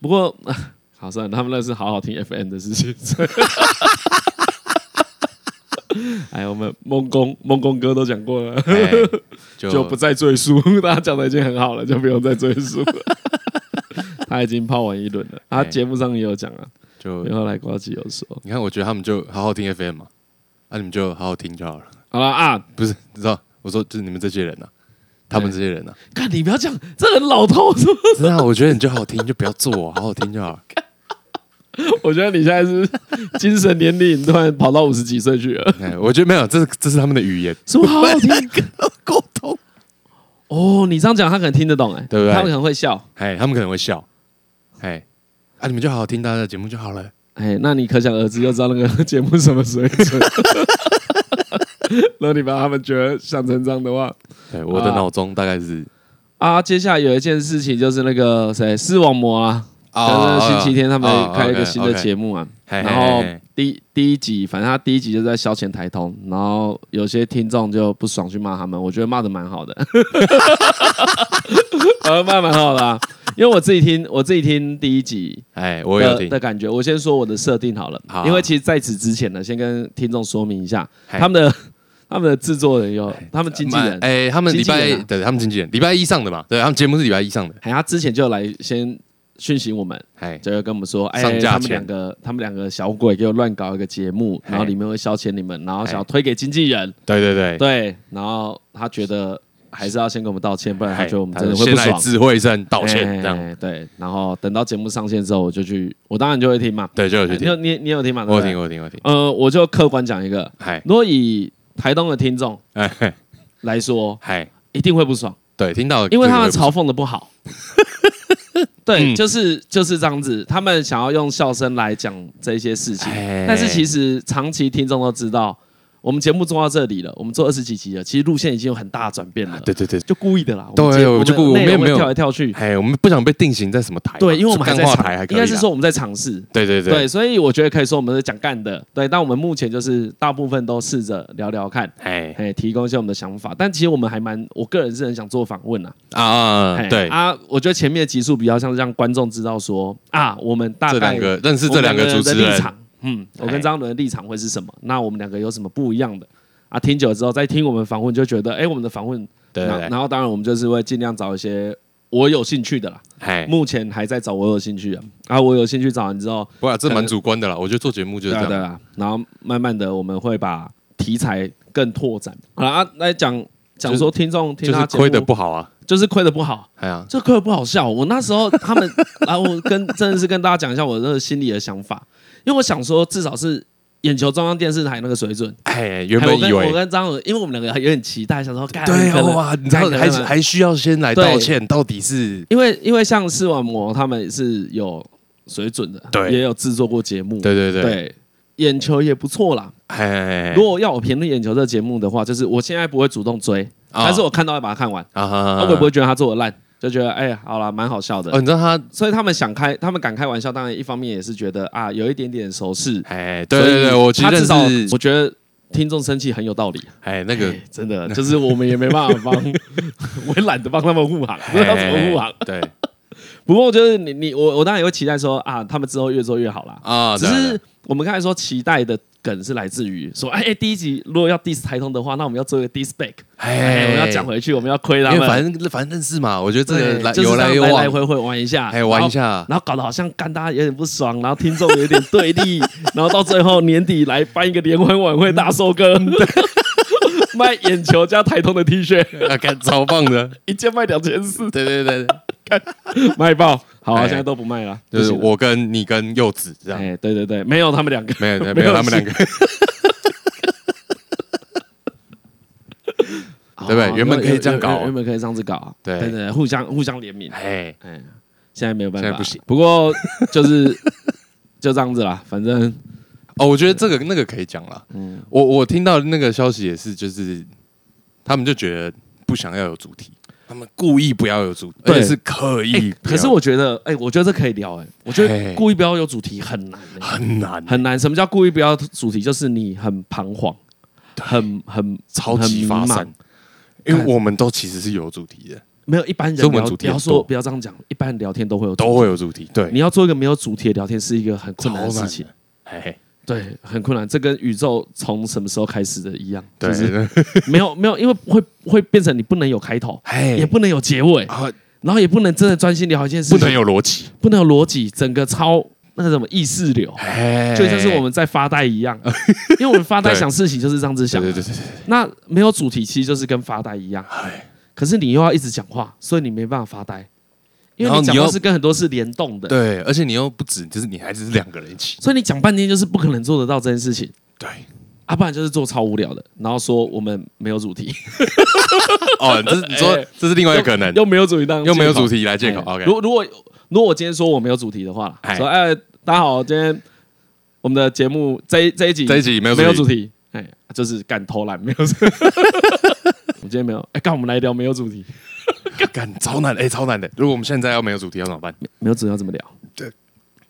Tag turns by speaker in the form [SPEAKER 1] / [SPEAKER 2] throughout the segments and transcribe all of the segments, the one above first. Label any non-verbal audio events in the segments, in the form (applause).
[SPEAKER 1] 不过， (laughs) 好算了，他们那是好好听 FM 的事情。 (laughs) 哎，我们梦工梦工哥都讲过了，
[SPEAKER 2] 哎就
[SPEAKER 1] 就不再赘述， (laughs) 大家讲的已经很好了，就不用再赘述了。 (laughs) 他已经泡完一轮了，他
[SPEAKER 2] 哎
[SPEAKER 1] 节目上也有讲啊，
[SPEAKER 2] 就
[SPEAKER 1] 然后来瓜子有说，
[SPEAKER 2] 你看，我觉得他们就好好听 FM 嘛，啊，你们就好好听就好了。
[SPEAKER 1] 好了啊，
[SPEAKER 2] 不是，你知道，我说就是你们这些人呐、啊，他们这些人呐、啊，
[SPEAKER 1] 看你不要讲，这很老套，是不
[SPEAKER 2] 真的啊、我觉得你就好好听，你就不要做，好好听就好了。
[SPEAKER 1] 是 (laughs) 我觉得你现在是精神年龄突然跑到五十几岁去了，
[SPEAKER 2] 哎，我觉得没有，这是这是他们的语言
[SPEAKER 1] 什么好好听？
[SPEAKER 2] 沟通。
[SPEAKER 1] (laughs) 哦，你这样讲他可能听得懂哎、
[SPEAKER 2] 对不对
[SPEAKER 1] 他们可能会笑。
[SPEAKER 2] 哎，他们可能会笑，哎，啊，你们就好好听大家的节目就好了。
[SPEAKER 1] 哎，那你可想而知，就知道那个 (laughs) 节目什么水准。 (laughs) 如果你把他们觉得想成这样的话，
[SPEAKER 2] 对，我的脑中大概是
[SPEAKER 1] 啊，接下来有一件事情就是那个谁，视网膜啊，
[SPEAKER 2] 哦
[SPEAKER 1] 但是星期天他们开了一个新的节
[SPEAKER 2] 目，
[SPEAKER 1] 目啊，
[SPEAKER 2] 哦嘿
[SPEAKER 1] 然后
[SPEAKER 2] 嘿嘿
[SPEAKER 1] 第第一集，反正他第一集就在消遣台通，然后有些听众就不爽去骂他们，我觉得骂的蛮好的， (laughs) 呃，骂得蛮好的、啊，因为我自己听，我自己听第一集，
[SPEAKER 2] 哎，我有
[SPEAKER 1] 的
[SPEAKER 2] 听
[SPEAKER 1] 的，感觉。我先说我的设定好了，
[SPEAKER 2] 好
[SPEAKER 1] 因为其实在此之前呢，先跟听众说明一下，
[SPEAKER 2] 嘿
[SPEAKER 1] 他们的 (laughs) 他们的制作人有他们经纪人，哎，
[SPEAKER 2] 哎，他们礼
[SPEAKER 1] 经纪
[SPEAKER 2] 拜
[SPEAKER 1] 人啊
[SPEAKER 2] 对，他们经纪人礼拜一上的嘛，对他们节目是礼拜一上的，
[SPEAKER 1] 他之前就来先讯息我们，
[SPEAKER 2] 哎，
[SPEAKER 1] 就跟我们说，哎，
[SPEAKER 2] 上架
[SPEAKER 1] 他们
[SPEAKER 2] 前
[SPEAKER 1] 两个他们两个小鬼给我乱搞一个节目，
[SPEAKER 2] 嘿
[SPEAKER 1] 然后里面会消遣你们，然后
[SPEAKER 2] 嘿
[SPEAKER 1] 想要推给经纪人，
[SPEAKER 2] 对对对，
[SPEAKER 1] 对，然后他觉得还是要先跟我们道歉，不然他
[SPEAKER 2] 哎
[SPEAKER 1] 觉得我们
[SPEAKER 2] 他
[SPEAKER 1] 真的
[SPEAKER 2] 就
[SPEAKER 1] 会不
[SPEAKER 2] 先来
[SPEAKER 1] 爽。
[SPEAKER 2] 智慧声道
[SPEAKER 1] 哎
[SPEAKER 2] 歉这样，
[SPEAKER 1] 对，然后等到节目上线之后，我就去，我当然就会听嘛。
[SPEAKER 2] 对，就有去
[SPEAKER 1] 哎你
[SPEAKER 2] 听
[SPEAKER 1] 有，你你有听吗？
[SPEAKER 2] 我有
[SPEAKER 1] 对不对
[SPEAKER 2] 听，我有听，我有听，
[SPEAKER 1] 呃，哎我就客观讲一个，
[SPEAKER 2] 嗨
[SPEAKER 1] 如果以台东的听众
[SPEAKER 2] 哎嘿
[SPEAKER 1] (laughs) 来说，
[SPEAKER 2] 嗨，
[SPEAKER 1] 一定会不爽，
[SPEAKER 2] 对，听到
[SPEAKER 1] 因为他们
[SPEAKER 2] 这个会
[SPEAKER 1] 嘲讽的不
[SPEAKER 2] (laughs)
[SPEAKER 1] 好。对，
[SPEAKER 2] 嗯
[SPEAKER 1] 就是就是这样子，他们想要用笑声来讲这些事情，
[SPEAKER 2] 哎
[SPEAKER 1] 但是其实长期听众都知道，我们节目做到这里了，我们做二十几集了，其实路线已经有很大的转变了，
[SPEAKER 2] 啊不对对对，
[SPEAKER 1] 就故意的啦。
[SPEAKER 2] 对
[SPEAKER 1] 我们节
[SPEAKER 2] 我就
[SPEAKER 1] 我
[SPEAKER 2] 故意
[SPEAKER 1] 们内容
[SPEAKER 2] 我们也没有
[SPEAKER 1] 会跳来跳去，
[SPEAKER 2] 哎，我们不想被定型在什么台嘛，
[SPEAKER 1] 对，因为我们还
[SPEAKER 2] 干
[SPEAKER 1] 在
[SPEAKER 2] 话
[SPEAKER 1] 尝
[SPEAKER 2] 台还可以
[SPEAKER 1] 应
[SPEAKER 2] 啦，
[SPEAKER 1] 该是说我们在尝试，
[SPEAKER 2] 对对对
[SPEAKER 1] 对，，所以我觉得可以说我们是讲干的，对，但我们目前就是大部分都试着聊聊看。
[SPEAKER 2] 哎
[SPEAKER 1] 哎，提供一些我们的想法，但其实我们还蛮，我个人是很想做访问啊。
[SPEAKER 2] 啊啊
[SPEAKER 1] 嘿
[SPEAKER 2] 啊对，
[SPEAKER 1] 啊，我觉得前面的集数比较像是让观众知道说啊，我们大
[SPEAKER 2] 这
[SPEAKER 1] 概
[SPEAKER 2] 两个认识
[SPEAKER 1] 我
[SPEAKER 2] 这
[SPEAKER 1] 们
[SPEAKER 2] 两个主持
[SPEAKER 1] 人的立
[SPEAKER 2] 人，
[SPEAKER 1] 场，嗯，我
[SPEAKER 2] 嘿
[SPEAKER 1] 跟张伦的立场会是什么？那我们两个有什么不一样的？啊，听久了之后再听我们访问，就觉得哎、我们的访问，
[SPEAKER 2] 对对
[SPEAKER 1] 然
[SPEAKER 2] 对，
[SPEAKER 1] 然后当然我们就是会尽量找一些我有兴趣的啦。
[SPEAKER 2] 哎，
[SPEAKER 1] 目前还在找我有兴趣的啊，我有兴趣找完之后，
[SPEAKER 2] 不啊，这蛮主观的啦，我觉得做节目就是
[SPEAKER 1] 呃对
[SPEAKER 2] 这
[SPEAKER 1] 啊对
[SPEAKER 2] 样，
[SPEAKER 1] 啊，然后慢慢的我们会把题材更拓展。好了啊，来讲讲说听众听
[SPEAKER 2] 就
[SPEAKER 1] 他
[SPEAKER 2] 是
[SPEAKER 1] 节目
[SPEAKER 2] 亏的不好啊，
[SPEAKER 1] 就是亏的不好，
[SPEAKER 2] 哎呀，
[SPEAKER 1] 这亏的不好笑。我那时候他们，然后我跟真的是跟大家讲一下我那个心里的想法，因为我想说至少是眼球中央电视台那个水准。
[SPEAKER 2] 哎，原
[SPEAKER 1] 哎
[SPEAKER 2] 本
[SPEAKER 1] 我跟
[SPEAKER 2] 以
[SPEAKER 1] 我
[SPEAKER 2] 为。
[SPEAKER 1] 跟张总，因为我们两个有点期待，想说干
[SPEAKER 2] 对啊
[SPEAKER 1] 可能
[SPEAKER 2] 哇，你知道
[SPEAKER 1] 干可能
[SPEAKER 2] 还是还需要先来道歉，到底是
[SPEAKER 1] 因为因为像视网膜他们是有水准的，
[SPEAKER 2] 对
[SPEAKER 1] 也有制作过节目，
[SPEAKER 2] 对对对，
[SPEAKER 1] 眼球也不错啦。
[SPEAKER 2] 哎哎，哎
[SPEAKER 1] 如果要我评论眼球这个节目的话，就是我现在不会主动追，
[SPEAKER 2] 啊
[SPEAKER 1] 但是我看到会把它看完，
[SPEAKER 2] 啊哈哈
[SPEAKER 1] 啊我也不会觉得他做的烂，就觉得哎、好啦，蛮好笑的
[SPEAKER 2] 哦，。你知道他
[SPEAKER 1] 所以他们想开，他们敢开玩笑，当然一方面也是觉得啊，有一点点熟识。
[SPEAKER 2] 哎，对对
[SPEAKER 1] 所
[SPEAKER 2] 对，
[SPEAKER 1] 以
[SPEAKER 2] 我其实
[SPEAKER 1] 他
[SPEAKER 2] 认
[SPEAKER 1] 至少
[SPEAKER 2] 识
[SPEAKER 1] 我觉得听众生气很有道理。
[SPEAKER 2] 哎那个
[SPEAKER 1] 哎真的就是我们也没办法帮，我也懒得 (laughs) 帮他们护航，不知道怎么护航。
[SPEAKER 2] 哎对
[SPEAKER 1] 不过就是你你我我当然也会期待说啊，他们之后越做越好啦。(laughs)
[SPEAKER 2] 啊，
[SPEAKER 1] 只
[SPEAKER 2] 对对
[SPEAKER 1] 是我们刚才说期待的梗是来自于说，哎、哎第一集如果要 diss 台通的话，那我们要做一个 diss back，哎、我们要讲，回去，我们要亏他
[SPEAKER 2] 哎因
[SPEAKER 1] 们
[SPEAKER 2] 为，反正反正认识嘛，我觉得这个
[SPEAKER 1] 对
[SPEAKER 2] 来
[SPEAKER 1] 就是
[SPEAKER 2] 有
[SPEAKER 1] 这样
[SPEAKER 2] 来有
[SPEAKER 1] 来来
[SPEAKER 2] 往，
[SPEAKER 1] 回回玩一下，
[SPEAKER 2] 哎，玩一下，
[SPEAKER 1] 然后搞得好像干大家有点不爽，然后听众有点对立， (laughs) 然后到最后年底来办一个联欢晚会大收割， (laughs) 卖眼球加台通的 T 恤， (laughs)
[SPEAKER 2] (laughs) 啊，看超棒的，
[SPEAKER 1] 一件卖两千
[SPEAKER 2] (laughs)
[SPEAKER 1] 四，
[SPEAKER 2] 对对对，对
[SPEAKER 1] 卖爆！好啊，
[SPEAKER 2] 哎
[SPEAKER 1] 现在都不卖了，
[SPEAKER 2] 就是
[SPEAKER 1] 不行了。
[SPEAKER 2] 我跟你跟柚子这样，
[SPEAKER 1] 哎，对对对， (laughs) 没有他们两个，
[SPEAKER 2] 没有没有他们两个，
[SPEAKER 1] 哦，
[SPEAKER 2] 对不对原本可以这样
[SPEAKER 1] 原原
[SPEAKER 2] 搞
[SPEAKER 1] 原本可以这样子搞啊，
[SPEAKER 2] 对
[SPEAKER 1] 对对，互相互相怜悯，
[SPEAKER 2] 哎，
[SPEAKER 1] 哎，现在没有办法，
[SPEAKER 2] 现在不行。
[SPEAKER 1] 不过 (laughs) 就是就这样子啦，反正
[SPEAKER 2] 哦，我觉得这个那个可以讲了。嗯，我我听到那个消息也是，就是他们就觉得不想要有主题，他们故意不要有主题，而
[SPEAKER 1] 对
[SPEAKER 2] 且是刻意不要。
[SPEAKER 1] 可是我觉得，哎，我觉得这可以聊，哎，我觉得
[SPEAKER 2] 嘿
[SPEAKER 1] 故意不要有主题很难，哎
[SPEAKER 2] 很难，
[SPEAKER 1] 很难。什么叫故意不要主题？就是你很彷徨，很很
[SPEAKER 2] 超级发
[SPEAKER 1] 很迷
[SPEAKER 2] 散
[SPEAKER 1] 茫。
[SPEAKER 2] 因为我们都其实是有主题的，
[SPEAKER 1] 没有一般人
[SPEAKER 2] 所以我们
[SPEAKER 1] 聊
[SPEAKER 2] 主
[SPEAKER 1] 不
[SPEAKER 2] 题
[SPEAKER 1] 要
[SPEAKER 2] 很
[SPEAKER 1] 说
[SPEAKER 2] 多
[SPEAKER 1] 不要这样讲，一般人聊天都会有主题
[SPEAKER 2] 都会有主题，对，
[SPEAKER 1] 你要做一个没有主题的聊天是一个很困难的
[SPEAKER 2] 超
[SPEAKER 1] 事
[SPEAKER 2] 难
[SPEAKER 1] 情，
[SPEAKER 2] 哎，
[SPEAKER 1] 对，很困难。这跟宇宙从什么时候开始的一样，就
[SPEAKER 2] 对，
[SPEAKER 1] 是
[SPEAKER 2] (laughs) 对
[SPEAKER 1] 没有没有，因为会会变成你不能有开头，
[SPEAKER 2] 哎，
[SPEAKER 1] 也不能有结尾，
[SPEAKER 2] 啊，
[SPEAKER 1] 然后也不能真的专心聊一件事
[SPEAKER 2] 不
[SPEAKER 1] 情，
[SPEAKER 2] 能有逻辑，
[SPEAKER 1] 不能有逻辑，整个超那个什么意识流，
[SPEAKER 2] 哎，
[SPEAKER 1] 就像是我们在发呆一
[SPEAKER 2] (laughs)
[SPEAKER 1] 样，因为我们发呆
[SPEAKER 2] 对
[SPEAKER 1] 想事情就是这样子
[SPEAKER 2] 对
[SPEAKER 1] 想，
[SPEAKER 2] 对对对对，
[SPEAKER 1] 那没有主题其实就是跟发呆一样，
[SPEAKER 2] 哎，
[SPEAKER 1] 可是你又要一直讲话，所以你没办法发呆，因为
[SPEAKER 2] 然后
[SPEAKER 1] 你
[SPEAKER 2] 你
[SPEAKER 1] 讲话
[SPEAKER 2] 又
[SPEAKER 1] 是跟很多事联动的，
[SPEAKER 2] 对，而且你又不止，就是你还是两个人一起，
[SPEAKER 1] 所以你讲半天就是不可能做得到这件事情。
[SPEAKER 2] 对，
[SPEAKER 1] 啊，不然就是做超无聊的，然后说我们没有主题，
[SPEAKER 2] (laughs) 哦，这是你说
[SPEAKER 1] 哎
[SPEAKER 2] 这是另外一个可
[SPEAKER 1] (laughs)
[SPEAKER 2] 能，
[SPEAKER 1] 又没有主题当
[SPEAKER 2] 又没有主
[SPEAKER 1] 题
[SPEAKER 2] 题来借口
[SPEAKER 1] 哎
[SPEAKER 2] ，OK，
[SPEAKER 1] 如如果如果我今天说我没有主题的话，
[SPEAKER 2] 哎
[SPEAKER 1] 说哎大家好，今天我们的节目这一这一集
[SPEAKER 2] 这一集没有
[SPEAKER 1] 没有
[SPEAKER 2] 主
[SPEAKER 1] 主题，哎，就是敢偷懒没有 (laughs) 主题。我们今天没有，哎，刚我们来聊没有主题，
[SPEAKER 2] 题，干超难，哎，超难的。如果我们现在要没有主题要怎么办？
[SPEAKER 1] 没有主题要怎么聊？
[SPEAKER 2] 对，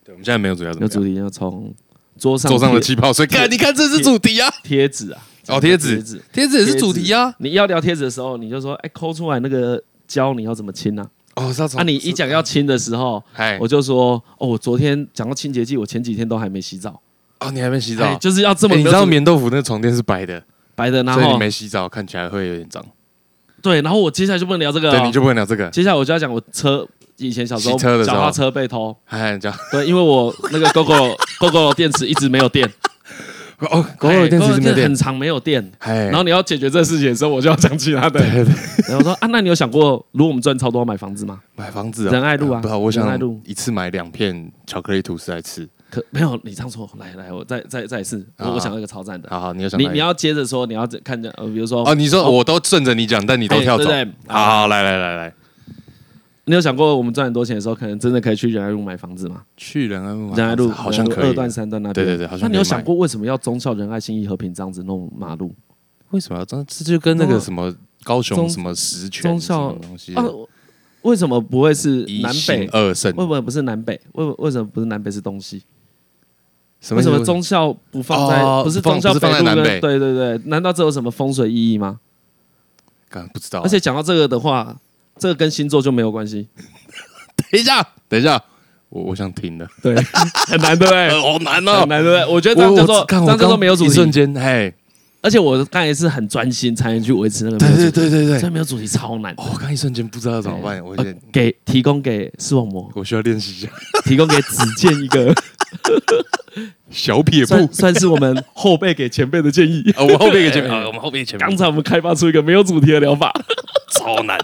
[SPEAKER 2] 我们现在没有主题要怎
[SPEAKER 1] 没有
[SPEAKER 2] 么
[SPEAKER 1] 主
[SPEAKER 2] 办？
[SPEAKER 1] 题要从桌上
[SPEAKER 2] 桌上的
[SPEAKER 1] 贴
[SPEAKER 2] 气泡水，干，你看这是主题啊，
[SPEAKER 1] 贴纸啊，
[SPEAKER 2] 哦，贴纸
[SPEAKER 1] 贴，纸。
[SPEAKER 2] 贴纸也是主题啊，
[SPEAKER 1] 你要聊贴纸的时候，你就说哎，抠出来那个胶你要怎么亲啊？
[SPEAKER 2] 哦，是要从
[SPEAKER 1] 啊，你一讲要亲的时候。
[SPEAKER 2] 哎
[SPEAKER 1] 我，就说哦，我昨天讲到清洁剂，我前几天都还没洗澡，
[SPEAKER 2] 哦，你还没洗
[SPEAKER 1] 哎
[SPEAKER 2] 澡，
[SPEAKER 1] 就是要这
[SPEAKER 2] 这
[SPEAKER 1] 么、
[SPEAKER 2] 你知道棉豆腐那床垫是白的，
[SPEAKER 1] 白的，然
[SPEAKER 2] 所以你
[SPEAKER 1] 后
[SPEAKER 2] 没洗澡看起来会有点脏。
[SPEAKER 1] 对，然后我接下来就不能聊这个、哦，
[SPEAKER 2] 对，你就不能聊这个。
[SPEAKER 1] 接下来我就要讲我车以前小时候
[SPEAKER 2] 骑车的时
[SPEAKER 1] 脚
[SPEAKER 2] 候
[SPEAKER 1] 踏车被偷，
[SPEAKER 2] 哎，你讲
[SPEAKER 1] 对，因为我那个 GoGo GoGo 电池一直没有电，
[SPEAKER 2] (laughs) 哦，狗有电池是没有
[SPEAKER 1] GoGo
[SPEAKER 2] 电
[SPEAKER 1] 很，长没有电，
[SPEAKER 2] 哎
[SPEAKER 1] 然，后你要解决这事情的时候，我就要讲其他的，
[SPEAKER 2] 对对，
[SPEAKER 1] (laughs) 然后我说啊，那你有想过如果我们赚超多买房子吗？
[SPEAKER 2] (laughs) 买房子啊，
[SPEAKER 1] 仁爱路啊
[SPEAKER 2] 不好，我
[SPEAKER 1] 仁爱
[SPEAKER 2] 想
[SPEAKER 1] 路
[SPEAKER 2] 一次买两片巧克力吐司来吃。
[SPEAKER 1] 可没有，你这样说，来来，我再再再一次，我、
[SPEAKER 2] 啊
[SPEAKER 1] 我想到一个超赞的，
[SPEAKER 2] 好好，你有想
[SPEAKER 1] 你
[SPEAKER 2] 哪
[SPEAKER 1] 你
[SPEAKER 2] 一个
[SPEAKER 1] 要接着说，你要看着呃，比如说
[SPEAKER 2] 哦，你说我都顺着你讲，但你都
[SPEAKER 1] 哎
[SPEAKER 2] 跳走
[SPEAKER 1] 对对。
[SPEAKER 2] 好好，来来来来，
[SPEAKER 1] 你有想过我们赚很多钱的时候，可能真的可以去仁爱路买房子吗？
[SPEAKER 2] 去仁爱路买
[SPEAKER 1] 仁爱
[SPEAKER 2] 房子
[SPEAKER 1] 路
[SPEAKER 2] 好像
[SPEAKER 1] 仁爱
[SPEAKER 2] 可
[SPEAKER 1] 路
[SPEAKER 2] 以
[SPEAKER 1] 二。段、三段那边，
[SPEAKER 2] 对对对好像
[SPEAKER 1] 那
[SPEAKER 2] 可以
[SPEAKER 1] 你有想过为什么要忠孝仁爱信义和平这样子弄马路？
[SPEAKER 2] 为什么要这这就跟那个
[SPEAKER 1] 中
[SPEAKER 2] 什么高雄
[SPEAKER 1] 哦中
[SPEAKER 2] 什么石泉
[SPEAKER 1] 中
[SPEAKER 2] 什
[SPEAKER 1] 校
[SPEAKER 2] 么东西
[SPEAKER 1] 啊
[SPEAKER 2] 的，
[SPEAKER 1] 为什么不会是
[SPEAKER 2] 一
[SPEAKER 1] 南
[SPEAKER 2] 心
[SPEAKER 1] 北？
[SPEAKER 2] 二圣
[SPEAKER 1] 为什么不是南北？为为什么不是南北是东西？
[SPEAKER 2] 什
[SPEAKER 1] 为什么
[SPEAKER 2] 意思
[SPEAKER 1] 忠孝不放在
[SPEAKER 2] 哦
[SPEAKER 1] 不是
[SPEAKER 2] 不放
[SPEAKER 1] 忠孝
[SPEAKER 2] 不是放在
[SPEAKER 1] 路跟
[SPEAKER 2] 南北
[SPEAKER 1] 对对对，难道这有什么风水意义吗？
[SPEAKER 2] 干不知道啊，
[SPEAKER 1] 而且讲到这个的话，这个跟星座就没有关系，
[SPEAKER 2] 等一下，等一下，我我想停了，
[SPEAKER 1] 对， (laughs) 很难对不 (laughs) 对？
[SPEAKER 2] 呃好难
[SPEAKER 1] 很
[SPEAKER 2] 哦。
[SPEAKER 1] 难对不对？我觉得这
[SPEAKER 2] 我
[SPEAKER 1] 样
[SPEAKER 2] 我
[SPEAKER 1] 叫做
[SPEAKER 2] 看
[SPEAKER 1] 这
[SPEAKER 2] 我
[SPEAKER 1] 样叫做
[SPEAKER 2] 刚
[SPEAKER 1] 没有主
[SPEAKER 2] 一瞬
[SPEAKER 1] 题，
[SPEAKER 2] 间，嘿，
[SPEAKER 1] 而且我刚才是很专心才能去维持那个没
[SPEAKER 2] 对
[SPEAKER 1] 有主
[SPEAKER 2] 对
[SPEAKER 1] 题，
[SPEAKER 2] 对对
[SPEAKER 1] 这
[SPEAKER 2] 对，
[SPEAKER 1] 没有主题超难的。
[SPEAKER 2] 哦我刚一瞬间不知道怎么办，我有点
[SPEAKER 1] 呃给提供给视网
[SPEAKER 2] (laughs)
[SPEAKER 1] 膜，
[SPEAKER 2] 我需要练习一下
[SPEAKER 1] 提供给子健一
[SPEAKER 2] (laughs)
[SPEAKER 1] 个
[SPEAKER 2] 小撇步
[SPEAKER 1] 算。算是我们后辈给前辈的建议。
[SPEAKER 2] (laughs) 啊，我后面一个前面，
[SPEAKER 1] 哎哎
[SPEAKER 2] 啊我们后面一个前面
[SPEAKER 1] 刚才我们开发出一个没有主题的疗法，
[SPEAKER 2] (laughs) 超难，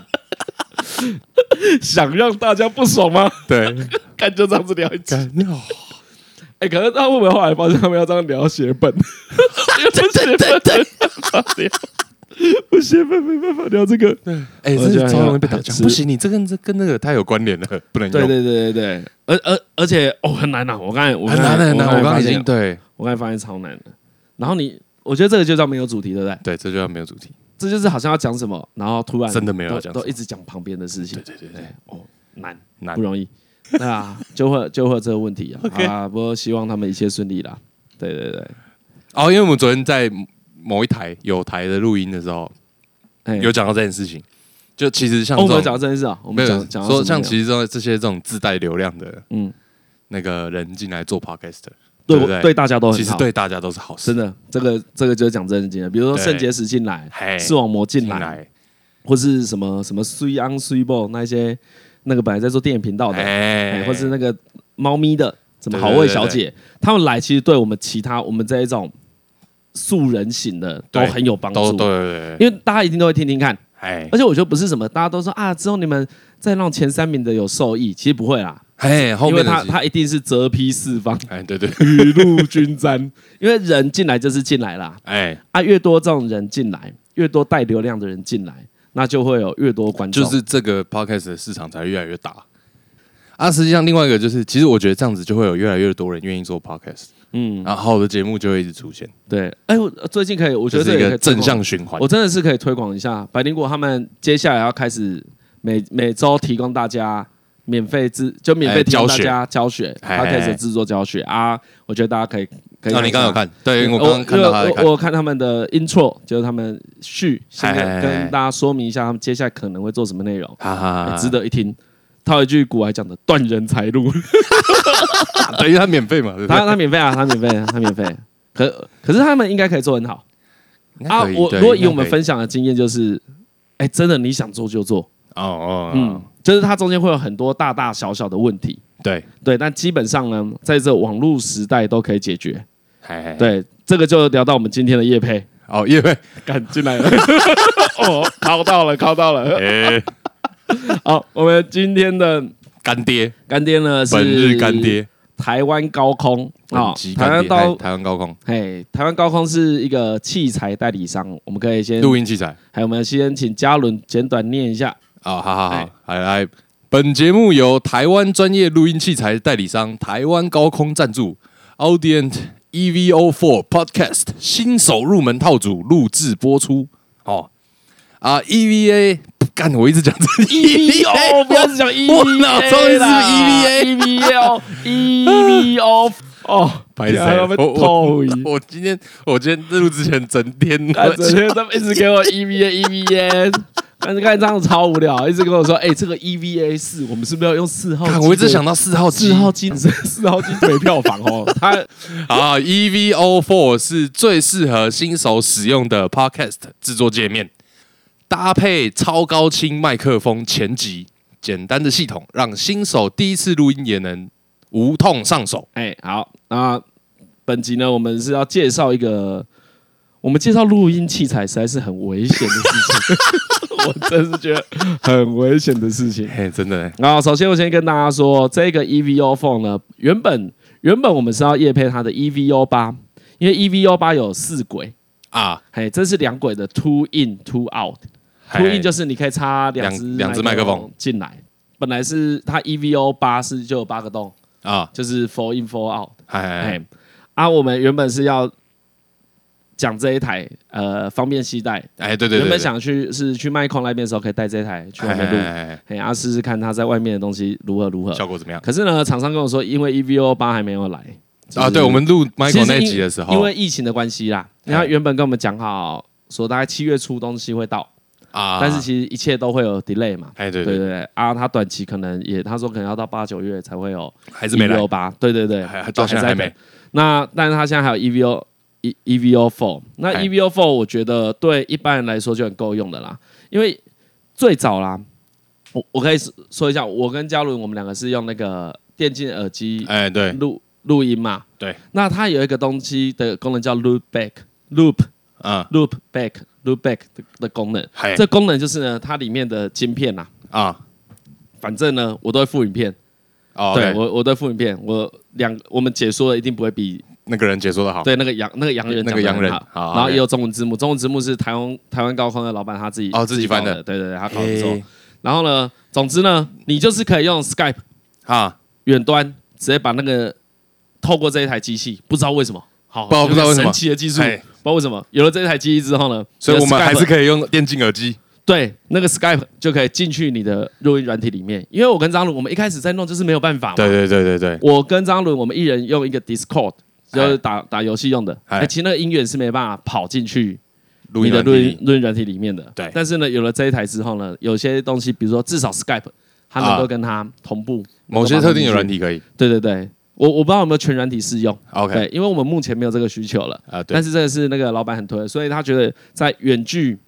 [SPEAKER 1] 想让大家不爽吗？
[SPEAKER 2] 对，
[SPEAKER 1] 看就这样子聊一集。
[SPEAKER 2] 干哦
[SPEAKER 1] 哎、可是他会不会后来发现他们要这样聊写
[SPEAKER 2] (laughs)
[SPEAKER 1] 本？因为不写本没办法聊， (laughs) 不写本没办法聊这个。
[SPEAKER 2] 哎，
[SPEAKER 1] 我觉得
[SPEAKER 2] 这超容易被打
[SPEAKER 1] 很
[SPEAKER 2] 枪，
[SPEAKER 1] 是
[SPEAKER 2] 不行，你这跟这跟那个太有关联了，不能
[SPEAKER 1] 对
[SPEAKER 2] 用，
[SPEAKER 1] 对对对对，而而而且哦很难呐、我刚才我
[SPEAKER 2] 很
[SPEAKER 1] 刚才
[SPEAKER 2] 难很难，我
[SPEAKER 1] 我
[SPEAKER 2] 刚
[SPEAKER 1] 才
[SPEAKER 2] 刚
[SPEAKER 1] 发
[SPEAKER 2] 已
[SPEAKER 1] 现
[SPEAKER 2] 经
[SPEAKER 1] 了
[SPEAKER 2] 对
[SPEAKER 1] 我刚才发现超难的。然后你，我觉得这个就叫没有主题，对不对？
[SPEAKER 2] 对，这就要没有主题，
[SPEAKER 1] 这就是好像要讲什么，然后突然
[SPEAKER 2] 真的没有
[SPEAKER 1] 都
[SPEAKER 2] 要讲
[SPEAKER 1] 都
[SPEAKER 2] 什么
[SPEAKER 1] 一直讲旁边的事情，
[SPEAKER 2] 对对对，
[SPEAKER 1] 哦，难
[SPEAKER 2] 难
[SPEAKER 1] 不，容易，对啊， (laughs) 就会就会有这个问题啊
[SPEAKER 2] OK
[SPEAKER 1] 啊，不过希望他们一切顺利啦。对对对，
[SPEAKER 2] 哦，因为我们昨天在某一台有台的录音的时候，
[SPEAKER 1] 哎
[SPEAKER 2] 有讲到这件事情，就其实像
[SPEAKER 1] 哦，我
[SPEAKER 2] 这
[SPEAKER 1] 们有
[SPEAKER 2] 种
[SPEAKER 1] 讲到这件事啊，我
[SPEAKER 2] 没
[SPEAKER 1] 们
[SPEAKER 2] 有
[SPEAKER 1] 讲讲到
[SPEAKER 2] 说
[SPEAKER 1] 什么
[SPEAKER 2] 像
[SPEAKER 1] 内容
[SPEAKER 2] 其实这这些这种自带流量的，
[SPEAKER 1] 嗯
[SPEAKER 2] 嗯，那个人进来做 podcast，
[SPEAKER 1] 对
[SPEAKER 2] 对不
[SPEAKER 1] 我
[SPEAKER 2] 对
[SPEAKER 1] 对大家都很好
[SPEAKER 2] 其实对大家都是好事
[SPEAKER 1] 真。的这个这个就是讲正经的，比如说
[SPEAKER 2] 对
[SPEAKER 1] 肾结石进来，
[SPEAKER 2] 嘿
[SPEAKER 1] 视网膜进
[SPEAKER 2] 进
[SPEAKER 1] 来，
[SPEAKER 2] 来，
[SPEAKER 1] 或是什么什么 three on three ball 那一些那个本来在做电影频道的，
[SPEAKER 2] 哎
[SPEAKER 1] 哎，或是那个猫咪的，什么
[SPEAKER 2] 对
[SPEAKER 1] 好味小姐，他们来其实对我们其他我们这一种素人型的都
[SPEAKER 2] 对
[SPEAKER 1] 很有帮
[SPEAKER 2] 都
[SPEAKER 1] 助
[SPEAKER 2] 对，对对对，
[SPEAKER 1] 因为大家一定都会听听看。
[SPEAKER 2] 哎
[SPEAKER 1] 而且我觉得不是什么，大家都说啊，之后你们再让前三名的有受益，其实不会啦，
[SPEAKER 2] 哎，后
[SPEAKER 1] 因为
[SPEAKER 2] 面的
[SPEAKER 1] 他
[SPEAKER 2] 是
[SPEAKER 1] 他一定是折批四方，
[SPEAKER 2] 哎对对，
[SPEAKER 1] 雨露均沾， (laughs) 因为人进来就是进来啦，
[SPEAKER 2] (laughs) 哎
[SPEAKER 1] 啊，越多这种人进来，越多带流量的人进来，那就会有越多观众，
[SPEAKER 2] 就是这个 podcast 的市场才越来越大。啊，实际上另外一个就是，其实我觉得这样子就会有越来越多人愿意做 podcast，
[SPEAKER 1] 嗯，
[SPEAKER 2] 然后好的节目就会一直出现，
[SPEAKER 1] 对，哎，我最近可以，我觉得
[SPEAKER 2] 就
[SPEAKER 1] 这
[SPEAKER 2] 是一
[SPEAKER 1] 也可
[SPEAKER 2] 个
[SPEAKER 1] 以推
[SPEAKER 2] 正
[SPEAKER 1] 广
[SPEAKER 2] 向循环
[SPEAKER 1] 我。真的是可以推广一下百灵果，他们接下来要开始每每周提供大家免费制，就免费
[SPEAKER 2] 哎
[SPEAKER 1] 提供
[SPEAKER 2] 教
[SPEAKER 1] 大
[SPEAKER 2] 学
[SPEAKER 1] 家教学 p
[SPEAKER 2] 哎
[SPEAKER 1] o d c a
[SPEAKER 2] 哎
[SPEAKER 1] s
[SPEAKER 2] 哎
[SPEAKER 1] 制作教学啊，我觉得大家可以可以
[SPEAKER 2] 哦，你刚刚
[SPEAKER 1] 一
[SPEAKER 2] 有
[SPEAKER 1] 下。
[SPEAKER 2] 看？对，
[SPEAKER 1] 嗯
[SPEAKER 2] 我刚刚看到他在
[SPEAKER 1] 我
[SPEAKER 2] 看
[SPEAKER 1] 我。我看他们的 intro，就是他们序，现
[SPEAKER 2] 嗨嗨
[SPEAKER 1] 在
[SPEAKER 2] 嗨
[SPEAKER 1] 跟大家说明一下他们接下来可能会做什么内容，
[SPEAKER 2] 哈哈
[SPEAKER 1] 哎
[SPEAKER 2] 哈，
[SPEAKER 1] 值得一听。套一句古来讲的“断人财路”，
[SPEAKER 2] 啊等于他免费嘛， (laughs) 对不
[SPEAKER 1] 他
[SPEAKER 2] 对？
[SPEAKER 1] 他免费啊，他免费，他免费。可可是他们应该可以做很好
[SPEAKER 2] 应该
[SPEAKER 1] 啊！
[SPEAKER 2] 可以
[SPEAKER 1] 我
[SPEAKER 2] 对
[SPEAKER 1] 如果
[SPEAKER 2] 应
[SPEAKER 1] 以
[SPEAKER 2] 该
[SPEAKER 1] 我们
[SPEAKER 2] 可
[SPEAKER 1] 分享的经验，就是，哎，真的你想做就做，
[SPEAKER 2] 哦哦，
[SPEAKER 1] 嗯
[SPEAKER 2] 嗯，，
[SPEAKER 1] 就是它中间会有很多大大小小的问题，
[SPEAKER 2] 对，
[SPEAKER 1] 对，但基本上呢，在这网络时代都可以解决。
[SPEAKER 2] 哎，嗨，
[SPEAKER 1] 对，这个就聊到我们今天的叶配，
[SPEAKER 2] 哦，因为
[SPEAKER 1] 赶进来了， (laughs) 哦，考到了，考到了。
[SPEAKER 2] 哎，
[SPEAKER 1] 好，我们今天的
[SPEAKER 2] 干爹，
[SPEAKER 1] 干爹呢是
[SPEAKER 2] 本日干爹，
[SPEAKER 1] 台湾高空
[SPEAKER 2] 本
[SPEAKER 1] 啊
[SPEAKER 2] 集，
[SPEAKER 1] 台
[SPEAKER 2] 干
[SPEAKER 1] 湾
[SPEAKER 2] 爹，嗨
[SPEAKER 1] 高，
[SPEAKER 2] 台湾高空
[SPEAKER 1] 嘿，台湾高空是一个器材代理商，我们可以先
[SPEAKER 2] 录音器材，
[SPEAKER 1] 还有，我们先请嘉伦简短念一下。
[SPEAKER 2] 啊，好好
[SPEAKER 1] 哎
[SPEAKER 2] 好，来来，本节目由台湾专业录音器材代理商台湾高空赞助，Audient EVO Four Podcast 新手入门套组录制播出。哦，啊，EVA，干，我一直讲这
[SPEAKER 1] E EVO，不要只讲 E EVA，
[SPEAKER 2] E 我脑中是 E
[SPEAKER 1] E EVA，EVO，EVO，哦，
[SPEAKER 2] 不好意思
[SPEAKER 1] 他们
[SPEAKER 2] 我
[SPEAKER 1] 透影，
[SPEAKER 2] 我今天我今天录之前整天
[SPEAKER 1] 啊整天他们一直给我 E EVA，EVA。但是看这样子超无聊，一直跟我说：“哎、这个 EVA 四，我们是不是要用四号机
[SPEAKER 2] 看
[SPEAKER 1] 的？”
[SPEAKER 2] 我一直想到四号机
[SPEAKER 1] 四号机，四号机没票房哦。 (laughs) 他
[SPEAKER 2] 啊，EVO Four 是最适合新手使用的 Podcast 制作界面，搭配超高清麦克风前级，简单的系统让新手第一次录音也能无痛上手。
[SPEAKER 1] 哎、好，那本集呢，我们是要介绍一个，我们介绍录音器材实在是很危险的事
[SPEAKER 2] (laughs)
[SPEAKER 1] 情，我真是觉得很危险的事情。
[SPEAKER 2] 嘿，真的欸
[SPEAKER 1] 然后，首先我先跟大家说，这个 EVO phone 呢，原本原本我们是要夜配它的 EVO 八，因为 EVO 八有四轨，
[SPEAKER 2] 啊，
[SPEAKER 1] 嘿，这是两轨的 two in two out。
[SPEAKER 2] 嘿
[SPEAKER 1] two in 就是你可以插两只
[SPEAKER 2] 两两只麦克风
[SPEAKER 1] 进来，本来是它 EVO 八是就有八个洞，
[SPEAKER 2] 啊，
[SPEAKER 1] 就是 four in four out。
[SPEAKER 2] 哎
[SPEAKER 1] 哎，啊，我们原本是要讲这一台，呃，方便携带。
[SPEAKER 2] 哎，对对对，
[SPEAKER 1] 原
[SPEAKER 2] 对
[SPEAKER 1] 本想去是去麦矿那边的时候，可以带这一台去
[SPEAKER 2] 哎
[SPEAKER 1] 外面录，
[SPEAKER 2] 哎哎
[SPEAKER 1] 哎，啊，试试看它在外面的东西如何如何
[SPEAKER 2] 哎。效果怎么样
[SPEAKER 1] 可是呢，厂商跟我说，因为 EVO 八还没有来
[SPEAKER 2] 啊？对，我们录
[SPEAKER 1] 其实
[SPEAKER 2] Michael 那
[SPEAKER 1] 因
[SPEAKER 2] 集的时候，
[SPEAKER 1] 因为疫情的关系啦，
[SPEAKER 2] 哎
[SPEAKER 1] 然后原本跟我们讲好说大概七月初东西会到，
[SPEAKER 2] 啊，
[SPEAKER 1] 但是其实一切都会有 delay 嘛。
[SPEAKER 2] 哎对
[SPEAKER 1] 对
[SPEAKER 2] 对
[SPEAKER 1] 对
[SPEAKER 2] 对，
[SPEAKER 1] 对，啊，他短期可能也，他说可能要到八九月才会有
[SPEAKER 2] 还是没来
[SPEAKER 1] EVO 八，对对对
[SPEAKER 2] 还，到现在还没
[SPEAKER 1] 等。那但是它现在还有 EVO E EVO Four，那
[SPEAKER 2] 哎
[SPEAKER 1] EVO Four 我觉得对一般人来说就很够用的啦，因为最早啦，我我可以说说一下，我跟嘉伦我们两个是用那个电竞耳机
[SPEAKER 2] 哎，对
[SPEAKER 1] 录录音嘛，
[SPEAKER 2] 对，
[SPEAKER 1] 那它有一个东西的功能叫 Loop Back Loop
[SPEAKER 2] 啊
[SPEAKER 1] Loop Back Loop Back 的的功能，
[SPEAKER 2] 嗨
[SPEAKER 1] 这功能就是呢，它里面的晶片呐、
[SPEAKER 2] 啊，
[SPEAKER 1] 反正呢，我都会附影片，
[SPEAKER 2] 哦，
[SPEAKER 1] 对
[SPEAKER 2] OK，
[SPEAKER 1] 我我都会附影片，我两我们解说的一定不会比
[SPEAKER 2] 那个人解说的好，
[SPEAKER 1] 对，那个洋那个洋人
[SPEAKER 2] 那
[SPEAKER 1] 讲
[SPEAKER 2] 个
[SPEAKER 1] 得
[SPEAKER 2] 洋
[SPEAKER 1] 很
[SPEAKER 2] 人
[SPEAKER 1] 好
[SPEAKER 2] 好
[SPEAKER 1] 然后
[SPEAKER 2] OK
[SPEAKER 1] 也有中文字幕，中文字幕是台湾台湾高空的老板他自己
[SPEAKER 2] 哦自己翻
[SPEAKER 1] 搞
[SPEAKER 2] 的
[SPEAKER 1] 的，对对对，他搞的错
[SPEAKER 2] 嘿。
[SPEAKER 1] 然后呢，总之呢，你就是可以用 Skype
[SPEAKER 2] 啊，
[SPEAKER 1] 远端直接把那个透过这一台机器，不知道为什么，好，
[SPEAKER 2] 不知道不知道为什么
[SPEAKER 1] 神奇的技术，不
[SPEAKER 2] 嘿
[SPEAKER 1] 知道为什么有了这一台机器之后呢，
[SPEAKER 2] 所以我们还是
[SPEAKER 1] 以
[SPEAKER 2] 可以用电竞耳机。
[SPEAKER 1] 对那个 Skype 就可以进去你的录音软体里面，因为我跟张鲁我们一开始在弄就是没有办法嘛，
[SPEAKER 2] 对对对对对，
[SPEAKER 1] 我跟张伦，我们一人用一个 Discord，就是打打游戏用的。
[SPEAKER 2] 哎
[SPEAKER 1] 哎，其实那个音源是没办法跑进去
[SPEAKER 2] 录
[SPEAKER 1] 你
[SPEAKER 2] 音
[SPEAKER 1] 的
[SPEAKER 2] 软
[SPEAKER 1] 录音
[SPEAKER 2] 体
[SPEAKER 1] 录音软体里面的。
[SPEAKER 2] 对
[SPEAKER 1] 但是呢，有了这一台之后呢，有些东西，比如说至少 Skype，它能够跟它同步。
[SPEAKER 2] 某些特定的软体可以。
[SPEAKER 1] 对对对，我我不知道有没有全软体适用。
[SPEAKER 2] OK
[SPEAKER 1] 对，因为我们目前没有这个需求了。
[SPEAKER 2] 啊，哎对
[SPEAKER 1] 但，是这个是那个老板很推，所以他觉得在远距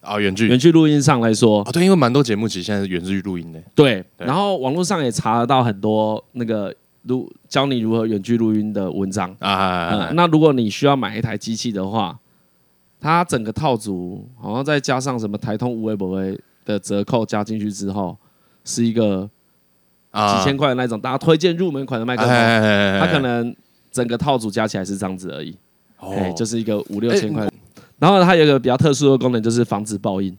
[SPEAKER 2] 啊，远距
[SPEAKER 1] 远距录音上来说，
[SPEAKER 2] 啊，对，因为蛮多节目其实现在是远距录音的。
[SPEAKER 1] 对。
[SPEAKER 2] 对
[SPEAKER 1] 然后网络上也查得到很多那个录教你如何远距录音的文章。
[SPEAKER 2] 啊
[SPEAKER 1] 嗯，，那如果你需要买一台机器的话，它整个套组好像再加上什么台通无为不为的折扣加进去之后，是一个
[SPEAKER 2] 啊
[SPEAKER 1] 几千块的那种，大家推荐入门款的麦克风，
[SPEAKER 2] 哎
[SPEAKER 1] 它可能整个套组加起来是这样子而已，
[SPEAKER 2] 哦
[SPEAKER 1] 哎，就是是一个五六千块。然后它有一个比较特殊的功能，就是防止爆音。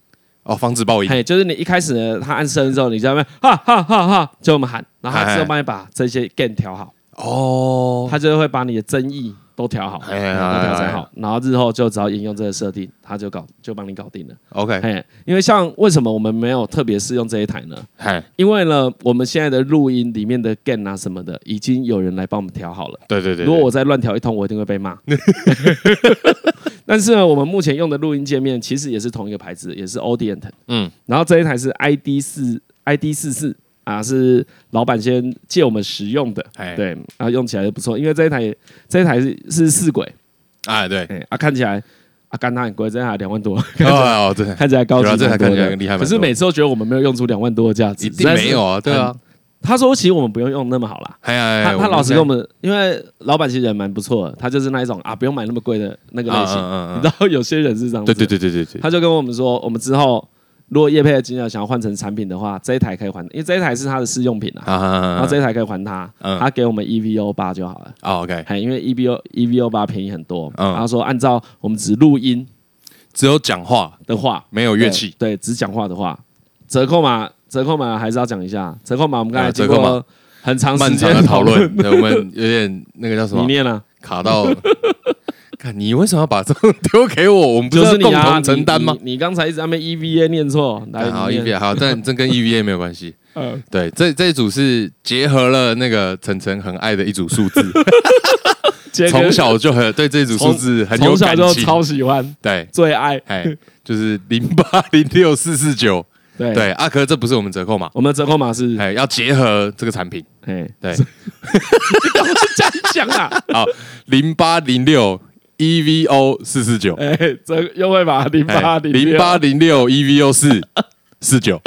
[SPEAKER 2] 哦，防止报应。
[SPEAKER 1] 嘿，就是你一开始呢，它按声音之后，你在那边哈哈哈哈，就我们喊，然后它
[SPEAKER 2] 哎
[SPEAKER 1] 之后帮你把这些 gain 调好，
[SPEAKER 2] 哦，
[SPEAKER 1] 它就会把你的争议都调好，都
[SPEAKER 2] 哎哎哎
[SPEAKER 1] 调整
[SPEAKER 2] 哎
[SPEAKER 1] 好，然后日后就只要沿用这个设定，它就搞就帮你搞定了。
[SPEAKER 2] OK，
[SPEAKER 1] 哎，因为像为什么我们没有特别试用这一台呢？
[SPEAKER 2] 嗨，
[SPEAKER 1] 因为呢，我们现在的录音里面的 gain 啊什么的，已经有人来帮我们调好了。
[SPEAKER 2] 对对对，
[SPEAKER 1] 如果我再乱调一通，我一定会被
[SPEAKER 2] (laughs)
[SPEAKER 1] 骂。但是呢，我们目前用的录音界面其实也是同一个牌子，也是 Audient。
[SPEAKER 2] 嗯
[SPEAKER 1] 嗯，然后这一台是 ID 四 ID 四四啊，是老板先借我们使用的。
[SPEAKER 2] 哎
[SPEAKER 1] 对，然后用起来就不错，因为这一台这一台是是四轨，
[SPEAKER 2] 哎
[SPEAKER 1] (laughs)
[SPEAKER 2] 对，
[SPEAKER 1] 哎、啊，看起来啊，干它很贵，这台两万多， (laughs)
[SPEAKER 2] 哦哦对，
[SPEAKER 1] 看起来高级
[SPEAKER 2] 对啊
[SPEAKER 1] 蛮多
[SPEAKER 2] 这
[SPEAKER 1] 的，
[SPEAKER 2] 台看起来厉害蛮
[SPEAKER 1] 可
[SPEAKER 2] 多
[SPEAKER 1] 是每次都觉得我们没有用出两万多的价值，
[SPEAKER 2] 一定没有。啊，对啊，
[SPEAKER 1] 他说其实我们不用用那么好啦，
[SPEAKER 2] 哎哎，
[SPEAKER 1] 他
[SPEAKER 2] 哎
[SPEAKER 1] 他老实跟我，
[SPEAKER 2] 们
[SPEAKER 1] 们，因为老板其实人蛮不错的，他就是那一种啊，不用买那么贵的那个
[SPEAKER 2] 嗯
[SPEAKER 1] 类型。
[SPEAKER 2] 嗯
[SPEAKER 1] 你
[SPEAKER 2] 嗯
[SPEAKER 1] 知道有些人是这样
[SPEAKER 2] 嗯，
[SPEAKER 1] 子，
[SPEAKER 2] 对对，对对对对，
[SPEAKER 1] 他就跟我们说，我们之后如果业配的金额想要换成产品的话，这一台可以还，因为这一台是他的试用品啊，
[SPEAKER 2] 啊啊
[SPEAKER 1] 然
[SPEAKER 2] 啊
[SPEAKER 1] 后这一台可以还他，
[SPEAKER 2] 嗯
[SPEAKER 1] 他给我们 EVO 八就好了。
[SPEAKER 2] 啊，OK，
[SPEAKER 1] 哎，因为 EVO EVO 八便宜很多，
[SPEAKER 2] 嗯
[SPEAKER 1] 然后说按照我们只录音
[SPEAKER 2] 只有讲话
[SPEAKER 1] 的话，
[SPEAKER 2] 没有乐器，
[SPEAKER 1] 对，对只讲话的话，折扣码折扣码还是要讲一下，折扣码我们刚才
[SPEAKER 2] 啊
[SPEAKER 1] 经
[SPEAKER 2] 折扣码
[SPEAKER 1] 过很长
[SPEAKER 2] 漫
[SPEAKER 1] 哦时
[SPEAKER 2] 长
[SPEAKER 1] 间 (laughs)
[SPEAKER 2] 的讨论，，对我们有点那个叫什
[SPEAKER 1] 你
[SPEAKER 2] 么
[SPEAKER 1] 念啊，
[SPEAKER 2] 卡到。 (laughs) 看你为什么要把这种丢
[SPEAKER 1] (laughs)
[SPEAKER 2] 给我？我们不
[SPEAKER 1] 就是是
[SPEAKER 2] 要
[SPEAKER 1] 你
[SPEAKER 2] 共
[SPEAKER 1] 啊，
[SPEAKER 2] 同承担吗
[SPEAKER 1] 你？？你你刚才一直在那边 EVA 念错，来，
[SPEAKER 2] 啊好
[SPEAKER 1] 你念
[SPEAKER 2] ，EVA 好，但这跟
[SPEAKER 1] (laughs)
[SPEAKER 2] EVA 没有关系。
[SPEAKER 1] 嗯
[SPEAKER 2] 对，这这一组是结合了那个晨晨很爱的一组数
[SPEAKER 1] (laughs)
[SPEAKER 2] 字，
[SPEAKER 1] 杰哥
[SPEAKER 2] 从小就很对这组数字很有
[SPEAKER 1] 从小
[SPEAKER 2] 感
[SPEAKER 1] 就
[SPEAKER 2] 情。
[SPEAKER 1] 超喜欢，
[SPEAKER 2] 对，
[SPEAKER 1] 最爱，
[SPEAKER 2] 哎，就是零八零六四四九。
[SPEAKER 1] 对，
[SPEAKER 2] 对，阿珂这不是我们折扣码，
[SPEAKER 1] 我们的折扣码是，
[SPEAKER 2] 哎，要结合这个产品。
[SPEAKER 1] 哎， (laughs)
[SPEAKER 2] 对，
[SPEAKER 1] 这样讲啊，
[SPEAKER 2] 好，零八零六 EVO 四四九，
[SPEAKER 1] 哎，这优惠码零八零
[SPEAKER 2] 哎零八零六 EVO 四四
[SPEAKER 1] (laughs)
[SPEAKER 2] 九。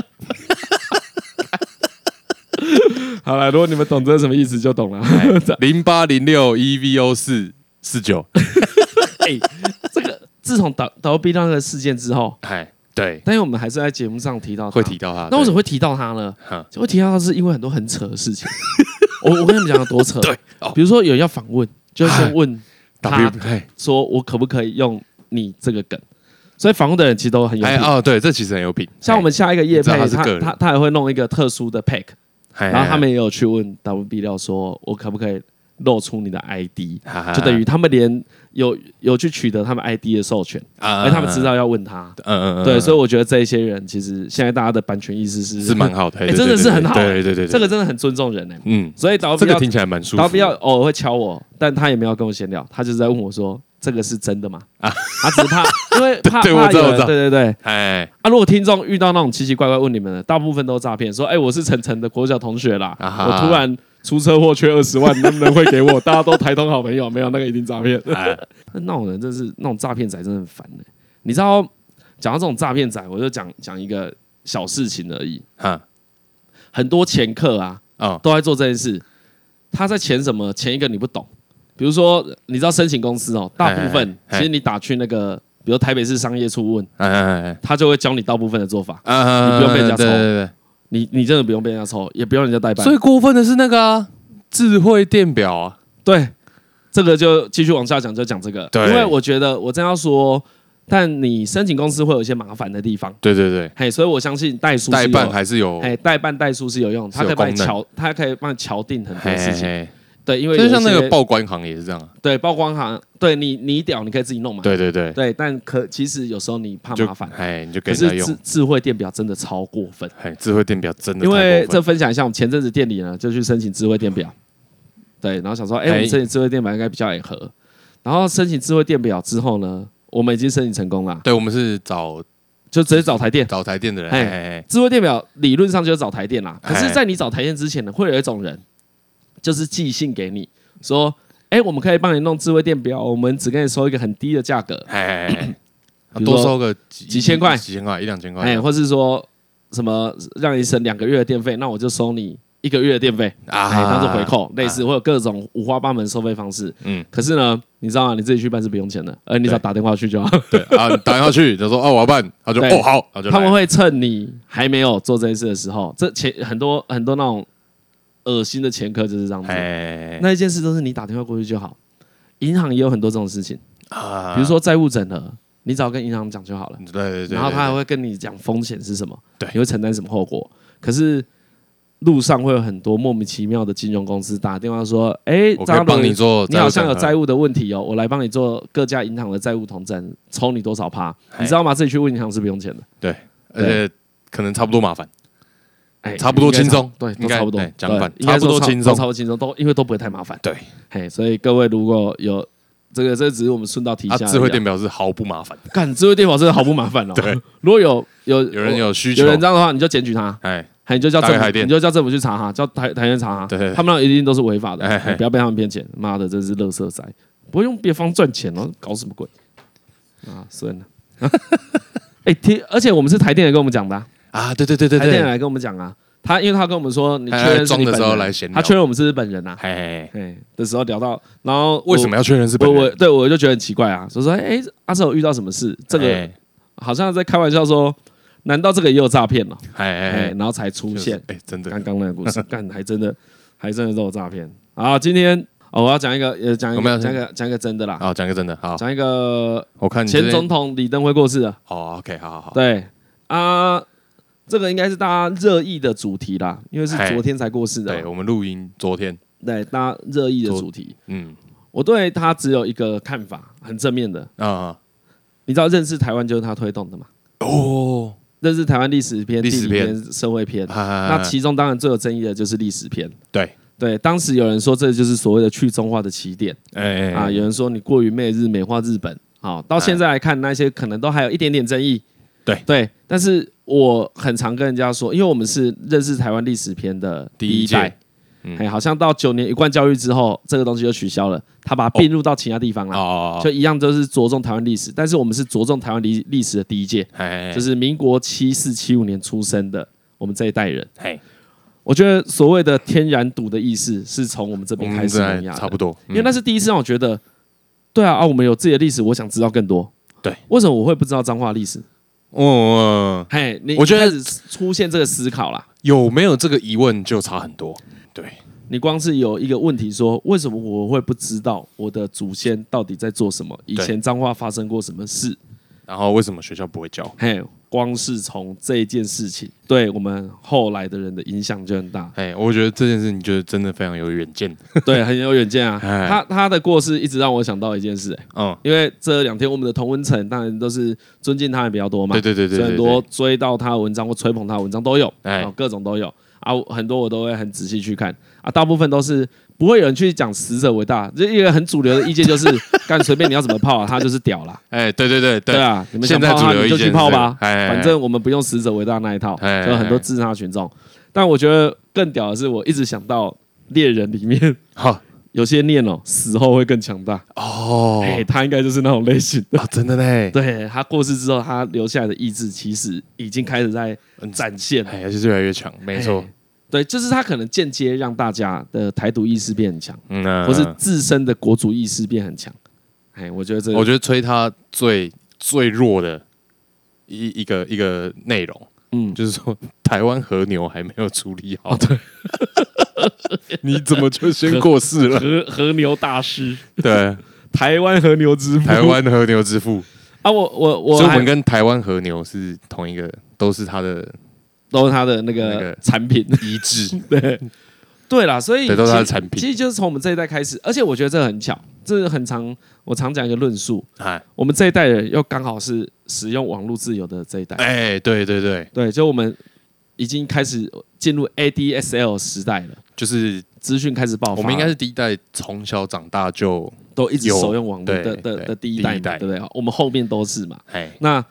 [SPEAKER 1] 好了，如果你们懂这是什么意思就懂了。
[SPEAKER 2] 零八零六 EVO 四四九，
[SPEAKER 1] (laughs) 哎，这个自从倒倒闭那个事件之后，
[SPEAKER 2] 哎，对，
[SPEAKER 1] 但是我们还是在节目上提到，
[SPEAKER 2] 会提。啊到他。
[SPEAKER 1] 那为什么
[SPEAKER 2] 么？
[SPEAKER 1] 会提到他呢
[SPEAKER 2] 嗯？
[SPEAKER 1] 就会提到他是因为很多很扯的
[SPEAKER 2] (laughs)
[SPEAKER 1] 事情。我我跟你们讲有多扯，
[SPEAKER 2] 对，哦哎
[SPEAKER 1] 比如说有人要访
[SPEAKER 2] (laughs)
[SPEAKER 1] 问，就先问
[SPEAKER 2] ，W，
[SPEAKER 1] 他
[SPEAKER 2] 哎
[SPEAKER 1] 说我可不可以用你这个梗？所以访问的人其实都很有
[SPEAKER 2] 哎
[SPEAKER 1] 品。
[SPEAKER 2] 哦，对，这其实很有品。
[SPEAKER 1] 像我们下一个夜
[SPEAKER 2] 你知道
[SPEAKER 1] 配，
[SPEAKER 2] 他
[SPEAKER 1] 他
[SPEAKER 2] 是个人
[SPEAKER 1] 他他也会弄一个特殊的 pack，
[SPEAKER 2] 哎，
[SPEAKER 1] 然后他们
[SPEAKER 2] 哎
[SPEAKER 1] 也有去问 WB 料说，我可不可以露出你的 ID？
[SPEAKER 2] 哎哎
[SPEAKER 1] 就等于他们连有有去取得他们 ID 的授权，
[SPEAKER 2] 啊
[SPEAKER 1] 而哎他们知，道要问他。
[SPEAKER 2] 嗯嗯嗯，
[SPEAKER 1] 对，所以
[SPEAKER 2] 以
[SPEAKER 1] 我觉得这一些人其实现在大家的版权意识是 (laughs)
[SPEAKER 2] 是蛮好的，
[SPEAKER 1] 哎
[SPEAKER 2] 对
[SPEAKER 1] 真的是很好
[SPEAKER 2] 对对对对，
[SPEAKER 1] 这个真的很尊重人呢。
[SPEAKER 2] 嗯，
[SPEAKER 1] 所以 WB
[SPEAKER 2] 这个
[SPEAKER 1] 料
[SPEAKER 2] 听起来蛮舒服。
[SPEAKER 1] 他不要偶尔会敲我，但他也没有跟我闲聊，他就是在问我说：“这个是真的吗？”啊，他只是怕，因为怕
[SPEAKER 2] (laughs) 对
[SPEAKER 1] 怕
[SPEAKER 2] 我知道
[SPEAKER 1] 有人
[SPEAKER 2] 我知道
[SPEAKER 1] 对对对。
[SPEAKER 2] 哎，
[SPEAKER 1] 啊，如果听众遇到那种奇奇怪怪问你们的，大部分都是诈骗，说：“哎，我是晨晨的国小同学啦，
[SPEAKER 2] 啊哈
[SPEAKER 1] 我突然出车祸缺二十万，能不能汇给我？”大家都台通好朋友，没有那个一定诈骗。
[SPEAKER 2] 哎
[SPEAKER 1] 那种人真是那种诈骗仔，真的很烦的、你知道，讲到这种诈骗仔，我就讲讲一个小事情而已。
[SPEAKER 2] 哈，
[SPEAKER 1] 很多前客啊，
[SPEAKER 2] 哦，
[SPEAKER 1] 都在做这件事。他在潜什么？潜一个你不懂，比如说你知道申请公司哦，大部分
[SPEAKER 2] 嘿嘿嘿
[SPEAKER 1] 其实你打去那个，比如台北市商业处问，
[SPEAKER 2] 哎哎哎
[SPEAKER 1] 他就会教你大部分的做法。
[SPEAKER 2] 哎，啊
[SPEAKER 1] 你不用被人家
[SPEAKER 2] 对
[SPEAKER 1] 抽
[SPEAKER 2] 对对
[SPEAKER 1] 你你真的不用被人家抽，也不用人家代
[SPEAKER 2] 对，
[SPEAKER 1] 办
[SPEAKER 2] 最。过分的是那个啊智慧电表啊，
[SPEAKER 1] 对，这个就继续往下讲，就讲这个。
[SPEAKER 2] 对
[SPEAKER 1] 因为我觉得我真要说，但你申请公司会有一些麻烦的地方。
[SPEAKER 2] 对对对，
[SPEAKER 1] 嘿，所以我相信代书是
[SPEAKER 2] 代
[SPEAKER 1] 有
[SPEAKER 2] 办还是有，
[SPEAKER 1] 哎代办代书是有用，他可以帮你
[SPEAKER 2] 是有
[SPEAKER 1] 敲，他可以帮你敲定很多事情。
[SPEAKER 2] 嘿，
[SPEAKER 1] 对，因为
[SPEAKER 2] 就像那
[SPEAKER 1] 有一
[SPEAKER 2] 个
[SPEAKER 1] 些
[SPEAKER 2] 报关行也是这样啊，
[SPEAKER 1] 对曝光行，对你你屌，你可以自己弄嘛。
[SPEAKER 2] 对对对，
[SPEAKER 1] 对，但可其实有时候你怕
[SPEAKER 2] 就
[SPEAKER 1] 麻烦，
[SPEAKER 2] 哎，你就给
[SPEAKER 1] 可
[SPEAKER 2] 人
[SPEAKER 1] 是
[SPEAKER 2] 家用
[SPEAKER 1] 智。智慧电表真的超过分。
[SPEAKER 2] 哎，智慧电表真的
[SPEAKER 1] 因为
[SPEAKER 2] 太
[SPEAKER 1] 这
[SPEAKER 2] 过分
[SPEAKER 1] 分享一下，我们前阵子店里呢就去申请智慧电表，对，然后想说，哎、
[SPEAKER 2] 哎
[SPEAKER 1] 我们申请智慧电表应该比较也合。然后申请智慧电表之后呢，我们已经申请成功了，
[SPEAKER 2] 对我们是找
[SPEAKER 1] 就直接找台电。
[SPEAKER 2] 找台电的人，哎
[SPEAKER 1] 哎
[SPEAKER 2] 哎
[SPEAKER 1] 智慧电表理论上就是找台电啦，可是，
[SPEAKER 2] 哎
[SPEAKER 1] 在你找台电之前呢，会有一种人，就是寄信给你说，哎、我们可以帮你弄智慧电表，我们只跟你收一个很低的价格，
[SPEAKER 2] 哎哎哎哎，
[SPEAKER 1] (coughs) 比如
[SPEAKER 2] 多
[SPEAKER 1] 说
[SPEAKER 2] 收个几
[SPEAKER 1] 几千块
[SPEAKER 2] 几千块一两千块，
[SPEAKER 1] 哎、或是说什么让你省两个月的电费，那我就收你一个月的电费，
[SPEAKER 2] 啊
[SPEAKER 1] 哎、当做回扣，类似会有各种五花八门收费方式。
[SPEAKER 2] 嗯
[SPEAKER 1] 嗯，可是呢，你知道吗？你自己去办是不用钱的，呃而你只要
[SPEAKER 2] 对
[SPEAKER 1] 打电话去就好。
[SPEAKER 2] 对啊，你打电话去，他说哦我要办，他就
[SPEAKER 1] 对
[SPEAKER 2] 哦好，他就来
[SPEAKER 1] 他们会趁你还没有做这件事的时候，这前很多很多那种恶心的前科就是这样子。
[SPEAKER 2] 哎，
[SPEAKER 1] 那一件事都是你打电话过去就好。银行也有很多这种事情，
[SPEAKER 2] 啊
[SPEAKER 1] 比如说债务整合，你只要跟银行讲就好了。
[SPEAKER 2] 对对对，
[SPEAKER 1] 然后他还
[SPEAKER 2] 对
[SPEAKER 1] 会跟你讲风险是什么，
[SPEAKER 2] 对
[SPEAKER 1] 你会承担什么后果。可是路上会有很多莫名其妙的金融公司打电话说：“哎、
[SPEAKER 2] 我可以
[SPEAKER 1] 张
[SPEAKER 2] 帮
[SPEAKER 1] 伦
[SPEAKER 2] 你做
[SPEAKER 1] 你
[SPEAKER 2] 债务审核，
[SPEAKER 1] 好像有债务的问题哦，我来帮你做各家银行的债务统整，抽你多少趴，
[SPEAKER 2] 哎
[SPEAKER 1] 你知道吗？自己去问银行是不用钱的，
[SPEAKER 2] 对，而且呃可能差不多麻烦，
[SPEAKER 1] 哎，
[SPEAKER 2] 差不多
[SPEAKER 1] 应该
[SPEAKER 2] 轻松
[SPEAKER 1] 对，
[SPEAKER 2] 应
[SPEAKER 1] 都
[SPEAKER 2] 该
[SPEAKER 1] 差不多
[SPEAKER 2] 哎，讲反
[SPEAKER 1] 对应该说
[SPEAKER 2] 差不多
[SPEAKER 1] 差
[SPEAKER 2] 轻松
[SPEAKER 1] 都差不多轻松，都因为都不会太麻烦，
[SPEAKER 2] 对，
[SPEAKER 1] 嘿，所以各位如果有这个，这只是我们顺道提一
[SPEAKER 2] 啊，
[SPEAKER 1] 下而已啊，
[SPEAKER 2] 智慧电表是毫不麻烦，
[SPEAKER 1] 干智慧电保真的好不麻烦哦，
[SPEAKER 2] 对，
[SPEAKER 1] 如果有有
[SPEAKER 2] 有人有需求
[SPEAKER 1] 有，人这样的话，你就检举他。
[SPEAKER 2] 哎，
[SPEAKER 1] 哎，你就叫
[SPEAKER 2] 打
[SPEAKER 1] 政
[SPEAKER 2] 给
[SPEAKER 1] 府，
[SPEAKER 2] 海淀
[SPEAKER 1] 你就叫政府去查哈，叫台台电查哈，
[SPEAKER 2] 对对对
[SPEAKER 1] 他们那一定都是违法的，
[SPEAKER 2] 哎哎
[SPEAKER 1] 你不要被他们骗钱，妈的，真是乐色仔，不会用别方赚钱哦，搞什么鬼啊，算了。 (laughs) 哎，听，而且我们是台电来跟我们讲的啊，
[SPEAKER 2] 啊，对对对对
[SPEAKER 1] 台电
[SPEAKER 2] 对，
[SPEAKER 1] 来跟我们讲啊，他因为他跟我们说，你确
[SPEAKER 2] 他
[SPEAKER 1] 认是你
[SPEAKER 2] 装的
[SPEAKER 1] 本
[SPEAKER 2] 时候
[SPEAKER 1] 人
[SPEAKER 2] 来闲聊
[SPEAKER 1] 他确认我们是日本人啊，
[SPEAKER 2] 哎，
[SPEAKER 1] 哎的时候聊到，然后我
[SPEAKER 2] 为什么要确认是
[SPEAKER 1] 我
[SPEAKER 2] 本
[SPEAKER 1] 我
[SPEAKER 2] 人？
[SPEAKER 1] 对我就觉得很奇怪啊，就说哎，阿瑟有遇到什么事？这个
[SPEAKER 2] 哎
[SPEAKER 1] 好像在开玩笑说，难道这个也有诈骗了？
[SPEAKER 2] 哎哎
[SPEAKER 1] 哎，
[SPEAKER 2] 哎，
[SPEAKER 1] 然后才出
[SPEAKER 2] 就是
[SPEAKER 1] 现。
[SPEAKER 2] 哎，真的
[SPEAKER 1] 刚，刚那个故事， (laughs) 干还真的还真的都有诈骗。好，今天、哦、我要讲一个，呃，讲一
[SPEAKER 2] 我们要
[SPEAKER 1] 个，讲一个，讲一个真的啦，
[SPEAKER 2] 好，讲一个真的，好，
[SPEAKER 1] 讲一个
[SPEAKER 2] 我看你这
[SPEAKER 1] 前
[SPEAKER 2] 边
[SPEAKER 1] 总统李登辉过世了。
[SPEAKER 2] 哦，OK，好好好，
[SPEAKER 1] 对啊，这个应该是大家热议的主题啦，因为是
[SPEAKER 2] 嘿
[SPEAKER 1] 昨天才过世的
[SPEAKER 2] 对
[SPEAKER 1] 嘛，
[SPEAKER 2] 我们录音昨天，
[SPEAKER 1] 对，大家热议的主题。
[SPEAKER 2] 嗯
[SPEAKER 1] 我对他只有一个看法，很正面的。
[SPEAKER 2] 啊，
[SPEAKER 1] 你知道，认识台湾就是他推动的嘛？
[SPEAKER 2] 哦，
[SPEAKER 1] 认识台湾历史篇、
[SPEAKER 2] 历史
[SPEAKER 1] 地理
[SPEAKER 2] 篇
[SPEAKER 1] 篇、社会篇，
[SPEAKER 2] 那
[SPEAKER 1] 那其中当然最有争议的就是历史篇。
[SPEAKER 2] 啊对，
[SPEAKER 1] 对，当时有人说这就是所谓的去中化的起点。
[SPEAKER 2] 哎
[SPEAKER 1] 啊，
[SPEAKER 2] 哎
[SPEAKER 1] 有人说你过于媚日美化日本，好、到现在来看那些可能都还有一点点争议。
[SPEAKER 2] 对
[SPEAKER 1] 对，但是我很常跟人家说，因为我们是认识台湾历史篇的第
[SPEAKER 2] 第一
[SPEAKER 1] 一
[SPEAKER 2] 届
[SPEAKER 1] 代，
[SPEAKER 2] 嗯
[SPEAKER 1] 哎、好像到九年一贯教育之后，这个东西就取消了，他把它并入到其他地方
[SPEAKER 2] 哦
[SPEAKER 1] 了，
[SPEAKER 2] 哦，
[SPEAKER 1] 就一样都是着重台湾历史，但是我们是着重台湾历历史的第一届，
[SPEAKER 2] 哎，
[SPEAKER 1] 就是民国七四七五年出生的我们这一代人。
[SPEAKER 2] 哎，
[SPEAKER 1] 我觉得所谓的天然独的意识，是从我们这
[SPEAKER 2] 我
[SPEAKER 1] 边
[SPEAKER 2] 们
[SPEAKER 1] 开始
[SPEAKER 2] 在
[SPEAKER 1] 萌芽的
[SPEAKER 2] 差不多，
[SPEAKER 1] 因
[SPEAKER 2] 嗯
[SPEAKER 1] 为那是第一次让我觉得，对啊啊，我们有自己的历史，我想知道更多。
[SPEAKER 2] 对，
[SPEAKER 1] 为什么我会不知道彰化历史？
[SPEAKER 2] 哦，
[SPEAKER 1] 嘿，你
[SPEAKER 2] 我觉得
[SPEAKER 1] 一开始出现这个思考啦，
[SPEAKER 2] 有没有这个疑问就差很多，对，
[SPEAKER 1] 你光是有一个问题说，为什么我会不知道我的祖先到底在做什么？以前彰化发生过什么事？
[SPEAKER 2] 然后为什么学校不会教？。
[SPEAKER 1] 嘿，光是从这一件事情，对我们后来的人的影响就很大
[SPEAKER 2] 哎，我觉得这件事情就是真的非常有远见，
[SPEAKER 1] 对，很有远见啊。
[SPEAKER 2] (laughs) 哎
[SPEAKER 1] 他他的过世一直让我想到一件事、欸
[SPEAKER 2] 嗯，
[SPEAKER 1] 因为这两天我们的同温层当然都是尊敬他人比较多嘛。
[SPEAKER 2] 对对对对
[SPEAKER 1] 所以很
[SPEAKER 2] 对，
[SPEAKER 1] 多追到他的文章或吹捧他的文章都有，
[SPEAKER 2] 哎
[SPEAKER 1] 哎，各种都有啊，我很多我都会很仔细去看啊，大部分都是不会有人去讲死者为大，这一个很主流的意见就是
[SPEAKER 2] (laughs)
[SPEAKER 1] 干随便你要怎么泡啊，他就是屌啦，
[SPEAKER 2] 哎，对对对
[SPEAKER 1] 对
[SPEAKER 2] 对，
[SPEAKER 1] 啊，你们想
[SPEAKER 2] 现在
[SPEAKER 1] 泡
[SPEAKER 2] 主
[SPEAKER 1] 他
[SPEAKER 2] 流
[SPEAKER 1] 你
[SPEAKER 2] 意
[SPEAKER 1] 就
[SPEAKER 2] 见
[SPEAKER 1] 去
[SPEAKER 2] 是
[SPEAKER 1] 泡吧，
[SPEAKER 2] 这个哎哎
[SPEAKER 1] 反正我们不用死者为大那一套，
[SPEAKER 2] 哎哎
[SPEAKER 1] 所以很多自杀群众。但我觉得更屌的是，我一直想到猎人里面
[SPEAKER 2] 好
[SPEAKER 1] 有些念哦，死后会更强大，
[SPEAKER 2] 哦，
[SPEAKER 1] 哎，他应该就是那种类型的。
[SPEAKER 2] 啊，真的呢，
[SPEAKER 1] 对他过世之后，他留下来的意志其实已经开始在
[SPEAKER 2] 嗯
[SPEAKER 1] 展现了。
[SPEAKER 2] 哎，就是越来越强，没错
[SPEAKER 1] 哎，对，就是他可能间接让大家的台独意识变很强，
[SPEAKER 2] 嗯啊，
[SPEAKER 1] 或是自身的国族意识变很强。哎，我觉得这个
[SPEAKER 2] 我觉得吹他最最弱的一一个一个内容，
[SPEAKER 1] 嗯，哦
[SPEAKER 2] 就是说台湾和牛还没有处理好，对， (laughs) 你怎么就先过
[SPEAKER 1] (laughs)
[SPEAKER 2] 世了？
[SPEAKER 1] 和和牛大师，
[SPEAKER 2] 对，
[SPEAKER 1] 台湾和牛之父，
[SPEAKER 2] 台湾和牛之父，
[SPEAKER 1] 啊，我我 (laughs) 我
[SPEAKER 2] 所以我们
[SPEAKER 1] 还
[SPEAKER 2] 跟台湾和牛是同一个，都是他的
[SPEAKER 1] 都是他的那
[SPEAKER 2] 那
[SPEAKER 1] 个
[SPEAKER 2] 个
[SPEAKER 1] 产品， (laughs)
[SPEAKER 2] 遗志，
[SPEAKER 1] 对对啦，所以
[SPEAKER 2] 对，都是他的
[SPEAKER 1] 其
[SPEAKER 2] 产
[SPEAKER 1] 其
[SPEAKER 2] 品。
[SPEAKER 1] 实就是从我们这一代开始，而且我觉得这很巧，这是很常我常讲一个论述，
[SPEAKER 2] 哎，
[SPEAKER 1] 我们这一代人又刚好是使用网络自由的这一代，
[SPEAKER 2] 哎，对对对，
[SPEAKER 1] 对，就我们已经开始进入 ADSL 时代了，
[SPEAKER 2] 就是
[SPEAKER 1] 资讯开始爆发了，
[SPEAKER 2] 我们应该是第一代从小长大就
[SPEAKER 1] 都一直
[SPEAKER 2] 有
[SPEAKER 1] 首用网络的
[SPEAKER 2] 对
[SPEAKER 1] 的
[SPEAKER 2] 对
[SPEAKER 1] 的第一
[SPEAKER 2] 第
[SPEAKER 1] 代
[SPEAKER 2] 一代
[SPEAKER 1] 嘛，对不对？我们后面都是嘛。
[SPEAKER 2] 哎，
[SPEAKER 1] 那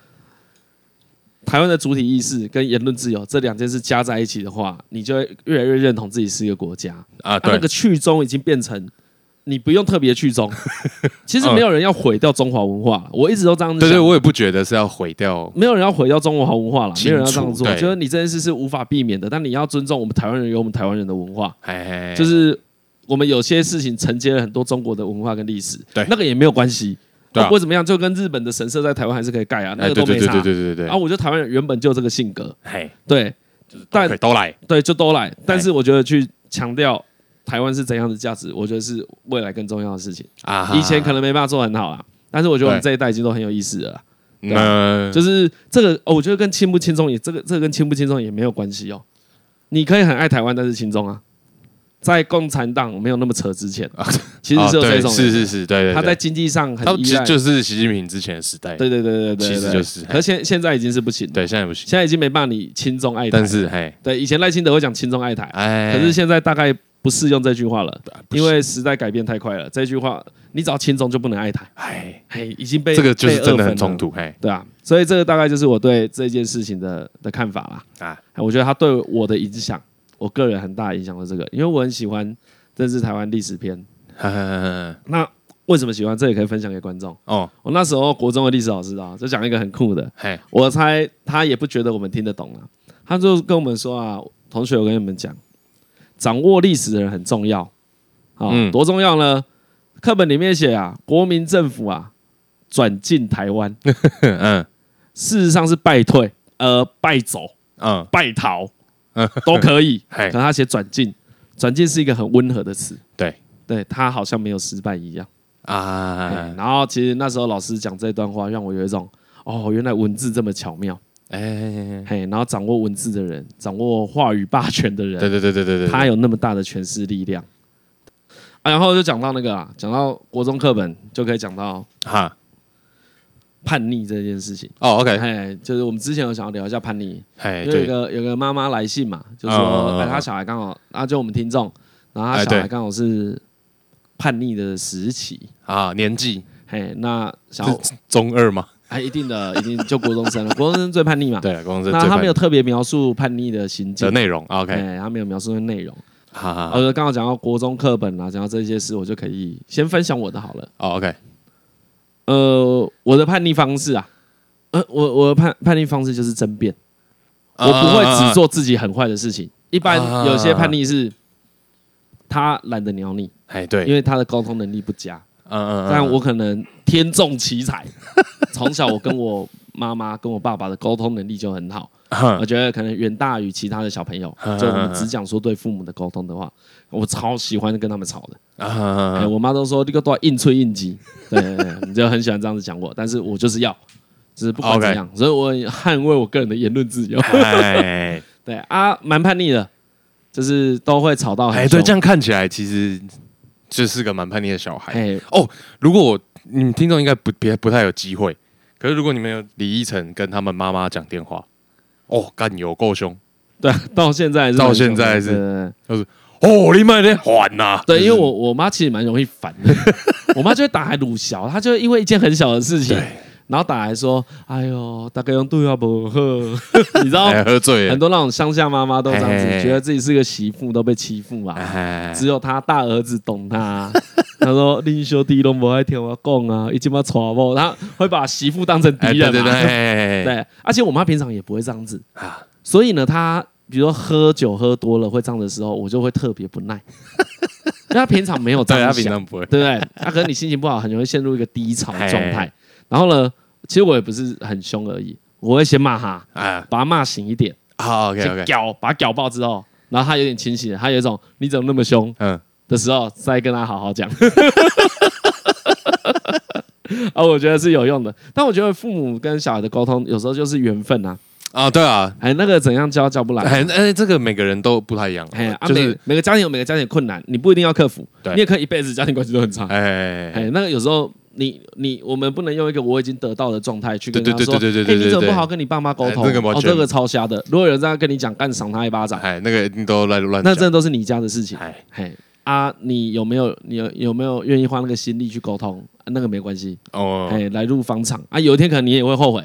[SPEAKER 1] 台湾的主体意识跟言论自由这两件事加在一起的话，你就会越来越认同自己是一个国家。
[SPEAKER 2] 啊，
[SPEAKER 1] 它那
[SPEAKER 2] 对
[SPEAKER 1] 个去中已经变成你不用特别去
[SPEAKER 2] (laughs)
[SPEAKER 1] 中，其实没有人要毁掉中华文化，我一直都这样
[SPEAKER 2] 嗯对对，
[SPEAKER 1] 想。
[SPEAKER 2] 我也不觉得是要毁掉，
[SPEAKER 1] 没有人要毁掉中华文化了，没有人要这样
[SPEAKER 2] 清楚
[SPEAKER 1] 做。
[SPEAKER 2] 对
[SPEAKER 1] 觉得你这件事是无法避免的，但你要尊重我们台湾人有我们台湾人的文化。
[SPEAKER 2] 哎，
[SPEAKER 1] 就是我们有些事情承接了很多中国的文化跟历史，
[SPEAKER 2] 对
[SPEAKER 1] 那个也没有关系。
[SPEAKER 2] 对啊
[SPEAKER 1] 那为什么样？就跟日本的神社在台湾还是可以盖啊，那
[SPEAKER 2] 哎，
[SPEAKER 1] 个
[SPEAKER 2] 对
[SPEAKER 1] 都
[SPEAKER 2] 对
[SPEAKER 1] 没
[SPEAKER 2] 对
[SPEAKER 1] 差。
[SPEAKER 2] 对对对对，
[SPEAKER 1] 啊，我觉得台湾人原本就这个性格，
[SPEAKER 2] 哎，
[SPEAKER 1] 对，但
[SPEAKER 2] 对都来，
[SPEAKER 1] 对，就都
[SPEAKER 2] 哎
[SPEAKER 1] 来。但是我觉得去强调台湾是怎样的价值，我觉得是未来更重要的事情。
[SPEAKER 2] 啊哈，
[SPEAKER 1] 以前可能没办法做很好啦，但是我觉得我们这一代已经都很有意思了啦。对
[SPEAKER 2] 啊那
[SPEAKER 1] 就是这个，哦我觉得跟轻不轻松也这个这个跟轻不轻松也没有关系哦。你可以很爱台湾，但是亲中啊，在共产党没有那么扯之前，其实
[SPEAKER 2] 啊
[SPEAKER 1] 是有
[SPEAKER 2] 对
[SPEAKER 1] 这种人，
[SPEAKER 2] 是是是，对对对，
[SPEAKER 1] 他在经济上很
[SPEAKER 2] 他
[SPEAKER 1] 依
[SPEAKER 2] 其
[SPEAKER 1] 赖，
[SPEAKER 2] 实就是习近平之前的时代，
[SPEAKER 1] 对对对对对对，
[SPEAKER 2] 其实
[SPEAKER 1] 对
[SPEAKER 2] 就是
[SPEAKER 1] 可现现在已经是不行了，
[SPEAKER 2] 对，现在不行，
[SPEAKER 1] 现在已经没办法你亲中爱台，
[SPEAKER 2] 但是嘿，
[SPEAKER 1] 对以前赖清德会讲亲中爱台，
[SPEAKER 2] 哎，啊
[SPEAKER 1] 可是现在大概不适用这句话了，
[SPEAKER 2] 不
[SPEAKER 1] 因
[SPEAKER 2] 行
[SPEAKER 1] 为时代改变太快了，这句话你只要亲中就不能爱台，
[SPEAKER 2] 哎，
[SPEAKER 1] 哎，已经被
[SPEAKER 2] 这个就是真的很
[SPEAKER 1] 冲
[SPEAKER 2] 冲
[SPEAKER 1] 突。
[SPEAKER 2] 突，嘿
[SPEAKER 1] 对啊，所以这个大概就是我对这件事情的的看法啦。
[SPEAKER 2] 啊，
[SPEAKER 1] 我觉得它对我的影响，我个人很大的影响是这个，因为我很喜欢政治台湾历史片。
[SPEAKER 2] 呵呵呵呵
[SPEAKER 1] 那为什么喜欢？这也可以分享给观众。
[SPEAKER 2] (laughs) 哦，
[SPEAKER 1] 我那时候国中的历史老师啊，就讲一个很酷的，
[SPEAKER 2] 嘿，
[SPEAKER 1] 我猜他也不觉得我们听得懂啊，他就跟我们说啊，同学，我跟你们讲，掌握历史的人很重要啊，
[SPEAKER 2] 嗯
[SPEAKER 1] 多重要呢？课本里面写啊，国民政府啊转进台湾，
[SPEAKER 2] 嗯 (laughs) 嗯
[SPEAKER 1] 事实上是败退，呃，败走、
[SPEAKER 2] 嗯，
[SPEAKER 1] 败
[SPEAKER 2] (laughs)
[SPEAKER 1] 逃
[SPEAKER 2] 嗯，
[SPEAKER 1] 都可以。
[SPEAKER 2] 嘿
[SPEAKER 1] 可他写转进，转进是一个很温和的词，
[SPEAKER 2] 对，
[SPEAKER 1] 对他好像没有失败一样。
[SPEAKER 2] 啊
[SPEAKER 1] 哎，然后其实那时候老师讲这段话，让我有一种哦，原来文字这么巧妙。
[SPEAKER 2] 哎，
[SPEAKER 1] 嘿，然后掌握文字的人，掌握话语霸权的人，
[SPEAKER 2] 对对对对对对，
[SPEAKER 1] 他有那么大的诠释力量。啊，然后就讲到那个啊，讲到国中课本就可以讲到
[SPEAKER 2] 哈，
[SPEAKER 1] 叛逆这件事情。
[SPEAKER 2] 哦，OK，
[SPEAKER 1] 嘿，就是我们之前有想要聊一下叛逆，
[SPEAKER 2] 哎，
[SPEAKER 1] 就有一
[SPEAKER 2] 对，
[SPEAKER 1] 个有个妈妈来信嘛，就
[SPEAKER 2] 嗯嗯
[SPEAKER 1] 说
[SPEAKER 2] 嗯
[SPEAKER 1] 哎，她小孩刚好，啊，就我们听众，然后她
[SPEAKER 2] 哎
[SPEAKER 1] 小孩
[SPEAKER 2] 对
[SPEAKER 1] 刚好是叛逆的时期，
[SPEAKER 2] 啊，年纪
[SPEAKER 1] 嘿，那想要
[SPEAKER 2] 是中二嘛，
[SPEAKER 1] 哎，一定的，一定就国中生了，国中生最叛逆嘛。
[SPEAKER 2] 对，公司
[SPEAKER 1] 啊那
[SPEAKER 2] 最
[SPEAKER 1] 他
[SPEAKER 2] 叛
[SPEAKER 1] 没有特别描述叛逆的行
[SPEAKER 2] 的
[SPEAKER 1] 径，
[SPEAKER 2] 内容啊，OK，
[SPEAKER 1] 哎，他没有描述的内容。
[SPEAKER 2] 好好好
[SPEAKER 1] 呃，刚好讲到国中课本啦，讲到这些事，我就可以先分享我的好了。
[SPEAKER 2] 哦，OK，
[SPEAKER 1] 呃，我的叛逆方式啊，呃，我我的叛叛逆方式就是争辩，我不会
[SPEAKER 2] 嗯
[SPEAKER 1] 只做自己很坏的事情。一般
[SPEAKER 2] 啊
[SPEAKER 1] 有些叛逆是他懒得鸟你，
[SPEAKER 2] 哎，对，
[SPEAKER 1] 因为他的沟通能力不佳。
[SPEAKER 2] 嗯嗯，嗯
[SPEAKER 1] 但我可能天纵奇才， (laughs) 从小我跟我妈妈跟我爸爸的沟通能力就很好，
[SPEAKER 2] 啊
[SPEAKER 1] 我觉得可能远大于其他的小朋友。就我们只讲说对父母的沟通的话，我超喜欢跟他们吵的。
[SPEAKER 2] 啊啊
[SPEAKER 1] 哎，我妈都说这个都要硬吹硬挤，对，对对你就很喜欢这样子讲我，但是我就是要，就是不管
[SPEAKER 2] 哦
[SPEAKER 1] 怎样，所以我捍卫我个人的言论自由。 (laughs)
[SPEAKER 2] 哎
[SPEAKER 1] 对啊，蛮叛逆的，就是都会吵到很
[SPEAKER 2] 哎，对，
[SPEAKER 1] 凶
[SPEAKER 2] 这样看起来其实就是个蛮叛逆的小孩。哦
[SPEAKER 1] 哎，
[SPEAKER 2] 如果我你们听众应该不别不太有机会，可是如果你们有李依晨跟他们妈妈讲电话，哦，干有够凶，
[SPEAKER 1] 对，到现在还是
[SPEAKER 2] 到
[SPEAKER 1] 很
[SPEAKER 2] 现
[SPEAKER 1] 凶
[SPEAKER 2] 在
[SPEAKER 1] 的
[SPEAKER 2] 是
[SPEAKER 1] 对对对
[SPEAKER 2] 哦，你们在还呐？
[SPEAKER 1] 对，因为
[SPEAKER 2] 嗯
[SPEAKER 1] 我我妈其实蛮容易烦的，我妈就会打来鲁小，她就会因为一件很小的事情，然后打来说：“哎呦，大概用对啊不喝， (laughs) 你知道
[SPEAKER 2] 哎喝醉了
[SPEAKER 1] 很，多那种乡下妈妈都这样
[SPEAKER 2] 哎哎哎
[SPEAKER 1] 子，觉得自己是个媳妇都被欺负嘛，
[SPEAKER 2] 哎
[SPEAKER 1] 只有她大儿子懂 (laughs) 她。她说：“恁兄弟拢不爱听我讲啊，一经把娶某，她会把媳妇当成
[SPEAKER 2] 哎
[SPEAKER 1] 敌
[SPEAKER 2] 对
[SPEAKER 1] 人
[SPEAKER 2] 对对
[SPEAKER 1] 嘛。
[SPEAKER 2] 哎哎
[SPEAKER 1] (laughs) 对，而且我妈平常也不会这样子
[SPEAKER 2] 啊
[SPEAKER 1] 所以呢，她比如说喝酒喝多了会这样的时候，我就会特别不
[SPEAKER 2] (laughs)
[SPEAKER 1] 耐，因为她平常没有这
[SPEAKER 2] 对，
[SPEAKER 1] 样
[SPEAKER 2] 他平
[SPEAKER 1] 想，
[SPEAKER 2] 常不会，
[SPEAKER 1] 对不对？那、可能你心情不好，很容易陷入一个低潮状
[SPEAKER 2] 嘿
[SPEAKER 1] 态。然后呢，其实我也不是很凶而已，我会先骂她，
[SPEAKER 2] 啊，
[SPEAKER 1] 把她骂醒一点，
[SPEAKER 2] 好啊 OK
[SPEAKER 1] 先
[SPEAKER 2] OK，
[SPEAKER 1] 屌，把她屌爆之后，然后她有点清醒了，她有一种你怎么那么凶
[SPEAKER 2] 嗯，
[SPEAKER 1] 的时候，再跟她好好讲。 (laughs) 啊，我觉得是有用的，但我觉得父母跟小孩的沟通有时候就是缘分啊，
[SPEAKER 2] 啊对啊，
[SPEAKER 1] 哎，那个怎样教教不来。
[SPEAKER 2] 哎哎，这个每个人都不太一样
[SPEAKER 1] 哎，，啊，
[SPEAKER 2] 就是
[SPEAKER 1] 每每个家庭有每个家庭的困难，你不一定要克服，
[SPEAKER 2] 对
[SPEAKER 1] 你也可以一辈子家庭关系都很差。
[SPEAKER 2] 哎
[SPEAKER 1] 哎，那个有时候你你我们不能用一个我已经得到的状态去跟
[SPEAKER 2] 对
[SPEAKER 1] 他
[SPEAKER 2] 对
[SPEAKER 1] 说，
[SPEAKER 2] 对对对对
[SPEAKER 1] 哎，
[SPEAKER 2] 对
[SPEAKER 1] 你怎么
[SPEAKER 2] 对
[SPEAKER 1] 不好好跟你爸妈沟通？
[SPEAKER 2] 哎这个完
[SPEAKER 1] 哦，
[SPEAKER 2] 全
[SPEAKER 1] 这个超瞎的。如果有人这样跟你讲，干赏他一巴掌，
[SPEAKER 2] 哎，那个一定都乱乱
[SPEAKER 1] 那
[SPEAKER 2] 讲，
[SPEAKER 1] 真的都是你家的事情。
[SPEAKER 2] 哎
[SPEAKER 1] 嘿，啊，你有没有你有有没有愿意花那个心力去沟通？啊那个没关系，
[SPEAKER 2] 哦
[SPEAKER 1] 哎，来入方场啊，有一天可能你也会后悔，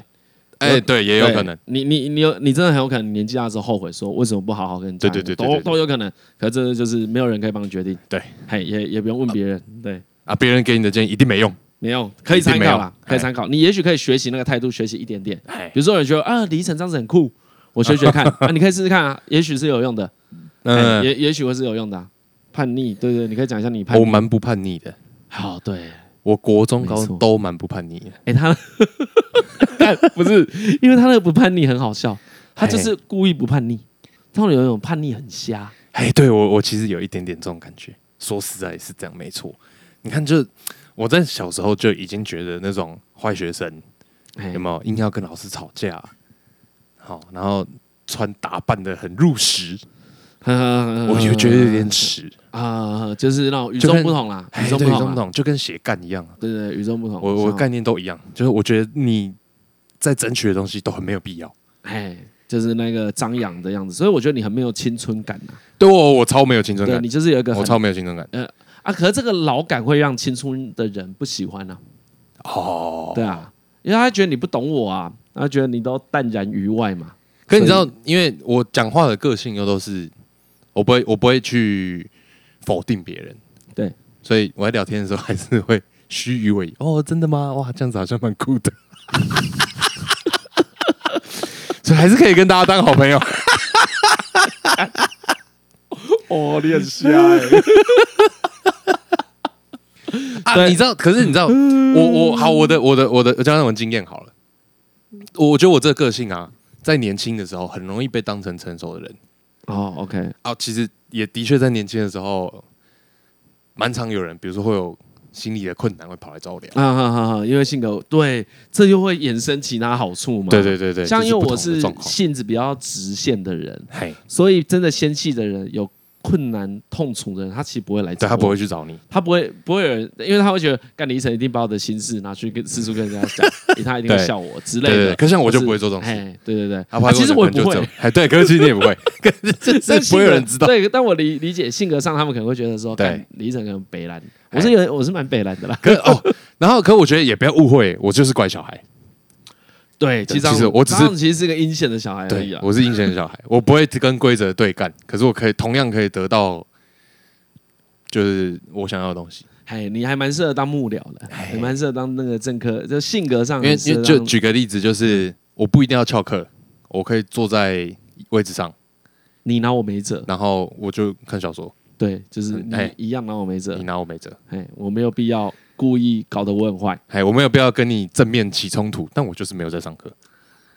[SPEAKER 2] 哎对，也有
[SPEAKER 1] 对
[SPEAKER 2] 可能，
[SPEAKER 1] 你你你有你真的很有可能年纪大之后后悔说为什么不好好跟家人
[SPEAKER 2] 对对对对
[SPEAKER 1] 都
[SPEAKER 2] 对对
[SPEAKER 1] 都有可能，可这就是没有人可以帮你决定，
[SPEAKER 2] 对，
[SPEAKER 1] 嘿，也也不用问别人，对，
[SPEAKER 2] 啊，别人给你的建议一定没用，
[SPEAKER 1] 没用，可以参考啦
[SPEAKER 2] 一定没，有
[SPEAKER 1] 可以参考，你也许可以学习那个态度，学习一点点，
[SPEAKER 2] 哎
[SPEAKER 1] 比如说有人觉得啊李依晨这样子很酷，我学
[SPEAKER 2] (laughs)
[SPEAKER 1] 学看啊，你可以试试看啊，也许是有用的，嗯，
[SPEAKER 2] 嗯，
[SPEAKER 1] 也也许会是有用的啊，叛逆，对对，你可以讲一下你叛
[SPEAKER 2] 我
[SPEAKER 1] 逆，
[SPEAKER 2] 蛮不叛逆的。
[SPEAKER 1] 好，对，
[SPEAKER 2] 我国中、高
[SPEAKER 1] 没错
[SPEAKER 2] 中都蛮不叛逆的，
[SPEAKER 1] 哎，他看不是，因为他那个不叛逆很好笑，他就是故意不叛逆，他们有一种叛逆很瞎。
[SPEAKER 2] 哎，对我我其实有一点点这种感觉，说实在是这样，没错。你看就，我在小时候就已经觉得那种坏学生
[SPEAKER 1] 哎
[SPEAKER 2] 有没有硬要跟老师吵架，好，然后穿打扮的很入时，我
[SPEAKER 1] 我
[SPEAKER 2] 就觉得有点耻，
[SPEAKER 1] 啊，就是那种与
[SPEAKER 2] 就
[SPEAKER 1] 众
[SPEAKER 2] 跟
[SPEAKER 1] 不同啦，
[SPEAKER 2] 嗯哎
[SPEAKER 1] 与
[SPEAKER 2] 对
[SPEAKER 1] 众不
[SPEAKER 2] 与众不
[SPEAKER 1] 同啦，
[SPEAKER 2] 同，就跟斜杠一样啊。
[SPEAKER 1] 对对，对与众不同。
[SPEAKER 2] 我我
[SPEAKER 1] 像
[SPEAKER 2] 概念都一样，就是我觉得你在争取的东西都很没有必要。
[SPEAKER 1] 哎，就是那个张扬的样子，所以我觉得你很没有青春感呐。
[SPEAKER 2] 对我我超没有青春
[SPEAKER 1] 对
[SPEAKER 2] 感
[SPEAKER 1] 你，就是有一个
[SPEAKER 2] 我
[SPEAKER 1] 很
[SPEAKER 2] 超没有青春感。
[SPEAKER 1] 啊，可是这个老感会让青春的人不喜欢啊。
[SPEAKER 2] 哦，
[SPEAKER 1] 对啊，因为他觉得你不懂我啊，他觉得你都淡然于外嘛。
[SPEAKER 2] 可是你知道，因为我讲话的个性又都是，我不会我不会去否定别人，
[SPEAKER 1] 对，
[SPEAKER 2] 所以我在聊天的时候还是会 (laughs) 虚与委蛇。哦，真的吗？哇，这样子好像蛮酷的，所以还是可以跟大家当好朋 (laughs) 友。
[SPEAKER 1] 哦，你很
[SPEAKER 2] (laughs)
[SPEAKER 1] 瞎、欸。
[SPEAKER 2] 啊，
[SPEAKER 1] 对
[SPEAKER 2] 你知道？可是你知道，我我好，我的我的我的，我讲讲我的经验好了。我我觉得我这个个性啊，在年轻的时候很容易被当成成熟的人
[SPEAKER 1] 哦，OK，
[SPEAKER 2] 啊。其实也的确在年轻的时候，蛮常有人，比如说会有心理的困难，会跑来找我聊。
[SPEAKER 1] 啊哈哈哈，因为性格对，这就会衍生其他好处嘛。
[SPEAKER 2] 对对对对，
[SPEAKER 1] 像因为我
[SPEAKER 2] 这
[SPEAKER 1] 是
[SPEAKER 2] 不同的状况，
[SPEAKER 1] 性子比较直线的人，
[SPEAKER 2] 嘿，
[SPEAKER 1] 所以真的纤细的人有困难痛楚的人，他其实不会来找我，
[SPEAKER 2] 对他不会去找你，
[SPEAKER 1] 他不会不会有人，因为他会觉得干李医生一定把我的心事拿去跟四处跟人家讲，他一定会
[SPEAKER 2] 对
[SPEAKER 1] 笑我之类
[SPEAKER 2] 对对。
[SPEAKER 1] 的
[SPEAKER 2] 对。可像我就
[SPEAKER 1] 或是
[SPEAKER 2] 不会做这种事。
[SPEAKER 1] 哎，对对对，
[SPEAKER 2] 他跑
[SPEAKER 1] 啊
[SPEAKER 2] 来跟
[SPEAKER 1] 其实
[SPEAKER 2] 讲
[SPEAKER 1] 我
[SPEAKER 2] 可
[SPEAKER 1] 也
[SPEAKER 2] 能
[SPEAKER 1] 不
[SPEAKER 2] 就
[SPEAKER 1] 会
[SPEAKER 2] 这，样，哎，对，可是其实你也不会，
[SPEAKER 1] (laughs) 但
[SPEAKER 2] 是不会有人知道。
[SPEAKER 1] 对，但我理理解性格上，他们可能会觉得说，
[SPEAKER 2] 对
[SPEAKER 1] 干李晨可能北蓝，
[SPEAKER 2] 哎
[SPEAKER 1] 我是有我是蛮北蓝的啦。
[SPEAKER 2] 可哦，然后可我觉得也不要误会，我就是乖小孩，
[SPEAKER 1] 对，其实
[SPEAKER 2] 其实
[SPEAKER 1] 张
[SPEAKER 2] 我只是
[SPEAKER 1] 张其实是个阴险的小孩而已
[SPEAKER 2] 对
[SPEAKER 1] 啊，。
[SPEAKER 2] 我是阴险的小孩，我不会跟规则对干，可是我可以同样可以得到，就是我想要的东西。
[SPEAKER 1] 哎，你还蛮适合当幕僚的，你蛮适合当那个政客，就性格上
[SPEAKER 2] 因为
[SPEAKER 1] 很适
[SPEAKER 2] 因为
[SPEAKER 1] 合
[SPEAKER 2] 就
[SPEAKER 1] 当
[SPEAKER 2] 举个例子，就是我不一定要翘课，我可以坐在位置上，
[SPEAKER 1] 你拿我没辙，
[SPEAKER 2] 然后我就看小说，
[SPEAKER 1] 对，就是你
[SPEAKER 2] 哎
[SPEAKER 1] 一样拿我没辙
[SPEAKER 2] 你，拿我没辙。
[SPEAKER 1] 哎，我没有必要故意搞得我很坏。
[SPEAKER 2] 哎，我没有必要跟你正面起冲突，但我就是没有在上课。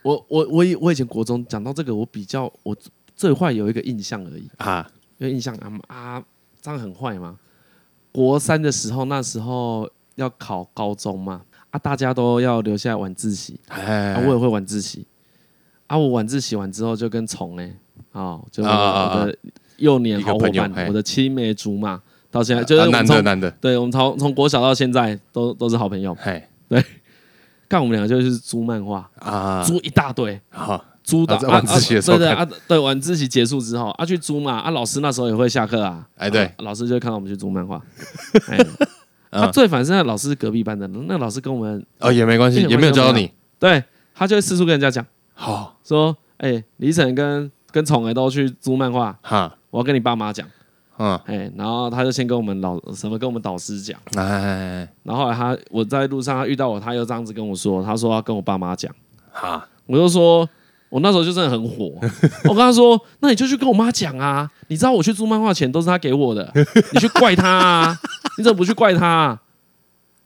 [SPEAKER 1] 我我我以我以前国中讲到这个，我比较我最坏有一个印象而已，
[SPEAKER 2] 啊，
[SPEAKER 1] 因为印象啊啊，这样很坏嘛。国三的时候，那时候要考高中嘛，啊，大家都要留下来晚自习，
[SPEAKER 2] 哎
[SPEAKER 1] 啊，我也会晚自习，啊，我晚自习完之后就跟虫哎、哦，就我的
[SPEAKER 2] 啊啊啊
[SPEAKER 1] 我的幼年好伙
[SPEAKER 2] 一个朋
[SPEAKER 1] 伴
[SPEAKER 2] 友嘿，哎啊
[SPEAKER 1] 我的青梅竹马，到现在就是我
[SPEAKER 2] 男
[SPEAKER 1] 们
[SPEAKER 2] 的
[SPEAKER 1] 从，
[SPEAKER 2] 男的，
[SPEAKER 1] 对我们从从国小到现在都都是好朋友，
[SPEAKER 2] 哎
[SPEAKER 1] 干我们两个就是租漫画，
[SPEAKER 2] 啊，
[SPEAKER 1] 租一大堆，
[SPEAKER 2] 好，
[SPEAKER 1] 租的
[SPEAKER 2] 啊在晚自习的时候
[SPEAKER 1] 对对
[SPEAKER 2] 看
[SPEAKER 1] 啊，对晚自习结束之后啊去租嘛，啊老师那时候也会下课啊，
[SPEAKER 2] 哎对
[SPEAKER 1] 啊老师就会看到我们去租漫
[SPEAKER 2] (laughs)
[SPEAKER 1] 画，哎，
[SPEAKER 2] 嗯
[SPEAKER 1] 啊最烦是那老师是隔壁班的，那老师跟我们
[SPEAKER 2] 哦也没关系，
[SPEAKER 1] 一点
[SPEAKER 2] 也没有
[SPEAKER 1] 关系
[SPEAKER 2] 教
[SPEAKER 1] 都
[SPEAKER 2] 到
[SPEAKER 1] 没有
[SPEAKER 2] 你，
[SPEAKER 1] 对他就会四处跟人家讲
[SPEAKER 2] 好
[SPEAKER 1] 说，哎李晨跟跟宠儿都去租漫画，
[SPEAKER 2] 哈，
[SPEAKER 1] 我要跟你爸妈讲，
[SPEAKER 2] 嗯，
[SPEAKER 1] 哎，然后他就先跟我们老什么跟我们导师讲，
[SPEAKER 2] 哎，
[SPEAKER 1] 然后后来他我在路上他遇到我，他又这样子跟我说，他说要跟我爸妈讲。
[SPEAKER 2] 哈。
[SPEAKER 1] 我就说，我那时候就真的很
[SPEAKER 2] (laughs)
[SPEAKER 1] 火，我跟他说，那你就去跟我妈讲啊，你知道我去租漫画钱都是他给我的，你去怪他啊，你怎么不去怪他、啊？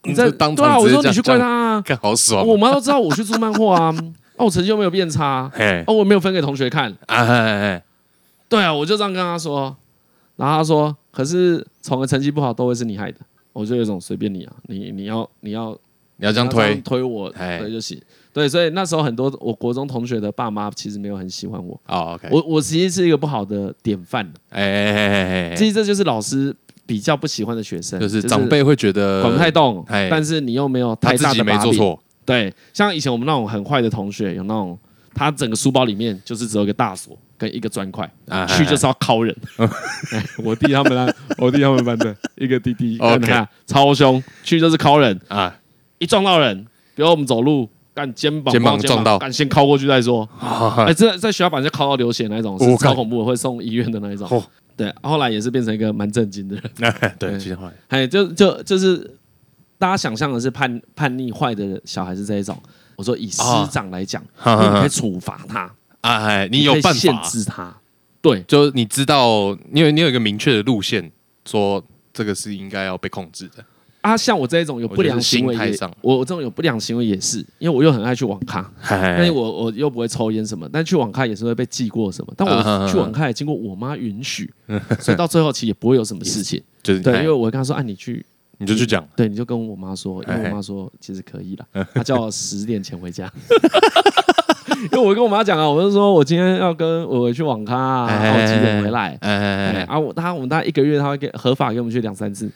[SPEAKER 1] 你在
[SPEAKER 2] 就当
[SPEAKER 1] 对啊，
[SPEAKER 2] 场直
[SPEAKER 1] 我
[SPEAKER 2] 接
[SPEAKER 1] 说
[SPEAKER 2] 这
[SPEAKER 1] 你
[SPEAKER 2] 样哦
[SPEAKER 1] 去怪他啊，
[SPEAKER 2] 看好爽
[SPEAKER 1] 我妈都知道我去租漫画啊，啊，我成绩又没有变差啊，
[SPEAKER 2] 嘿，
[SPEAKER 1] 啊我没有分给同学看，
[SPEAKER 2] 哎哎哎，
[SPEAKER 1] 对啊，我就这样跟他说，然后他说，可是从儿成绩不好都会是你害的，我就有一种随便你啊，你你要你要
[SPEAKER 2] 你要这样
[SPEAKER 1] 他
[SPEAKER 2] 推
[SPEAKER 1] 推我，
[SPEAKER 2] 哎
[SPEAKER 1] 对就行。对，所以那时候很多我国中同学的爸妈其实没有很喜欢我，
[SPEAKER 2] 哦，OK，
[SPEAKER 1] 我我其实是一个不好的典范。啊
[SPEAKER 2] 哎哎哎哎
[SPEAKER 1] 其
[SPEAKER 2] 哎，
[SPEAKER 1] 实这就是老师比较不喜欢的学生，
[SPEAKER 2] 就是长辈会觉得
[SPEAKER 1] 管不太动，
[SPEAKER 2] 哎
[SPEAKER 1] 但是你又没有
[SPEAKER 2] 他
[SPEAKER 1] 太
[SPEAKER 2] 自
[SPEAKER 1] 大
[SPEAKER 2] 己
[SPEAKER 1] 的
[SPEAKER 2] 没
[SPEAKER 1] 把
[SPEAKER 2] 做
[SPEAKER 1] 柄。
[SPEAKER 2] 错，
[SPEAKER 1] 对，像以前我们那种很坏的同学，有那种他整个书包里面就是只有一个大锁跟一个砖块，
[SPEAKER 2] 啊
[SPEAKER 1] 去就是要敲人。哎 (laughs) 我弟他们那， (laughs) 我弟他们班的一个弟
[SPEAKER 2] (laughs)
[SPEAKER 1] 弟，
[SPEAKER 2] OK
[SPEAKER 1] 看他超凶，去就是敲人。
[SPEAKER 2] 啊
[SPEAKER 1] 一撞到人，比如我们走路，干肩膀
[SPEAKER 2] 肩膀
[SPEAKER 1] 碰
[SPEAKER 2] 撞到
[SPEAKER 1] 干先敲过去再说。
[SPEAKER 2] 啊，
[SPEAKER 1] 哎、这在学校把人家敲到流血那一种，
[SPEAKER 2] 我
[SPEAKER 1] 是
[SPEAKER 2] 靠
[SPEAKER 1] 超恐怖的，会送医院的那一种。
[SPEAKER 2] 哦
[SPEAKER 1] 对，后来也是变成一个蛮震惊的人。 (laughs)
[SPEAKER 2] 对，其实 (laughs) 后来
[SPEAKER 1] 哎，就就就是大家想象的是叛叛逆坏的小孩是这一种。我说以师
[SPEAKER 2] 啊
[SPEAKER 1] 长来讲，
[SPEAKER 2] 哈
[SPEAKER 1] 因为你可
[SPEAKER 2] 哈
[SPEAKER 1] 以处罚他，
[SPEAKER 2] 啊，哎啊你有
[SPEAKER 1] 可以
[SPEAKER 2] 办
[SPEAKER 1] 限
[SPEAKER 2] 法，
[SPEAKER 1] 制他。对
[SPEAKER 2] 就是你知道，你有你有一个明确的路线，说这个是应该要被控制的，
[SPEAKER 1] 啊，像我这一种有不良行为
[SPEAKER 2] 我觉得是心态
[SPEAKER 1] 也
[SPEAKER 2] 上，
[SPEAKER 1] 我我这种有不良行为也是，因为我又很爱去网咖。
[SPEAKER 2] 哎
[SPEAKER 1] 但是我我又不会抽烟什么，但去网咖也是会被记过什么。但
[SPEAKER 2] 啊哈哈
[SPEAKER 1] 我去网咖也经过我妈允许，所以到最后其实也不会有什么事情。
[SPEAKER 2] 嗯就是
[SPEAKER 1] 对，
[SPEAKER 2] 哎
[SPEAKER 1] 因为我会跟她说，啊，你去，
[SPEAKER 2] 你就去讲，
[SPEAKER 1] 对，你就跟我妈说，因
[SPEAKER 2] 哎 (laughs)
[SPEAKER 1] 为我妈说其实可以了，她叫我十点前回家。 (laughs) 因为我跟我妈讲啊，我就说我今天要跟我去网咖啊，然后几点回来？
[SPEAKER 2] 哎哎
[SPEAKER 1] 哎
[SPEAKER 2] 哎，
[SPEAKER 1] 啊，我他我们大概一个月他会给合法给我们去两三次，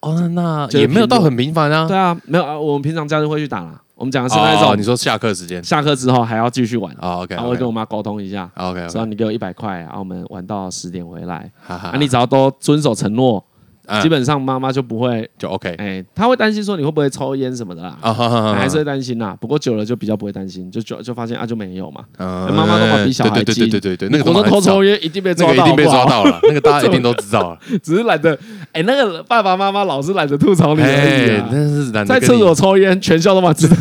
[SPEAKER 2] 哦，那
[SPEAKER 1] 就是
[SPEAKER 2] 也没有到
[SPEAKER 1] 平
[SPEAKER 2] 很频繁啊。
[SPEAKER 1] 对啊，没有啊，我们平常假日会去打啦。我们讲的啊是那
[SPEAKER 2] 哦
[SPEAKER 1] 种
[SPEAKER 2] 你说下课时间
[SPEAKER 1] 下课之后还要继续玩，
[SPEAKER 2] 哦 o k
[SPEAKER 1] 然后我会跟我妈沟通一下，
[SPEAKER 2] OK，
[SPEAKER 1] 说你给我一百块，然后我们玩到十点回来。
[SPEAKER 2] 哈哈
[SPEAKER 1] 啊，你只要都遵守承诺，
[SPEAKER 2] 嗯
[SPEAKER 1] 基本上妈妈就不会，
[SPEAKER 2] 就 OK
[SPEAKER 1] 哎，她会担心说你会不会抽烟什么的啦，
[SPEAKER 2] 啊，哈哈哈
[SPEAKER 1] 还是会担心啦。不过久了就比较不会担心，就就就发现啊就没有嘛。
[SPEAKER 2] 嗯
[SPEAKER 1] 妈妈都把比小孩
[SPEAKER 2] 对对
[SPEAKER 1] 精
[SPEAKER 2] 对对对对，那个
[SPEAKER 1] 我
[SPEAKER 2] 都
[SPEAKER 1] 说偷抽
[SPEAKER 2] 烟，
[SPEAKER 1] 烟一定被
[SPEAKER 2] 那
[SPEAKER 1] 抓
[SPEAKER 2] 个
[SPEAKER 1] 到，
[SPEAKER 2] 一定被
[SPEAKER 1] 好
[SPEAKER 2] 抓
[SPEAKER 1] 不好，
[SPEAKER 2] 到了，
[SPEAKER 1] (laughs)
[SPEAKER 2] 那个大家一定都知道了。
[SPEAKER 1] 只是懒得，哎，那个爸爸妈妈老是懒得吐槽你而已
[SPEAKER 2] 哎，
[SPEAKER 1] 啊。
[SPEAKER 2] 真是懒得
[SPEAKER 1] 在
[SPEAKER 2] 跟
[SPEAKER 1] 厕
[SPEAKER 2] 你
[SPEAKER 1] 所抽烟，全校都
[SPEAKER 2] (laughs)
[SPEAKER 1] 嘛知道。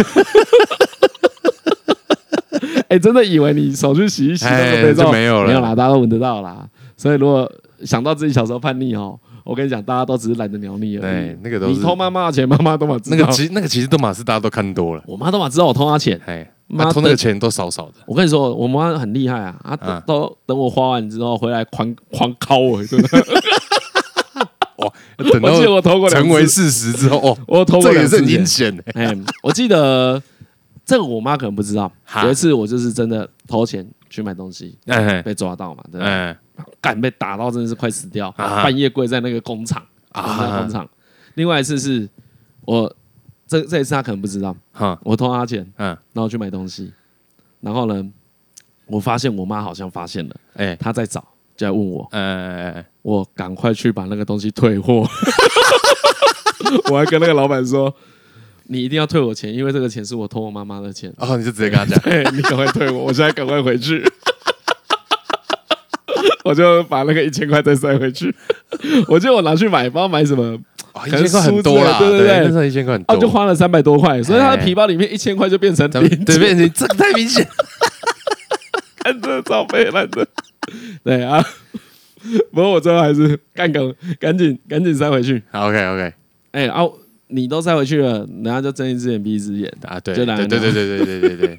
[SPEAKER 1] 哎、真的以为你手去洗一洗，那
[SPEAKER 2] 哎
[SPEAKER 1] 个被罩
[SPEAKER 2] 就没有了
[SPEAKER 1] 没有啦，大家都闻得到啦。所以如果想到自己小时候叛逆哦，我跟你讲，大家都只是懒得鸟你而已
[SPEAKER 2] 对。那个都是
[SPEAKER 1] 你偷妈妈的钱，妈妈都嘛知
[SPEAKER 2] 那
[SPEAKER 1] 道。
[SPEAKER 2] 个其实那个其实都马是大家都看多了，
[SPEAKER 1] 我妈都嘛知道我偷她钱。
[SPEAKER 2] 哎，
[SPEAKER 1] 妈
[SPEAKER 2] 那偷那
[SPEAKER 1] 的
[SPEAKER 2] 个钱都少少的，
[SPEAKER 1] 我跟你说，我妈很厉害啊，啊，
[SPEAKER 2] 嗯
[SPEAKER 1] 都都等我花完之后回来狂狂敲我，真的。
[SPEAKER 2] 哇， (laughs)
[SPEAKER 1] (laughs)
[SPEAKER 2] 等
[SPEAKER 1] 我记得
[SPEAKER 2] 到
[SPEAKER 1] 我偷过两
[SPEAKER 2] 成为
[SPEAKER 1] 次，
[SPEAKER 2] 事实之后，哦，
[SPEAKER 1] 我偷过
[SPEAKER 2] 这个
[SPEAKER 1] 两
[SPEAKER 2] 也
[SPEAKER 1] 次
[SPEAKER 2] 是很
[SPEAKER 1] 钱
[SPEAKER 2] 阴险的，
[SPEAKER 1] (laughs) 哎、我记得这个我妈可能不知道，
[SPEAKER 2] 哈
[SPEAKER 1] 有一次我就是真的偷钱去买东西，
[SPEAKER 2] 哎
[SPEAKER 1] 被抓到嘛，对不对？
[SPEAKER 2] 哎
[SPEAKER 1] 干、被打到真的是快死掉，
[SPEAKER 2] 啊
[SPEAKER 1] 半夜跪在那个工厂啊，那个工
[SPEAKER 2] 啊，
[SPEAKER 1] 厂。另外一次是我这这一次她可能不知道，
[SPEAKER 2] 哈，
[SPEAKER 1] 我偷她钱，
[SPEAKER 2] 嗯，
[SPEAKER 1] 然后去买东西，然后呢，我发现我妈好像发现了，
[SPEAKER 2] 哎，
[SPEAKER 1] 她在找，就来问我，
[SPEAKER 2] 呃，
[SPEAKER 1] 我赶快去把那个东西退货。我还跟那个老板说，你一定要退我钱，因为这个钱是我偷我妈妈的钱。 (laughs)
[SPEAKER 2] 哦，你就直接跟他讲，
[SPEAKER 1] 对你赶快退我，我现在赶快回去。 (laughs) 我就把那个一千块再塞回去，我记得我拿去买，不知道买什么，
[SPEAKER 2] 哦一
[SPEAKER 1] 可能
[SPEAKER 2] 千块很多啦，
[SPEAKER 1] 输之类对对对
[SPEAKER 2] 那时候一千块很
[SPEAKER 1] 哦，就
[SPEAKER 2] 多，
[SPEAKER 1] 花了三百多块，所以他的
[SPEAKER 2] 哎
[SPEAKER 1] 皮包里面一千块就变成
[SPEAKER 2] 咱们
[SPEAKER 1] 零
[SPEAKER 2] 对
[SPEAKER 1] (laughs)
[SPEAKER 2] 面你这个太明显， (laughs)
[SPEAKER 1] 看这照背来着。 (laughs) 对啊，不过我最后还是干梗，赶紧赶紧塞回去。
[SPEAKER 2] OK OK
[SPEAKER 1] 哎、啊，你都塞回去了，人家就睁一只眼闭一只眼。
[SPEAKER 2] 啊，对
[SPEAKER 1] 就
[SPEAKER 2] 对
[SPEAKER 1] 懒得
[SPEAKER 2] 对对对对对对对对，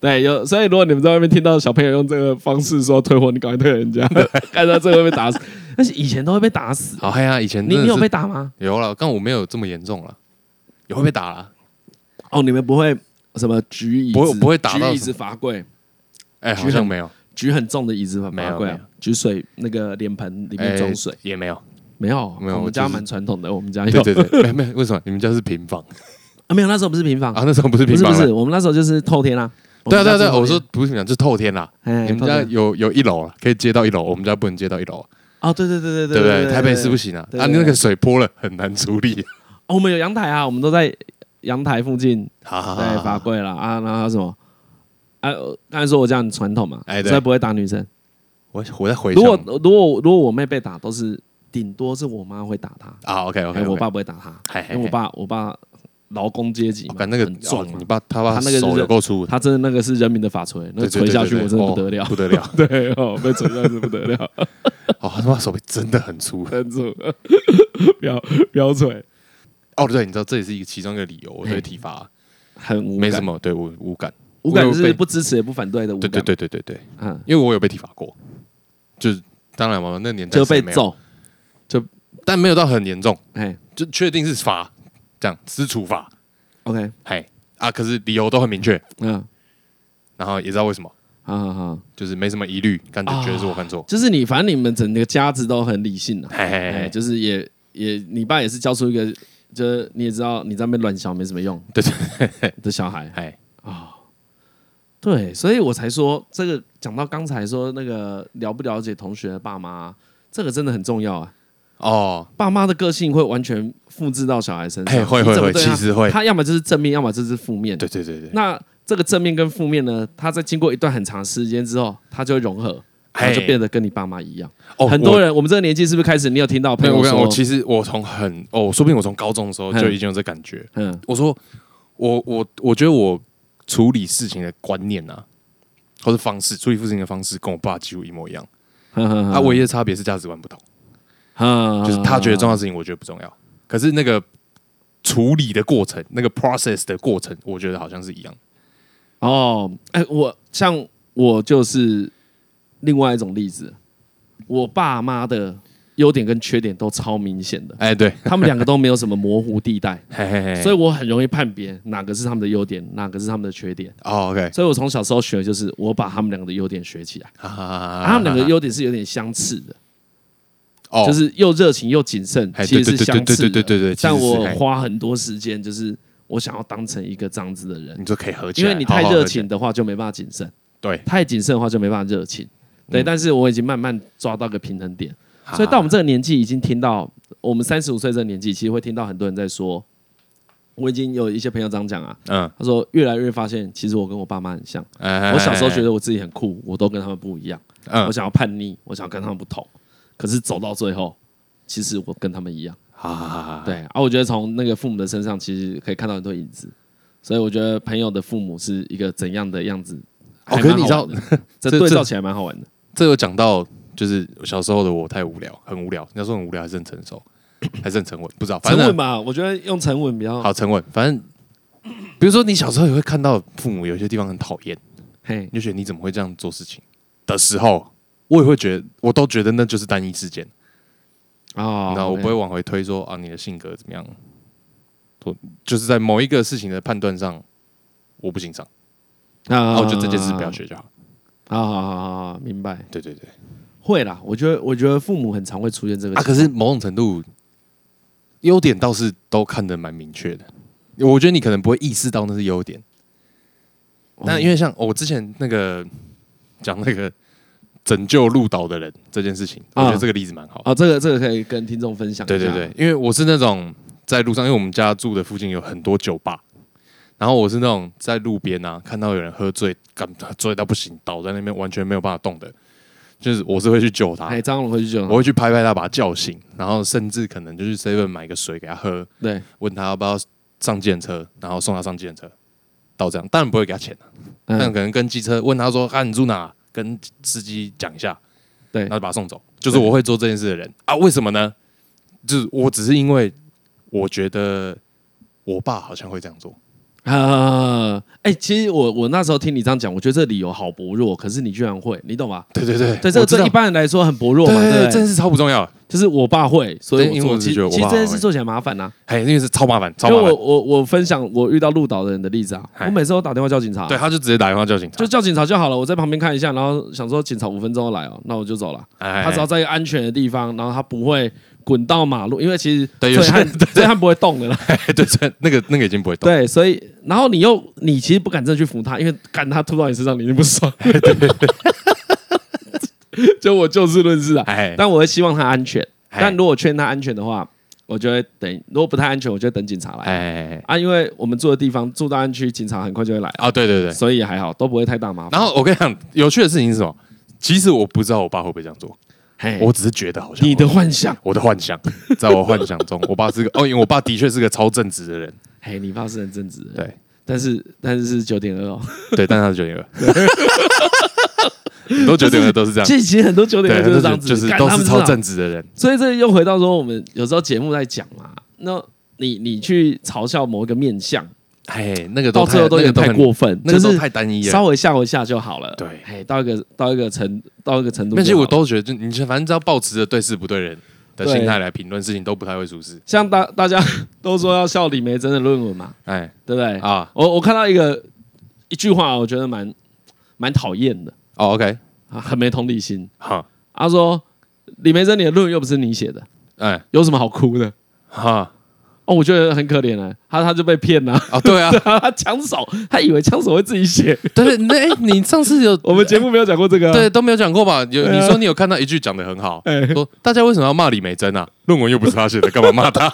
[SPEAKER 1] 对，有所以如果你们在外面听到小朋友用这个方式说退货，你赶快退人家，
[SPEAKER 2] (laughs)
[SPEAKER 1] 看到这个会被打死。但是以前都会被打死，
[SPEAKER 2] 好嗨啊！以前
[SPEAKER 1] 你
[SPEAKER 2] 真
[SPEAKER 1] 你
[SPEAKER 2] 的
[SPEAKER 1] 有
[SPEAKER 2] 是
[SPEAKER 1] 被打吗？
[SPEAKER 2] 有了，但我没有这么严重了，有会被打了，
[SPEAKER 1] 哦，你们不会什么举椅子，
[SPEAKER 2] 不会不会打到
[SPEAKER 1] 举椅
[SPEAKER 2] 什
[SPEAKER 1] 子罚跪，
[SPEAKER 2] 哎，好像没有，
[SPEAKER 1] 举很重的椅子
[SPEAKER 2] 没有
[SPEAKER 1] 罚跪
[SPEAKER 2] 没有
[SPEAKER 1] 啊，举水那个脸盆里面
[SPEAKER 2] 哎
[SPEAKER 1] 装水，
[SPEAKER 2] 也没有，
[SPEAKER 1] 没有啊
[SPEAKER 2] 没有
[SPEAKER 1] 我们
[SPEAKER 2] 我就
[SPEAKER 1] 家
[SPEAKER 2] 是
[SPEAKER 1] 蛮传统的，我们家有
[SPEAKER 2] 对对对， (laughs) 没没有，为什么你们家是平房
[SPEAKER 1] 啊，没有那时候不是平房
[SPEAKER 2] 啊？，那时候不是
[SPEAKER 1] 不
[SPEAKER 2] 平
[SPEAKER 1] 是
[SPEAKER 2] 房
[SPEAKER 1] 不
[SPEAKER 2] 啦，
[SPEAKER 1] 是，我们那时候就是透天啊。
[SPEAKER 2] 对啊对啊对啊，
[SPEAKER 1] 们
[SPEAKER 2] 我
[SPEAKER 1] 家是哎
[SPEAKER 2] 说不是平房，就是透天啦。
[SPEAKER 1] 透天，啊
[SPEAKER 2] 你
[SPEAKER 1] 你
[SPEAKER 2] 们家有有一楼了，可以接到一楼，我们家不能接到一楼，啊
[SPEAKER 1] 哦，对对对对
[SPEAKER 2] 对不
[SPEAKER 1] 对
[SPEAKER 2] 对？台北市不行啊，
[SPEAKER 1] 对
[SPEAKER 2] 啊，
[SPEAKER 1] 对
[SPEAKER 2] 你
[SPEAKER 1] 对
[SPEAKER 2] 那个水泼了很难处理， (laughs)
[SPEAKER 1] 哦我们有阳台啊，我们都在阳台附近
[SPEAKER 2] 好好
[SPEAKER 1] 对
[SPEAKER 2] 好
[SPEAKER 1] 罚
[SPEAKER 2] 好，
[SPEAKER 1] 跪了啊，然后还有什么？啊，呃刚才说我这样很传统嘛，
[SPEAKER 2] 哎对
[SPEAKER 1] 所以不会打女生。
[SPEAKER 2] 我我在回
[SPEAKER 1] 如
[SPEAKER 2] 想
[SPEAKER 1] 果如果如果我妹被打，都是顶多是我妈会打她，
[SPEAKER 2] 啊，OK OK，
[SPEAKER 1] 哎我爸不会打她，
[SPEAKER 2] 嘿
[SPEAKER 1] 因为
[SPEAKER 2] 嘿
[SPEAKER 1] 我
[SPEAKER 2] 嘿
[SPEAKER 1] 爸我爸劳工阶级
[SPEAKER 2] 我
[SPEAKER 1] 嘛，
[SPEAKER 2] 感那个
[SPEAKER 1] 很壮
[SPEAKER 2] 哦
[SPEAKER 1] 嘛
[SPEAKER 2] 你，爸他爸
[SPEAKER 1] 他那个就
[SPEAKER 2] 手
[SPEAKER 1] 是
[SPEAKER 2] 有够粗，
[SPEAKER 1] 他真的那个是人民的法锤，那个
[SPEAKER 2] 对对
[SPEAKER 1] 锤
[SPEAKER 2] 对
[SPEAKER 1] 下
[SPEAKER 2] 对
[SPEAKER 1] 去
[SPEAKER 2] 对
[SPEAKER 1] 我真的不
[SPEAKER 2] 哦
[SPEAKER 1] 得了，
[SPEAKER 2] 不得了，
[SPEAKER 1] (laughs) 对哦，被锤下去不得了。 (laughs)
[SPEAKER 2] 哦，他妈手臂真的很粗。 (laughs)
[SPEAKER 1] 撑住， (laughs) 标标准
[SPEAKER 2] 哦，对，你知道这也是一个其中一个理由，我对体罚
[SPEAKER 1] 很无
[SPEAKER 2] 没什
[SPEAKER 1] 么，
[SPEAKER 2] 么，对我无感。
[SPEAKER 1] 无感
[SPEAKER 2] 我有
[SPEAKER 1] 就是
[SPEAKER 2] 被
[SPEAKER 1] 不支持也不反对的无
[SPEAKER 2] 对
[SPEAKER 1] 感，
[SPEAKER 2] 对对对对对，
[SPEAKER 1] 嗯，
[SPEAKER 2] 因为我有被体罚过，就是当然嘛，那年代
[SPEAKER 1] 就是被
[SPEAKER 2] 没有，
[SPEAKER 1] 揍，
[SPEAKER 2] 但没有到很严重，
[SPEAKER 1] 哎
[SPEAKER 2] 就确定是罚，这样是处罚，
[SPEAKER 1] ，OK，
[SPEAKER 2] 嘿啊，可是理由都很明确，
[SPEAKER 1] 嗯，
[SPEAKER 2] 然后也知道为什么，
[SPEAKER 1] 好好好，
[SPEAKER 2] 就是没什么疑虑，感觉
[SPEAKER 1] 啊
[SPEAKER 2] 觉得是我犯错，
[SPEAKER 1] 就是你，反正你们整个家子都很理性啊，
[SPEAKER 2] 嘿嘿
[SPEAKER 1] 哎，
[SPEAKER 2] 嘿，
[SPEAKER 1] 就是也也，你爸也是教出一个，就是你也知道你在那边乱想没什么用
[SPEAKER 2] 对对，
[SPEAKER 1] 的小孩，
[SPEAKER 2] 哎，
[SPEAKER 1] 对，所以我才说这个讲到刚才说那个了不了解同学的爸妈，这个真的很重要啊。
[SPEAKER 2] 哦，
[SPEAKER 1] 爸妈的个性会完全复制到小孩身
[SPEAKER 2] 嘿，
[SPEAKER 1] 上，
[SPEAKER 2] 哎会
[SPEAKER 1] 你
[SPEAKER 2] 会
[SPEAKER 1] 怎么
[SPEAKER 2] 会，
[SPEAKER 1] 对他
[SPEAKER 2] 其实会，
[SPEAKER 1] 他要么就是正面，要么就是负面。
[SPEAKER 2] 对对对对，
[SPEAKER 1] 那这个正面跟负面呢，它在经过一段很长时间之后，它就会融合，
[SPEAKER 2] 嘿
[SPEAKER 1] 它就变得跟你爸妈一样。
[SPEAKER 2] 哦，
[SPEAKER 1] 很
[SPEAKER 2] 我
[SPEAKER 1] 多人，我们这个年纪是不是开始？你有听到朋
[SPEAKER 2] 没有，
[SPEAKER 1] 友
[SPEAKER 2] 我跟你讲我
[SPEAKER 1] 说，
[SPEAKER 2] 其实我从很哦，说不定我从高中的时候就已经有这感觉。
[SPEAKER 1] 嗯，
[SPEAKER 2] 我说我我我觉得我处理事情的观念啊，或是方式处理事情的方式，跟我爸几乎一模一样。
[SPEAKER 1] 啊
[SPEAKER 2] 啊，唯一的差别是价值观不同，
[SPEAKER 1] 啊
[SPEAKER 2] 就是他觉得重要的事情，我觉得不重要。可是那个处理的过程，那个 process 的过程，我觉得好像是一样。
[SPEAKER 1] 哦，哎，我像我就是另外一种例子，我爸妈的。优点跟缺点都超明显
[SPEAKER 2] (laughs)
[SPEAKER 1] 的，
[SPEAKER 2] 哎，对，
[SPEAKER 1] 他们两个都没有什么模糊地
[SPEAKER 2] (laughs)
[SPEAKER 1] 带，
[SPEAKER 2] 哎嘿嘿嘿，
[SPEAKER 1] 所
[SPEAKER 2] 以
[SPEAKER 1] 以我很容易判别哪个是他们的优点，哪个是他们的缺点。
[SPEAKER 2] 哦，OK，
[SPEAKER 1] 所以我从小时候学的就是我把他们两个的优点学起来，
[SPEAKER 2] 啊啊啊啊
[SPEAKER 1] 他们两个优点是有点相似的，
[SPEAKER 2] 哦，
[SPEAKER 1] 就是又热情又谨慎，
[SPEAKER 2] 哎
[SPEAKER 1] 其
[SPEAKER 2] 对
[SPEAKER 1] 实是
[SPEAKER 2] 对
[SPEAKER 1] 相
[SPEAKER 2] 对
[SPEAKER 1] 似的。
[SPEAKER 2] 对对对对对
[SPEAKER 1] 但
[SPEAKER 2] 其实是
[SPEAKER 1] 我
[SPEAKER 2] 哎
[SPEAKER 1] 花很多时间，就是我想要当成一个这样子的人，
[SPEAKER 2] 哦你就可以合起
[SPEAKER 1] 因
[SPEAKER 2] 来，
[SPEAKER 1] 为你太
[SPEAKER 2] 啊好好合
[SPEAKER 1] 热
[SPEAKER 2] 起来
[SPEAKER 1] 情，的话就没办法谨慎，
[SPEAKER 2] 对，
[SPEAKER 1] 太谨慎的话就没办法热情。对，但是我已经慢慢抓到个平衡点，所以到我们这个年纪，已经听到我们三十五岁这个年纪，其实会听到很多人在说，我已经有一些朋友这样讲啊，
[SPEAKER 2] 嗯，
[SPEAKER 1] 他说越来越发现，其实我跟我爸妈很像。
[SPEAKER 2] 我
[SPEAKER 1] 我小
[SPEAKER 2] 哎
[SPEAKER 1] 时候觉得我自己很酷，我都跟他们不一样，
[SPEAKER 2] 嗯
[SPEAKER 1] 我想要叛逆，我想要跟他们不同。可是走到最后，其实我跟他们一样。
[SPEAKER 2] 啊，
[SPEAKER 1] 对啊，我觉得从那个父母的身上，其实可以看到很多影子。所以我觉得朋友的父母是一个怎样的样子？
[SPEAKER 2] 哦
[SPEAKER 1] 还
[SPEAKER 2] 可是
[SPEAKER 1] 蛮
[SPEAKER 2] 你知
[SPEAKER 1] 好
[SPEAKER 2] 道
[SPEAKER 1] 玩的这
[SPEAKER 2] 这
[SPEAKER 1] 对
[SPEAKER 2] 这
[SPEAKER 1] 照起来蛮好玩的。
[SPEAKER 2] 这有讲到，就是小时候的我太无聊，很无聊。你要说很无聊，还是很成
[SPEAKER 1] (coughs)
[SPEAKER 2] 熟，还是很沉稳？不知道，反
[SPEAKER 1] 沉
[SPEAKER 2] 正
[SPEAKER 1] 稳吧，我觉得用沉稳比较
[SPEAKER 2] 好沉稳。反正，比如说你小时候也会看到父母有些地方很讨厌，
[SPEAKER 1] 嘿，
[SPEAKER 2] 你就觉得你怎么会这样做事情的时候，我也会觉得，我都觉得那就是单一事件。
[SPEAKER 1] 哦，
[SPEAKER 2] 那、我不会往回推说啊，你的性格怎么样？我就是在某一个事情的判断上，我不欣赏，那、
[SPEAKER 1] 啊
[SPEAKER 2] 我觉得这件事不要。学就好。
[SPEAKER 1] 啊好好好好，明白。
[SPEAKER 2] 对对对，
[SPEAKER 1] 会啦，我觉得我觉得父母很常会出现这个
[SPEAKER 2] 啊，
[SPEAKER 1] 情
[SPEAKER 2] 可
[SPEAKER 1] 况。
[SPEAKER 2] 是某种程度，优点倒是都看得蛮明确的。我觉得你可能不会意识到那是优点，那因为像、哦我之前那个讲那个拯救鹿岛的人这件事情，我
[SPEAKER 1] 啊
[SPEAKER 2] 觉得这个例子蛮好的。
[SPEAKER 1] 啊，这个这个可以跟听众分享。
[SPEAKER 2] 对对对，，啊因为我是那种在路上，因为我们家住的附近有很多酒吧，然后我是那种在路边啊看到有人喝醉，干醉到不行，倒在那边完全没有办法动的，就是我是会去救他，
[SPEAKER 1] 哎，张龙回去就
[SPEAKER 2] 我会去拍拍他，把他叫醒，然后甚至可能就去 seven 买个水给他喝，
[SPEAKER 1] 对，
[SPEAKER 2] 问他要不要上计程车，然后送他上计程车，到这样，当然不会给他钱、啊，但
[SPEAKER 1] 嗯，
[SPEAKER 2] 可能跟机车问他说：“啊，你住哪？”跟司机讲一下，
[SPEAKER 1] 对
[SPEAKER 2] 然后就把他送走。就是我会做这件事的人啊，为什么呢？就是我只是因为我觉得我爸好像会这样做，
[SPEAKER 1] 啊， (laughs) 哎，其实我我那时候听你这样讲，我觉得这理由好薄弱，可是你居然会，你懂吧？
[SPEAKER 2] 对对对，
[SPEAKER 1] 对，这
[SPEAKER 2] 我
[SPEAKER 1] 个
[SPEAKER 2] 知道
[SPEAKER 1] 对一般人来说很薄弱
[SPEAKER 2] 对
[SPEAKER 1] 嘛，
[SPEAKER 2] 对
[SPEAKER 1] 对不
[SPEAKER 2] 对，这件
[SPEAKER 1] 对，
[SPEAKER 2] 事超不重要，
[SPEAKER 1] 就是我爸会，所以
[SPEAKER 2] 对因为
[SPEAKER 1] 做
[SPEAKER 2] 我是
[SPEAKER 1] 其
[SPEAKER 2] 觉得我
[SPEAKER 1] 其实
[SPEAKER 2] 爸
[SPEAKER 1] 这件事
[SPEAKER 2] 会
[SPEAKER 1] 做起来麻烦呐，
[SPEAKER 2] 哎，因为是超麻烦，超
[SPEAKER 1] 因为
[SPEAKER 2] 麻
[SPEAKER 1] 我
[SPEAKER 2] 烦。
[SPEAKER 1] 我我分享我遇到鹿岛的人的例子啊，
[SPEAKER 2] 嗨
[SPEAKER 1] 我每次都打电话叫警察，
[SPEAKER 2] 对，，他就直接打电话叫警察，
[SPEAKER 1] 就叫警察就好了，我在旁边看一下，然后想说警察五分钟后来哦，那我就走了。
[SPEAKER 2] 哎，
[SPEAKER 1] 他只要
[SPEAKER 2] 哎
[SPEAKER 1] 在一个安全的地方，然后他不会滚到马路，因为其实
[SPEAKER 2] 对
[SPEAKER 1] 醉
[SPEAKER 2] 有些
[SPEAKER 1] 汉
[SPEAKER 2] 人
[SPEAKER 1] 醉汉不会动的啦。
[SPEAKER 2] 哎 (laughs) 对对，那个那个已经不会动，
[SPEAKER 1] 对，所以然后你又你其实不敢真的去扶他，因为干他吐到你身上，你就不爽。 (laughs) 就我就事论事啊，
[SPEAKER 2] 哎，
[SPEAKER 1] 但我会希望他安全。
[SPEAKER 2] 哎
[SPEAKER 1] 但如果劝他安全的话，我就会等；如果不太安全，我就会等警察来
[SPEAKER 2] 哎
[SPEAKER 1] 啊。因为我们住的地方住大安区，警察很快就会来，
[SPEAKER 2] 啊，对对对。
[SPEAKER 1] 所以也还好，都不会太大麻烦。
[SPEAKER 2] 然后我跟你讲，有趣的事情是什么？其实我不知道我爸会不会这样做，
[SPEAKER 1] 嘿
[SPEAKER 2] 我只是觉得好像
[SPEAKER 1] 哎你的幻想，
[SPEAKER 2] 我的幻想，在我幻想
[SPEAKER 1] (laughs)
[SPEAKER 2] 中，我爸是个哦，因为我爸的确是个超正直的人，
[SPEAKER 1] 嘿，哎你爸是很正直的，
[SPEAKER 2] 对
[SPEAKER 1] 但是但是是九点二哦。
[SPEAKER 2] 对，但他是九 (laughs) 点二，很多九点二都是这样，
[SPEAKER 1] 其实其实很多九点
[SPEAKER 2] 对，
[SPEAKER 1] 二就是这
[SPEAKER 2] 很
[SPEAKER 1] 样
[SPEAKER 2] 多
[SPEAKER 1] 子，
[SPEAKER 2] 就是
[SPEAKER 1] 干
[SPEAKER 2] 都
[SPEAKER 1] 他
[SPEAKER 2] 是
[SPEAKER 1] 们
[SPEAKER 2] 超
[SPEAKER 1] 这样
[SPEAKER 2] 正直的人，
[SPEAKER 1] 所以这又回到说，我们有时候节目在讲嘛，那你你去嘲笑某一个面相，
[SPEAKER 2] 哎，那个
[SPEAKER 1] 到
[SPEAKER 2] 都太
[SPEAKER 1] 最后都有
[SPEAKER 2] 那
[SPEAKER 1] 点
[SPEAKER 2] 个
[SPEAKER 1] 太
[SPEAKER 2] 很
[SPEAKER 1] 过分，
[SPEAKER 2] 那个
[SPEAKER 1] 就
[SPEAKER 2] 都
[SPEAKER 1] 是
[SPEAKER 2] 太单一了。
[SPEAKER 1] 稍微吓我一下就好了。
[SPEAKER 2] 对
[SPEAKER 1] 哎，到一个到一个程到一个程度就好
[SPEAKER 2] 那
[SPEAKER 1] 了，
[SPEAKER 2] 些我都觉得，就你反正只要保持着对事不对人的
[SPEAKER 1] 对
[SPEAKER 2] 心态来评论事情，都不太会出事。
[SPEAKER 1] 像大大家都说要笑李梅珍的论文嘛，
[SPEAKER 2] 哎
[SPEAKER 1] 对不对？
[SPEAKER 2] 啊，
[SPEAKER 1] 我我看到一个一句话，我觉得蛮蛮讨厌的，
[SPEAKER 2] 哦，OK，
[SPEAKER 1] 啊很没同理心。
[SPEAKER 2] 好，
[SPEAKER 1] 他说李梅珍你的论文又不是你写的，
[SPEAKER 2] 哎，
[SPEAKER 1] 有什么好哭的？
[SPEAKER 2] 哈，
[SPEAKER 1] 哦，我觉得很可怜了、他他就被骗了、
[SPEAKER 2] 哦，
[SPEAKER 1] (laughs)
[SPEAKER 2] 对啊，
[SPEAKER 1] 他枪手，他以为枪手会自己 (laughs) 写。
[SPEAKER 2] 对对，那哎，你上
[SPEAKER 1] (laughs)
[SPEAKER 2] 次有
[SPEAKER 1] 我们节目没有讲过这个、啊。
[SPEAKER 2] 对，都没有讲过吧？有
[SPEAKER 1] 对啊
[SPEAKER 2] 你说你有看到一句讲的很好
[SPEAKER 1] 哎，
[SPEAKER 2] 说大家为什么要骂李美珍啊？论文又不是他写的，干嘛
[SPEAKER 1] (laughs)
[SPEAKER 2] 骂他？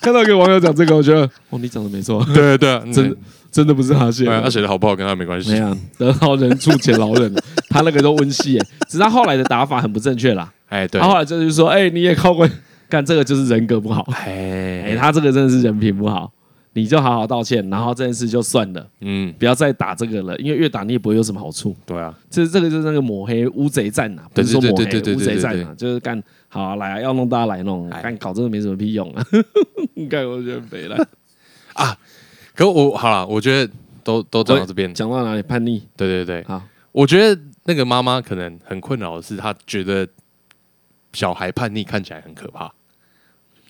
[SPEAKER 1] 看到一个网友讲这 (laughs) 个，我觉得哦，你讲的没错，
[SPEAKER 2] 对对对，
[SPEAKER 1] 真的真的不是他写
[SPEAKER 2] 嗯对啊，他
[SPEAKER 1] 的。
[SPEAKER 2] 写的好不好跟他没关
[SPEAKER 1] 没
[SPEAKER 2] 系。
[SPEAKER 1] 有，得饶人处且饶人，他那个都温戏耶， (laughs) 只是他后来的打法很不正确啦。
[SPEAKER 2] 哎，对
[SPEAKER 1] 他，后来就是说，哎，你也靠过， (laughs) 干这个就是人格不好，哎，
[SPEAKER 2] 哎，
[SPEAKER 1] 他这个真的是人品不好，你就好好道歉，然后这件事就算了，
[SPEAKER 2] 嗯，
[SPEAKER 1] 不要再打这个了，因为越打你也不会有什么好处。
[SPEAKER 2] 对啊，
[SPEAKER 1] 这这个就是那个抹黑乌贼战呐、啊，不
[SPEAKER 2] 对
[SPEAKER 1] 是说抹黑
[SPEAKER 2] 对对对对
[SPEAKER 1] 乌贼战
[SPEAKER 2] 对对
[SPEAKER 1] 呐、啊，就是干好、啊、来啊，要弄大家来弄，
[SPEAKER 2] 哎
[SPEAKER 1] 干搞这个没什么屁用啊， (laughs) 干我觉得没
[SPEAKER 2] (laughs)
[SPEAKER 1] 了。
[SPEAKER 2] 可我好了，我觉得都都讲到这边，
[SPEAKER 1] 讲到哪里叛逆
[SPEAKER 2] 对对对，
[SPEAKER 1] 啊？
[SPEAKER 2] 我觉得那个妈妈可能很困扰的是，她觉得小孩叛逆看起来很可怕，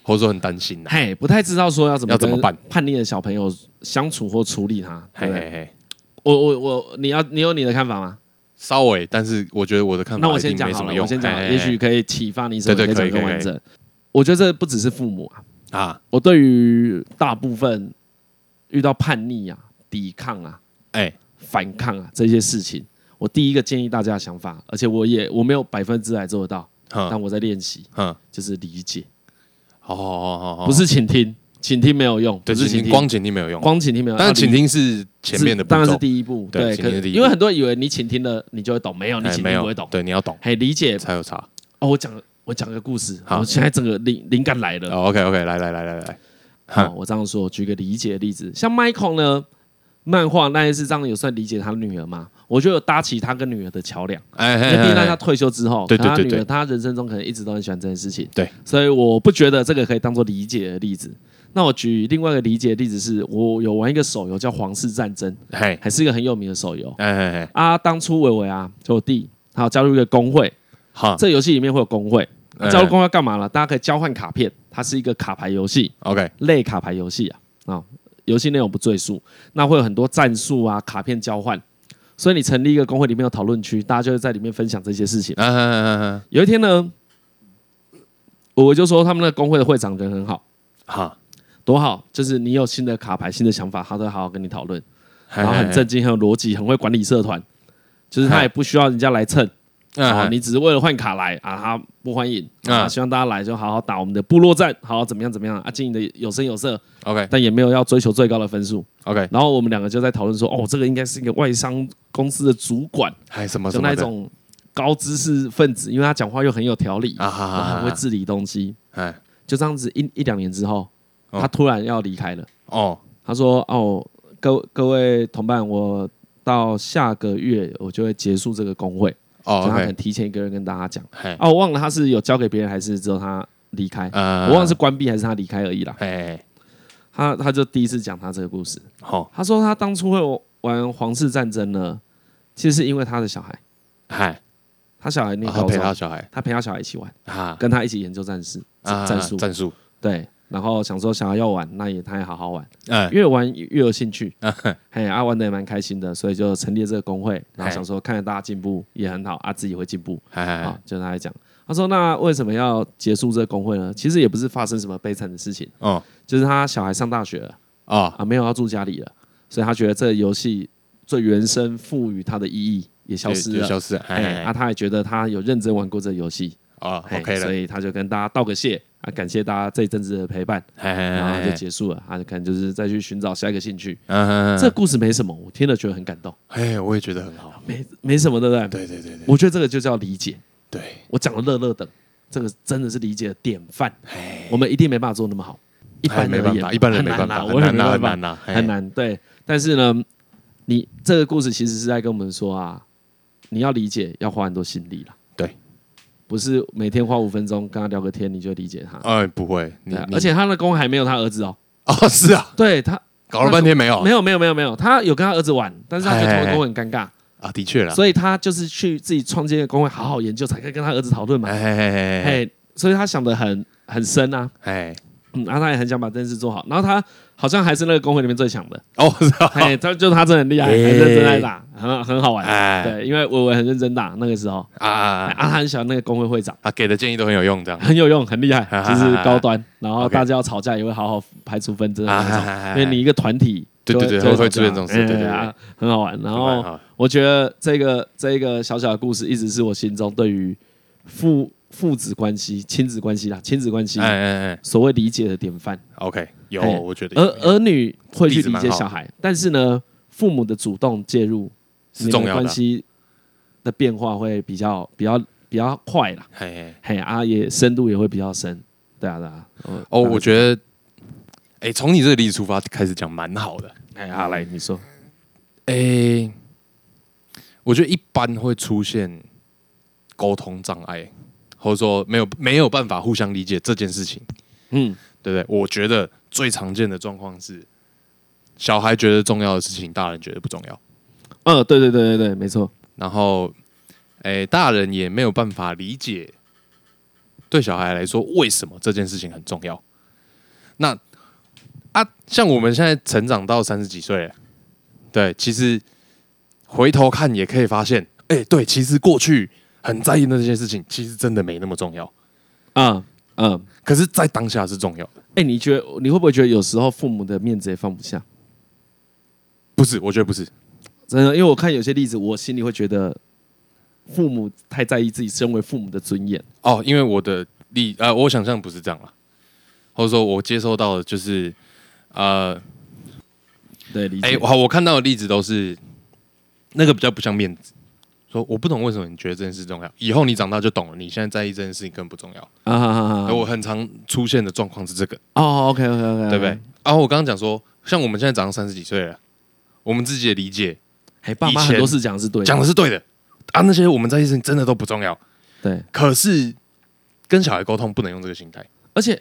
[SPEAKER 2] 或者说很担心呐、啊
[SPEAKER 1] 嘿，不太知道说要怎么
[SPEAKER 2] 要怎么
[SPEAKER 1] 跟
[SPEAKER 2] 办
[SPEAKER 1] 叛逆的小朋友相处或处理他。对
[SPEAKER 2] 嘿
[SPEAKER 1] 不对
[SPEAKER 2] 嘿嘿，
[SPEAKER 1] 我我我，你要你有你的看法吗？
[SPEAKER 2] 稍微，但是我觉得我的看法
[SPEAKER 1] 那我
[SPEAKER 2] 一定
[SPEAKER 1] 先讲
[SPEAKER 2] 没什
[SPEAKER 1] 好
[SPEAKER 2] 么
[SPEAKER 1] 了，
[SPEAKER 2] 用
[SPEAKER 1] 我先讲好
[SPEAKER 2] 嘿
[SPEAKER 1] 了，
[SPEAKER 2] 嘿
[SPEAKER 1] 也许可以启发你什么
[SPEAKER 2] 对
[SPEAKER 1] 可
[SPEAKER 2] 对
[SPEAKER 1] 以
[SPEAKER 2] 可
[SPEAKER 1] 讲
[SPEAKER 2] 以
[SPEAKER 1] 更
[SPEAKER 2] 可以
[SPEAKER 1] 完整。我觉得这不只是父母啊，
[SPEAKER 2] 啊，
[SPEAKER 1] 我对于大部分遇到叛逆啊、抵抗啊、
[SPEAKER 2] 哎，
[SPEAKER 1] 反抗啊这些事情，我第一个建议大家的想法，而且我也我没有百分之百做得到，
[SPEAKER 2] 哼
[SPEAKER 1] 但我在练习，
[SPEAKER 2] 哼，
[SPEAKER 1] 就是理解，
[SPEAKER 2] 好好好好好，
[SPEAKER 1] 不是倾听，倾听没有用，
[SPEAKER 2] 哦对，
[SPEAKER 1] 不是
[SPEAKER 2] 请
[SPEAKER 1] 倾
[SPEAKER 2] 听
[SPEAKER 1] 听，
[SPEAKER 2] 光倾听没有用，
[SPEAKER 1] 光倾听没有用，啊
[SPEAKER 2] 但是
[SPEAKER 1] 要理解
[SPEAKER 2] 倾听是前面的步
[SPEAKER 1] 当然是
[SPEAKER 2] 骤，
[SPEAKER 1] 第一步，
[SPEAKER 2] 对
[SPEAKER 1] 对，
[SPEAKER 2] 倾
[SPEAKER 1] 可
[SPEAKER 2] 听是第一步
[SPEAKER 1] 因为很多人以为你倾听了你就会懂，没有，你
[SPEAKER 2] 哎
[SPEAKER 1] 倾
[SPEAKER 2] 没
[SPEAKER 1] 听
[SPEAKER 2] 有
[SPEAKER 1] 不会懂。
[SPEAKER 2] 对，你要懂
[SPEAKER 1] 嘿，理解
[SPEAKER 2] 才有差。
[SPEAKER 1] 哦，我讲我讲个故事，
[SPEAKER 2] 好
[SPEAKER 1] 我现在整个灵灵感来了。
[SPEAKER 2] 哦，OK OK，来来来来来，
[SPEAKER 1] 好、
[SPEAKER 2] 哈
[SPEAKER 1] 我这样说，举个理解的例子，像 Michael 呢，漫画那一次这样有算理解他女儿吗？我就有搭起他跟女儿的桥梁。
[SPEAKER 2] 哎
[SPEAKER 1] 因
[SPEAKER 2] 嘿
[SPEAKER 1] 为毕竟
[SPEAKER 2] 嘿
[SPEAKER 1] 他
[SPEAKER 2] 嘿，
[SPEAKER 1] 退休之后，
[SPEAKER 2] 对对
[SPEAKER 1] 可能他
[SPEAKER 2] 对
[SPEAKER 1] 女
[SPEAKER 2] 对
[SPEAKER 1] 儿他人生中可能一直都很喜欢这件事情，
[SPEAKER 2] 对，
[SPEAKER 1] 所以我不觉得这个可以当做理解的例子。那我举另外一个理解的例子是，我有玩一个手游叫《皇室战争》，
[SPEAKER 2] 嘿，
[SPEAKER 1] 还是一个很有名的手游
[SPEAKER 2] 哎哎哎，
[SPEAKER 1] 啊。当初伟伟啊，就我弟，他有加入一个工会，
[SPEAKER 2] 好
[SPEAKER 1] 这游戏里面会有工会，
[SPEAKER 2] 嗯
[SPEAKER 1] 加入工会干嘛了？大家可以交换卡片，它是一个卡牌游戏。
[SPEAKER 2] ，OK，
[SPEAKER 1] 类卡牌游戏啊，啊、游戏内容不赘述，那会有很多战术啊、卡片交换，所以你成立一个工会，里面有讨论区，大家就会在里面分享这些事情。
[SPEAKER 2] 嗯嗯嗯
[SPEAKER 1] 有一天呢，我就说他们那个工会的会长人很好，
[SPEAKER 2] 嗯，哈，
[SPEAKER 1] 多好，就是你有新的卡牌、新的想法，他都会好好跟你讨论，
[SPEAKER 2] 然
[SPEAKER 1] 然后很正，经、很有逻辑，很会管理社团，就是他也不需要人家来蹭。啊，
[SPEAKER 2] 嗯，
[SPEAKER 1] 你只是为了换卡来啊，他不欢迎啊，
[SPEAKER 2] 嗯
[SPEAKER 1] 希望大家来就好好打我们的部落战，好好怎么样怎么样啊，经营的有声有色，
[SPEAKER 2] OK
[SPEAKER 1] 但也没有要追求最高的分数。
[SPEAKER 2] OK，
[SPEAKER 1] 然后我们两个就在讨论说，哦，这个应该是一个外商公司的主管，
[SPEAKER 2] 还哎什么
[SPEAKER 1] 就
[SPEAKER 2] 啊什么
[SPEAKER 1] 那
[SPEAKER 2] 的
[SPEAKER 1] 一种高知识分子，因为他讲话又很有条理，
[SPEAKER 2] 啊哈
[SPEAKER 1] 然后
[SPEAKER 2] 哈，
[SPEAKER 1] 很会治理东西。
[SPEAKER 2] 哎
[SPEAKER 1] 就这样子一一两年之后，
[SPEAKER 2] 哦
[SPEAKER 1] 他突然要离开了。
[SPEAKER 2] 哦，
[SPEAKER 1] 他说：“哦，各各位同伴，我到下个月我就会结束这个工会。
[SPEAKER 2] 哦
[SPEAKER 1] 就他可能
[SPEAKER 2] ，OK，
[SPEAKER 1] 提前一个月跟大家讲。
[SPEAKER 2] 嘿，
[SPEAKER 1] 哦，我忘了他是有交给别人，还是只有他离开。
[SPEAKER 2] 呃
[SPEAKER 1] 我忘了是，关闭还是他离开而已啦。
[SPEAKER 2] 嘿，
[SPEAKER 1] 他他就第一次讲他这个故事。
[SPEAKER 2] 好，
[SPEAKER 1] 他说他当初会玩皇室战争呢，其实是因为他的小孩，
[SPEAKER 2] 嗨，
[SPEAKER 1] 他小孩念
[SPEAKER 2] 哦他
[SPEAKER 1] 高
[SPEAKER 2] 啊陪
[SPEAKER 1] 中，
[SPEAKER 2] 他小孩
[SPEAKER 1] 他陪他小孩一起玩，
[SPEAKER 2] 啊，
[SPEAKER 1] 跟他一起研究战士、战术，
[SPEAKER 2] 战术，
[SPEAKER 1] 对。然后想说小孩要玩，那也他也好好玩，
[SPEAKER 2] 哎
[SPEAKER 1] 越玩越有兴趣，
[SPEAKER 2] 啊嘿
[SPEAKER 1] 嘿，啊玩的也蛮开心的，所以就成立了这个工会，然
[SPEAKER 2] 嘿
[SPEAKER 1] 后想说看着大家进步也很好，啊自己会进步啊
[SPEAKER 2] 哎，，
[SPEAKER 1] 就他来讲，他说那为什么要结束这个工会呢？其实也不是发生什么悲惨的事情，
[SPEAKER 2] 哦
[SPEAKER 1] 就是他小孩上大学了，
[SPEAKER 2] 哦，
[SPEAKER 1] 啊，没有要住家里了，所以他觉得这个游戏最原生赋予他的意义也消失了。
[SPEAKER 2] 消失，
[SPEAKER 1] 哎，
[SPEAKER 2] 哎
[SPEAKER 1] 啊，，他也觉得他有认真玩过这个游戏
[SPEAKER 2] 哦
[SPEAKER 1] 嘿
[SPEAKER 2] ，OK
[SPEAKER 1] 所
[SPEAKER 2] 了，
[SPEAKER 1] 以他就跟大家道个谢啊，感谢大家这一阵子的陪伴，然后就
[SPEAKER 2] 哎，
[SPEAKER 1] 结束了。他可能就是再去寻找下一个兴趣。
[SPEAKER 2] 嗯，
[SPEAKER 1] 这故事没什么，我听了觉得很感动，
[SPEAKER 2] 哎，我也觉得很好，
[SPEAKER 1] 没没什么，对不对？
[SPEAKER 2] 对对对对
[SPEAKER 1] 我觉得这个就叫理解，
[SPEAKER 2] 对，
[SPEAKER 1] 我讲的乐乐等，这个真的是理解的典范。
[SPEAKER 2] 哎，
[SPEAKER 1] 我们一定没办法做那么好，一般人
[SPEAKER 2] 没办
[SPEAKER 1] 也
[SPEAKER 2] 法，一般人
[SPEAKER 1] 很
[SPEAKER 2] 没
[SPEAKER 1] 难
[SPEAKER 2] 办
[SPEAKER 1] 啦
[SPEAKER 2] 法，
[SPEAKER 1] 我也没
[SPEAKER 2] 呐，
[SPEAKER 1] 办
[SPEAKER 2] 很
[SPEAKER 1] 法
[SPEAKER 2] 难啊哎呐，
[SPEAKER 1] 很难。对，但是呢，你这个故事其实是在跟我们说啊，你要理解，要花很多心力啦。
[SPEAKER 2] 对，
[SPEAKER 1] 不是每天花五分钟跟他聊个天，你就理解他。
[SPEAKER 2] 哎，不会，你
[SPEAKER 1] 对啊，而且他的工还没有他儿子哦。
[SPEAKER 2] 哦，是啊，
[SPEAKER 1] 对他
[SPEAKER 2] 搞了半天没有啊
[SPEAKER 1] 没有没有没有没有，他有跟他儿子玩，但是他觉得
[SPEAKER 2] 哦哎哎
[SPEAKER 1] 同
[SPEAKER 2] 哎
[SPEAKER 1] 个工很尴尬，
[SPEAKER 2] 啊，的确啦，
[SPEAKER 1] 所以他就是去自己创建一个工会，好好研究，才可以跟他儿子讨论嘛。
[SPEAKER 2] 哎哎
[SPEAKER 1] 哎，所以他想的很很深啊，
[SPEAKER 2] 哎，
[SPEAKER 1] 嗯，然后他也很想把这件事做好，然后他好像还是那个工会里面最强的。
[SPEAKER 2] 哦，是啊，
[SPEAKER 1] 哎，他就他真的很厉害，很
[SPEAKER 2] 哎
[SPEAKER 1] 认真在打，很很好玩。
[SPEAKER 2] 哎
[SPEAKER 1] 对，因为伟伟很认真打那个时候，哎
[SPEAKER 2] (laughs) 啊，
[SPEAKER 1] 啊，他很喜欢那个工会会长， (laughs)
[SPEAKER 2] 他给的建议都很有用，这样。
[SPEAKER 1] 很有用，很厉害，
[SPEAKER 2] 哈哈哈
[SPEAKER 1] 就是高端。然后
[SPEAKER 2] 啊 OK
[SPEAKER 1] 大家要吵架也会好好排除纷争的那种，
[SPEAKER 2] 啊
[SPEAKER 1] 因为你一个团体
[SPEAKER 2] 对
[SPEAKER 1] 就会。
[SPEAKER 2] 对对
[SPEAKER 1] 就
[SPEAKER 2] 会
[SPEAKER 1] 吵架
[SPEAKER 2] 出现这种事对对对，
[SPEAKER 1] 哎很好玩。然后
[SPEAKER 2] 哦，
[SPEAKER 1] 我觉得这个这个小小的故事，一直是我心中对于父父子关系、亲子关系啦、亲子关系
[SPEAKER 2] 哎哎哎
[SPEAKER 1] 所谓理解的典范。
[SPEAKER 2] ，OK，有，
[SPEAKER 1] 哎
[SPEAKER 2] 我觉得
[SPEAKER 1] 儿
[SPEAKER 2] 有有
[SPEAKER 1] 儿女会去
[SPEAKER 2] 例子
[SPEAKER 1] 理
[SPEAKER 2] 蛮
[SPEAKER 1] 解
[SPEAKER 2] 好
[SPEAKER 1] 小孩，但是呢，父母的主动介入
[SPEAKER 2] 是重要
[SPEAKER 1] 你们
[SPEAKER 2] 的啊
[SPEAKER 1] 关，系的变化会比较比较比较快啦，
[SPEAKER 2] 嘿嘿，
[SPEAKER 1] 嘿啊，也深度也会比较深，对啊对啊。
[SPEAKER 2] 哦，我觉得，哎，从你这个例子出发开始讲，蛮好的，
[SPEAKER 1] 哎啊，来你说，
[SPEAKER 2] 哎，我觉得一般会出现沟通障碍，或者说没有没有办法互相理解这件事情，
[SPEAKER 1] 嗯，
[SPEAKER 2] 对不对？我觉得最常见的状况是，小孩觉得重要的事情，大人觉得不重要。
[SPEAKER 1] 呃，对对对对对，没错，
[SPEAKER 2] 然后，诶，大人也没有办法理解对小孩来说，为什么这件事情很重要？那啊，像我们现在成长到三十几岁了，对，其实回头看也可以发现，哎、对，其实过去很在意那些事情，其实真的没那么重要，
[SPEAKER 1] 嗯嗯，
[SPEAKER 2] 可是，在当下是重要的。
[SPEAKER 1] 哎、你觉得你会不会觉得有时候父母的面子也放不下？
[SPEAKER 2] 不是，我觉得不是，
[SPEAKER 1] 真的，因为我看有些例子，我心里会觉得父母太在意自己身为父母的尊严。
[SPEAKER 2] 哦，因为我的理呃，我想象不是这样啦，或者说我接受到的就是呃，
[SPEAKER 1] 对，理解。
[SPEAKER 2] 哎、好，我看到的例子都是那个比较不像面子，说我不懂为什么你觉得这件事重要，以后你长大就懂了，你现在在意这件事情更不重要。
[SPEAKER 1] 啊哈哈
[SPEAKER 2] 而
[SPEAKER 1] 哈！
[SPEAKER 2] 哎我很常出现的状况是这个，
[SPEAKER 1] 哦，OK OK OK，
[SPEAKER 2] 对不对？然后我刚刚讲说，像我们现在长到三十几岁了，我们自己的理解
[SPEAKER 1] 哎，爸妈
[SPEAKER 2] 以前
[SPEAKER 1] 很多事讲的是对的，
[SPEAKER 2] 讲的是对的啊，那些我们在意的事情真的都不重要，
[SPEAKER 1] 对，
[SPEAKER 2] 可是跟小孩沟通不能用这个心态。
[SPEAKER 1] 而且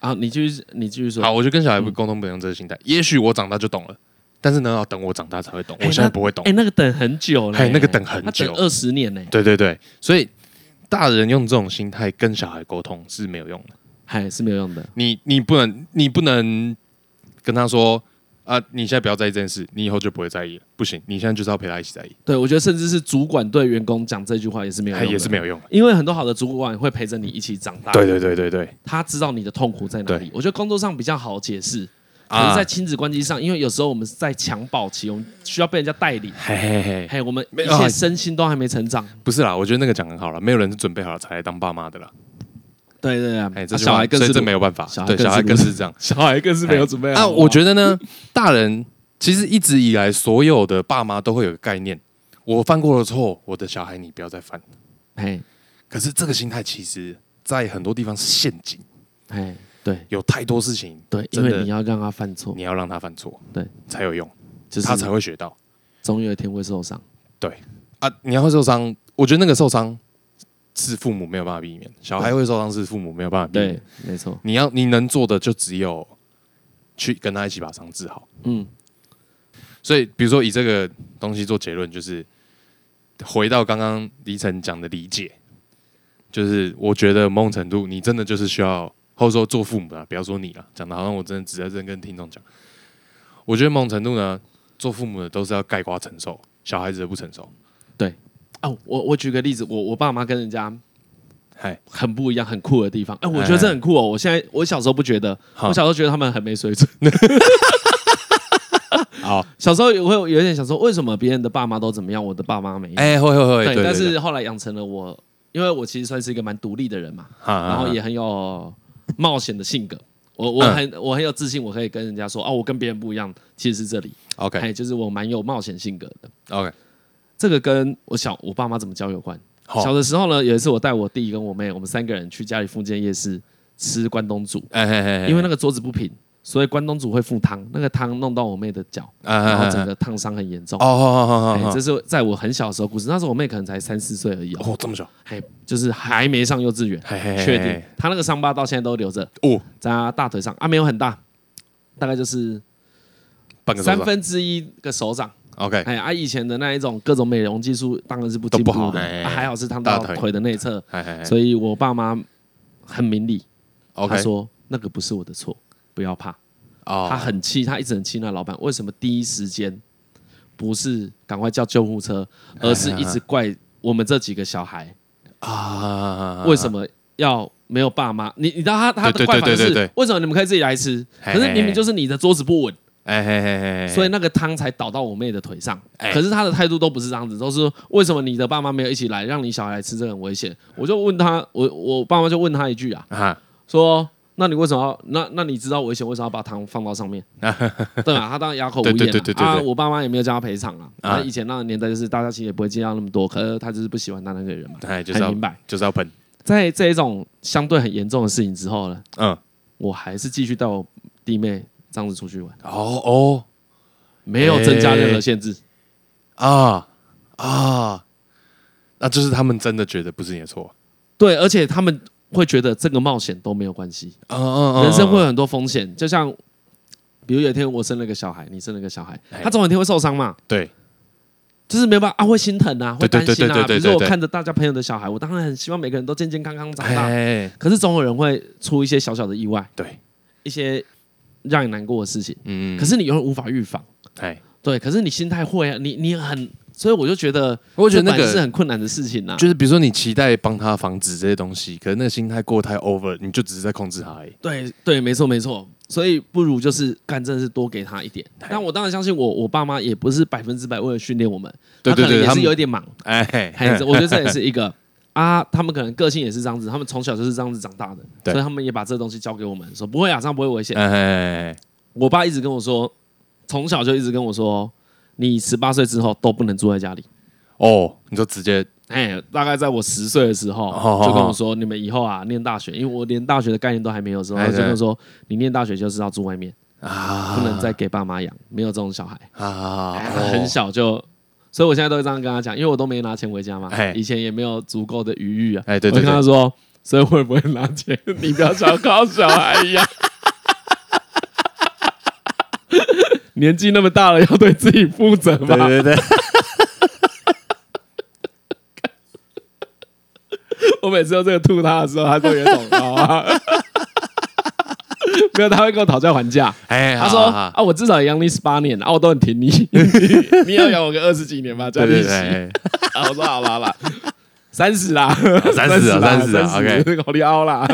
[SPEAKER 1] 啊，你继续你继续说。
[SPEAKER 2] 好，我就跟小孩
[SPEAKER 1] 嗯
[SPEAKER 2] 不沟通，不能用这个心态。也许我长大就懂了，但是呢，要等我长大才会懂。
[SPEAKER 1] 哎
[SPEAKER 2] 我现在不会懂
[SPEAKER 1] 哎、。那个等很久嘞，
[SPEAKER 2] 嘿那个等很久
[SPEAKER 1] 二十年哎呢，
[SPEAKER 2] 对对对，所以大人用这种心态跟小孩沟通是没有用的。
[SPEAKER 1] 还是没有用的。
[SPEAKER 2] 你你不能你不能跟他说啊，你现在不要在意这件事，你以后就不会在意了。不行，你现在就是要陪他一起在意，
[SPEAKER 1] 对，我觉得甚至是主管对员工讲这句话也是没有
[SPEAKER 2] 他
[SPEAKER 1] 用的，
[SPEAKER 2] 也是没有用的。
[SPEAKER 1] 因为很多好的主管会陪着你一起长大，
[SPEAKER 2] 对对对对对
[SPEAKER 1] 他知道你的痛苦在哪里。我觉得工作上比较好解释，可
[SPEAKER 2] 啊
[SPEAKER 1] 是在亲子关系上，因为有时候我们是在强暴期，我们需要被人家带领，
[SPEAKER 2] 嘿嘿嘿，
[SPEAKER 1] 还有我们
[SPEAKER 2] 没
[SPEAKER 1] 一
[SPEAKER 2] 啊
[SPEAKER 1] 切身心都还没成长。
[SPEAKER 2] 不是啦，我觉得那个讲很好了，没有人是准备好了才来当爸妈的啦。
[SPEAKER 1] 对对对，
[SPEAKER 2] 哎，
[SPEAKER 1] 啊
[SPEAKER 2] 这句
[SPEAKER 1] 小
[SPEAKER 2] 话
[SPEAKER 1] 孩更
[SPEAKER 2] 所以
[SPEAKER 1] 是
[SPEAKER 2] 这没有办法
[SPEAKER 1] 小，孩
[SPEAKER 2] 对，
[SPEAKER 1] 更
[SPEAKER 2] 小
[SPEAKER 1] 是
[SPEAKER 2] 孩
[SPEAKER 1] 如
[SPEAKER 2] 更
[SPEAKER 1] 此
[SPEAKER 2] 是这样。
[SPEAKER 1] 小孩更是没有准备好。
[SPEAKER 2] 啊，我觉
[SPEAKER 1] 得
[SPEAKER 2] 得呢，大人其实一直以来，所有的爸妈都会有个概念：我犯过的错，我的小孩你不要再犯。
[SPEAKER 1] 哎
[SPEAKER 2] 可是这个心态其实，在很多地方是陷阱，
[SPEAKER 1] 哎对
[SPEAKER 2] 有太多事情，
[SPEAKER 1] 对，因
[SPEAKER 2] 真的
[SPEAKER 1] 为你要让他犯错，
[SPEAKER 2] 你要让他犯错，
[SPEAKER 1] 对，
[SPEAKER 2] 才有用，
[SPEAKER 1] 就是
[SPEAKER 2] 他才会嗯学到
[SPEAKER 1] 总有一天会受伤。
[SPEAKER 2] 啊。你要会受伤，我觉得那个受伤是父母没有办法避免，小孩会受伤是父母没有办法避免
[SPEAKER 1] 对。，没错。
[SPEAKER 2] 你要你能做的就只有去跟他一起把伤治好。
[SPEAKER 1] 嗯，
[SPEAKER 2] 所以，比如说以这个东西做结论，就是回到刚刚黎晨讲的理解，就是我觉得某种程度，你真的就是需要，或者说做父母的啊，不要说你了，讲的好像我真的只在这跟听众讲。我觉得某种程度呢，做父母的都是要盖瓜承受，小孩子的不承受。
[SPEAKER 1] 哦，我我举个例子，我我爸妈跟人家
[SPEAKER 2] 嗨，
[SPEAKER 1] 很不一样、很酷的地方。哎、我觉得这很酷哦。我现在我小时候不觉得，
[SPEAKER 2] 好
[SPEAKER 1] 我小时候觉得他们很没水准。 (laughs)
[SPEAKER 2] 好，
[SPEAKER 1] 小时候也会有点想说，为什么别人的爸妈都怎么样，我的爸妈没有？
[SPEAKER 2] 哎、会会会，
[SPEAKER 1] 对
[SPEAKER 2] 对对
[SPEAKER 1] 但是后来养成了我，因为我其实算是一个蛮独立的人嘛，然
[SPEAKER 2] 然
[SPEAKER 1] 后也很有冒险的性格。我我
[SPEAKER 2] 嗯
[SPEAKER 1] 很、我很有自信，我可以跟人家说，哦，我跟别人不一样，其实是这里，
[SPEAKER 2] OK
[SPEAKER 1] 哎，就是我蛮有冒险性格的。
[SPEAKER 2] OK，
[SPEAKER 1] 这个跟我小我爸妈怎么教有关。小
[SPEAKER 2] 好，
[SPEAKER 1] 的时候呢，有一次我带我弟跟我妹，我们三个人去家里附近夜市吃关东煮，
[SPEAKER 2] 哎嘿嘿嘿，
[SPEAKER 1] 因为那个桌子不平，所以关东煮会附汤，那个汤弄到我妹的脚，
[SPEAKER 2] 啊
[SPEAKER 1] 然后整
[SPEAKER 2] 个
[SPEAKER 1] 个烫伤很严重
[SPEAKER 2] 哦，。好好好
[SPEAKER 1] 哎，
[SPEAKER 2] 好
[SPEAKER 1] 这，是在我很小的时候故事，那时候我妹可能才三四岁而已哦，
[SPEAKER 2] 哦这么小，
[SPEAKER 1] 哎，就是还没上幼稚园，
[SPEAKER 2] 嘿嘿嘿，
[SPEAKER 1] 确定她那个伤疤到现在都留着，
[SPEAKER 2] 哦，
[SPEAKER 1] 在她大腿上啊，没有很大，大概就是
[SPEAKER 2] 半个手
[SPEAKER 1] 三
[SPEAKER 2] 掌
[SPEAKER 1] 分之一个手掌。
[SPEAKER 2] OK，
[SPEAKER 1] 哎，啊，以前的那一种各种美容技术当然是不进
[SPEAKER 2] 都不好
[SPEAKER 1] 步的，
[SPEAKER 2] 哎
[SPEAKER 1] 啊还好是烫到
[SPEAKER 2] 大腿
[SPEAKER 1] 腿的内侧，
[SPEAKER 2] 哎哎
[SPEAKER 1] 所以我爸妈很明理，
[SPEAKER 2] OK，
[SPEAKER 1] 他说那个不是我的错，不要怕。
[SPEAKER 2] 哦
[SPEAKER 1] 他很气，他一直很气那老板，为什么第一时间不是赶快叫救护车，而是一直怪我们这几个小孩，
[SPEAKER 2] 啊，
[SPEAKER 1] 为什么要没有爸妈？你你知道他他
[SPEAKER 2] 对
[SPEAKER 1] 的
[SPEAKER 2] 对
[SPEAKER 1] 怪法就
[SPEAKER 2] 对对对
[SPEAKER 1] 是
[SPEAKER 2] 对
[SPEAKER 1] 为什么你们可以自己来吃，可
[SPEAKER 2] 嘿
[SPEAKER 1] 是明
[SPEAKER 2] 嘿嘿
[SPEAKER 1] 明就是你的桌子不稳，
[SPEAKER 2] 哎嘿嘿嘿嘿，
[SPEAKER 1] 所以那个汤才倒到我妹的腿上。
[SPEAKER 2] 哎
[SPEAKER 1] 可是他的态度都不是这样子，都是为什么你的爸妈没有一起来，让你小孩来吃这个很危险？我就问他，我我爸妈就问他一句啊，
[SPEAKER 2] 啊，
[SPEAKER 1] 说：“那你为什么要？那那你知道危险，为什么要把糖放到上
[SPEAKER 2] (laughs)
[SPEAKER 1] 面？对吧？他当然哑口无言、啊。
[SPEAKER 2] 对对对对对对
[SPEAKER 1] 啊，我爸妈也没有叫他赔偿啊。
[SPEAKER 2] 啊
[SPEAKER 1] 啊，以前那个年代就是大家其实也不会计较那么多，可是他就是不喜欢他那个人嘛。
[SPEAKER 2] 哎，就是
[SPEAKER 1] 很
[SPEAKER 2] 要
[SPEAKER 1] 明白，
[SPEAKER 2] 就是要喷，
[SPEAKER 1] 在这一种相对很严重的事情之后呢，
[SPEAKER 2] 嗯，
[SPEAKER 1] 我还是继续带我弟妹这样子出去玩，
[SPEAKER 2] 哦
[SPEAKER 1] 没有增加任何限制。
[SPEAKER 2] 哦啊啊，那就是他们真的觉得不是你的错，
[SPEAKER 1] 对，而且他们会觉得这个冒险都没有关系，
[SPEAKER 2] 嗯嗯嗯，
[SPEAKER 1] 人生会有很多风险，就像。”
[SPEAKER 2] 哎
[SPEAKER 1] 比如有一天我生了个小孩，你生了个小孩，他总有一天会受伤嘛？
[SPEAKER 2] 对，
[SPEAKER 1] 就是没有办法啊，会心疼啊，会
[SPEAKER 2] 对对
[SPEAKER 1] 担
[SPEAKER 2] 对
[SPEAKER 1] 心
[SPEAKER 2] 对对
[SPEAKER 1] 啊。比
[SPEAKER 2] 对
[SPEAKER 1] 如说我
[SPEAKER 2] 对
[SPEAKER 1] 看着大家朋友的小孩，我当然很希望每个人都健健康康长大，
[SPEAKER 2] 哎，
[SPEAKER 1] 可是总有人会出一些小小的意外，
[SPEAKER 2] 对，
[SPEAKER 1] 一些让你难过的事情，
[SPEAKER 2] 嗯，
[SPEAKER 1] 可是你永远无法预防。
[SPEAKER 2] 哎，
[SPEAKER 1] 对，可是你心态会啊，你你很，所以我就觉得，
[SPEAKER 2] 我觉得那
[SPEAKER 1] 这本来是
[SPEAKER 2] 个
[SPEAKER 1] 很困难的事情啊呐、
[SPEAKER 2] 就是比如说你期待帮他防止这些东西，可是那个心态过得太 over，你就只是在控制他而已。
[SPEAKER 1] 对对，没错没错，所以不如就是干，真的是多给他一点。但我当然相信我，我爸妈也不是百分之百为了训练我们，
[SPEAKER 2] 对对
[SPEAKER 1] 他可能
[SPEAKER 2] 对，
[SPEAKER 1] 也
[SPEAKER 2] 他
[SPEAKER 1] 是
[SPEAKER 2] 们
[SPEAKER 1] 有一点
[SPEAKER 2] (laughs)
[SPEAKER 1] 忙，
[SPEAKER 2] 哎，
[SPEAKER 1] 孩子，我觉得这也是一
[SPEAKER 2] (laughs)
[SPEAKER 1] 个啊，他们可能个性也是这样子，他们从小就是这样子长大的，
[SPEAKER 2] 对
[SPEAKER 1] 所以他们也把这东西交给我们，说不会啊，这样不会危险。
[SPEAKER 2] 哎，
[SPEAKER 1] 我爸一直跟我说，从小就一直跟我说，你十八岁之后都不能住在家里。
[SPEAKER 2] 哦，你就直接
[SPEAKER 1] 哎，大概在我十岁的时候，
[SPEAKER 2] 哦哦
[SPEAKER 1] 就跟我说，你们以后啊，念大学，因为我连大学的概念都还没有的时候，
[SPEAKER 2] 哎
[SPEAKER 1] 他就跟
[SPEAKER 2] 对
[SPEAKER 1] 我说，你念大学就是要住外面，
[SPEAKER 2] 啊，
[SPEAKER 1] 不能再给爸妈养，没有这种小孩。
[SPEAKER 2] 啊，
[SPEAKER 1] 哎
[SPEAKER 2] 哦
[SPEAKER 1] 很，小就，所以我现在都会这样跟他讲，因为我都没拿钱回家嘛
[SPEAKER 2] 哎，
[SPEAKER 1] 以前也没有足够的余裕啊。
[SPEAKER 2] 哎，对
[SPEAKER 1] 我
[SPEAKER 2] 对
[SPEAKER 1] 就跟他
[SPEAKER 2] 对，
[SPEAKER 1] 说，所以会不会拿钱？你不要想靠小孩
[SPEAKER 2] (laughs)
[SPEAKER 1] 一样。年纪那么大了，要对自己负责嘛。
[SPEAKER 2] 对对 (laughs) 对，
[SPEAKER 1] 我每次用这个吐他的时候，他都有一种啊， (laughs) 没有，他会跟我讨价还价。
[SPEAKER 2] 哎，
[SPEAKER 1] 他
[SPEAKER 2] 好
[SPEAKER 1] 说
[SPEAKER 2] 好好
[SPEAKER 1] 啊，我至少也养你十八年啊，我都很挺你， (laughs) 你要养我个二十几年吧，加
[SPEAKER 2] 对
[SPEAKER 1] 利息。
[SPEAKER 2] 对对，哎
[SPEAKER 1] 啊，我说好啦好啦，三十啦，
[SPEAKER 2] 三十啊
[SPEAKER 1] 三
[SPEAKER 2] 三十啊，OK
[SPEAKER 1] 这个好利奥啦，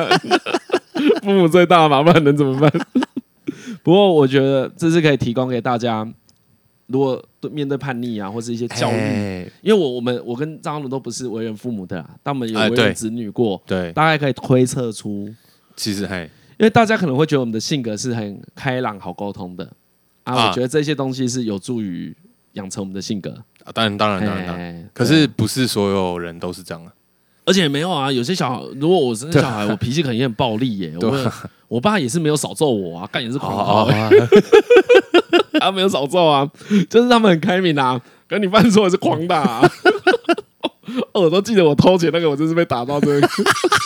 [SPEAKER 1] 父母最大嘛，不然能怎么办？不过我觉得这是可以提供给大家，如果对面对叛逆啊，或是一些教育，
[SPEAKER 2] 哎
[SPEAKER 1] 因为我我们我跟张鲁都不是为人父母的啦，但我们有
[SPEAKER 2] 哎
[SPEAKER 1] 为
[SPEAKER 2] 对
[SPEAKER 1] 人子女过，
[SPEAKER 2] 对，
[SPEAKER 1] 大概可以推测出，
[SPEAKER 2] 其实嘿，
[SPEAKER 1] 因为大家可能会觉得我们的性格是很开朗、好沟通的啊，
[SPEAKER 2] 啊
[SPEAKER 1] 我觉得这些东西是有助于养成我们的性格。
[SPEAKER 2] 啊当然当然当然当然，
[SPEAKER 1] 哎
[SPEAKER 2] 可是不是所有人都是这样啊的，
[SPEAKER 1] 而且没有啊，有些小孩，如果我生
[SPEAKER 2] 对
[SPEAKER 1] 小
[SPEAKER 2] (laughs)
[SPEAKER 1] 孩，我脾气可能也很暴力耶、
[SPEAKER 2] 对啊哦
[SPEAKER 1] 我我我爸也是没有少揍我啊，干也是狂
[SPEAKER 2] 好
[SPEAKER 1] 暴、
[SPEAKER 2] 好，
[SPEAKER 1] 他没有少揍啊，就是他们很开明啊。可是你犯错也是狂打、啊。哦，我都记得我偷钱那个，我真是被打到这个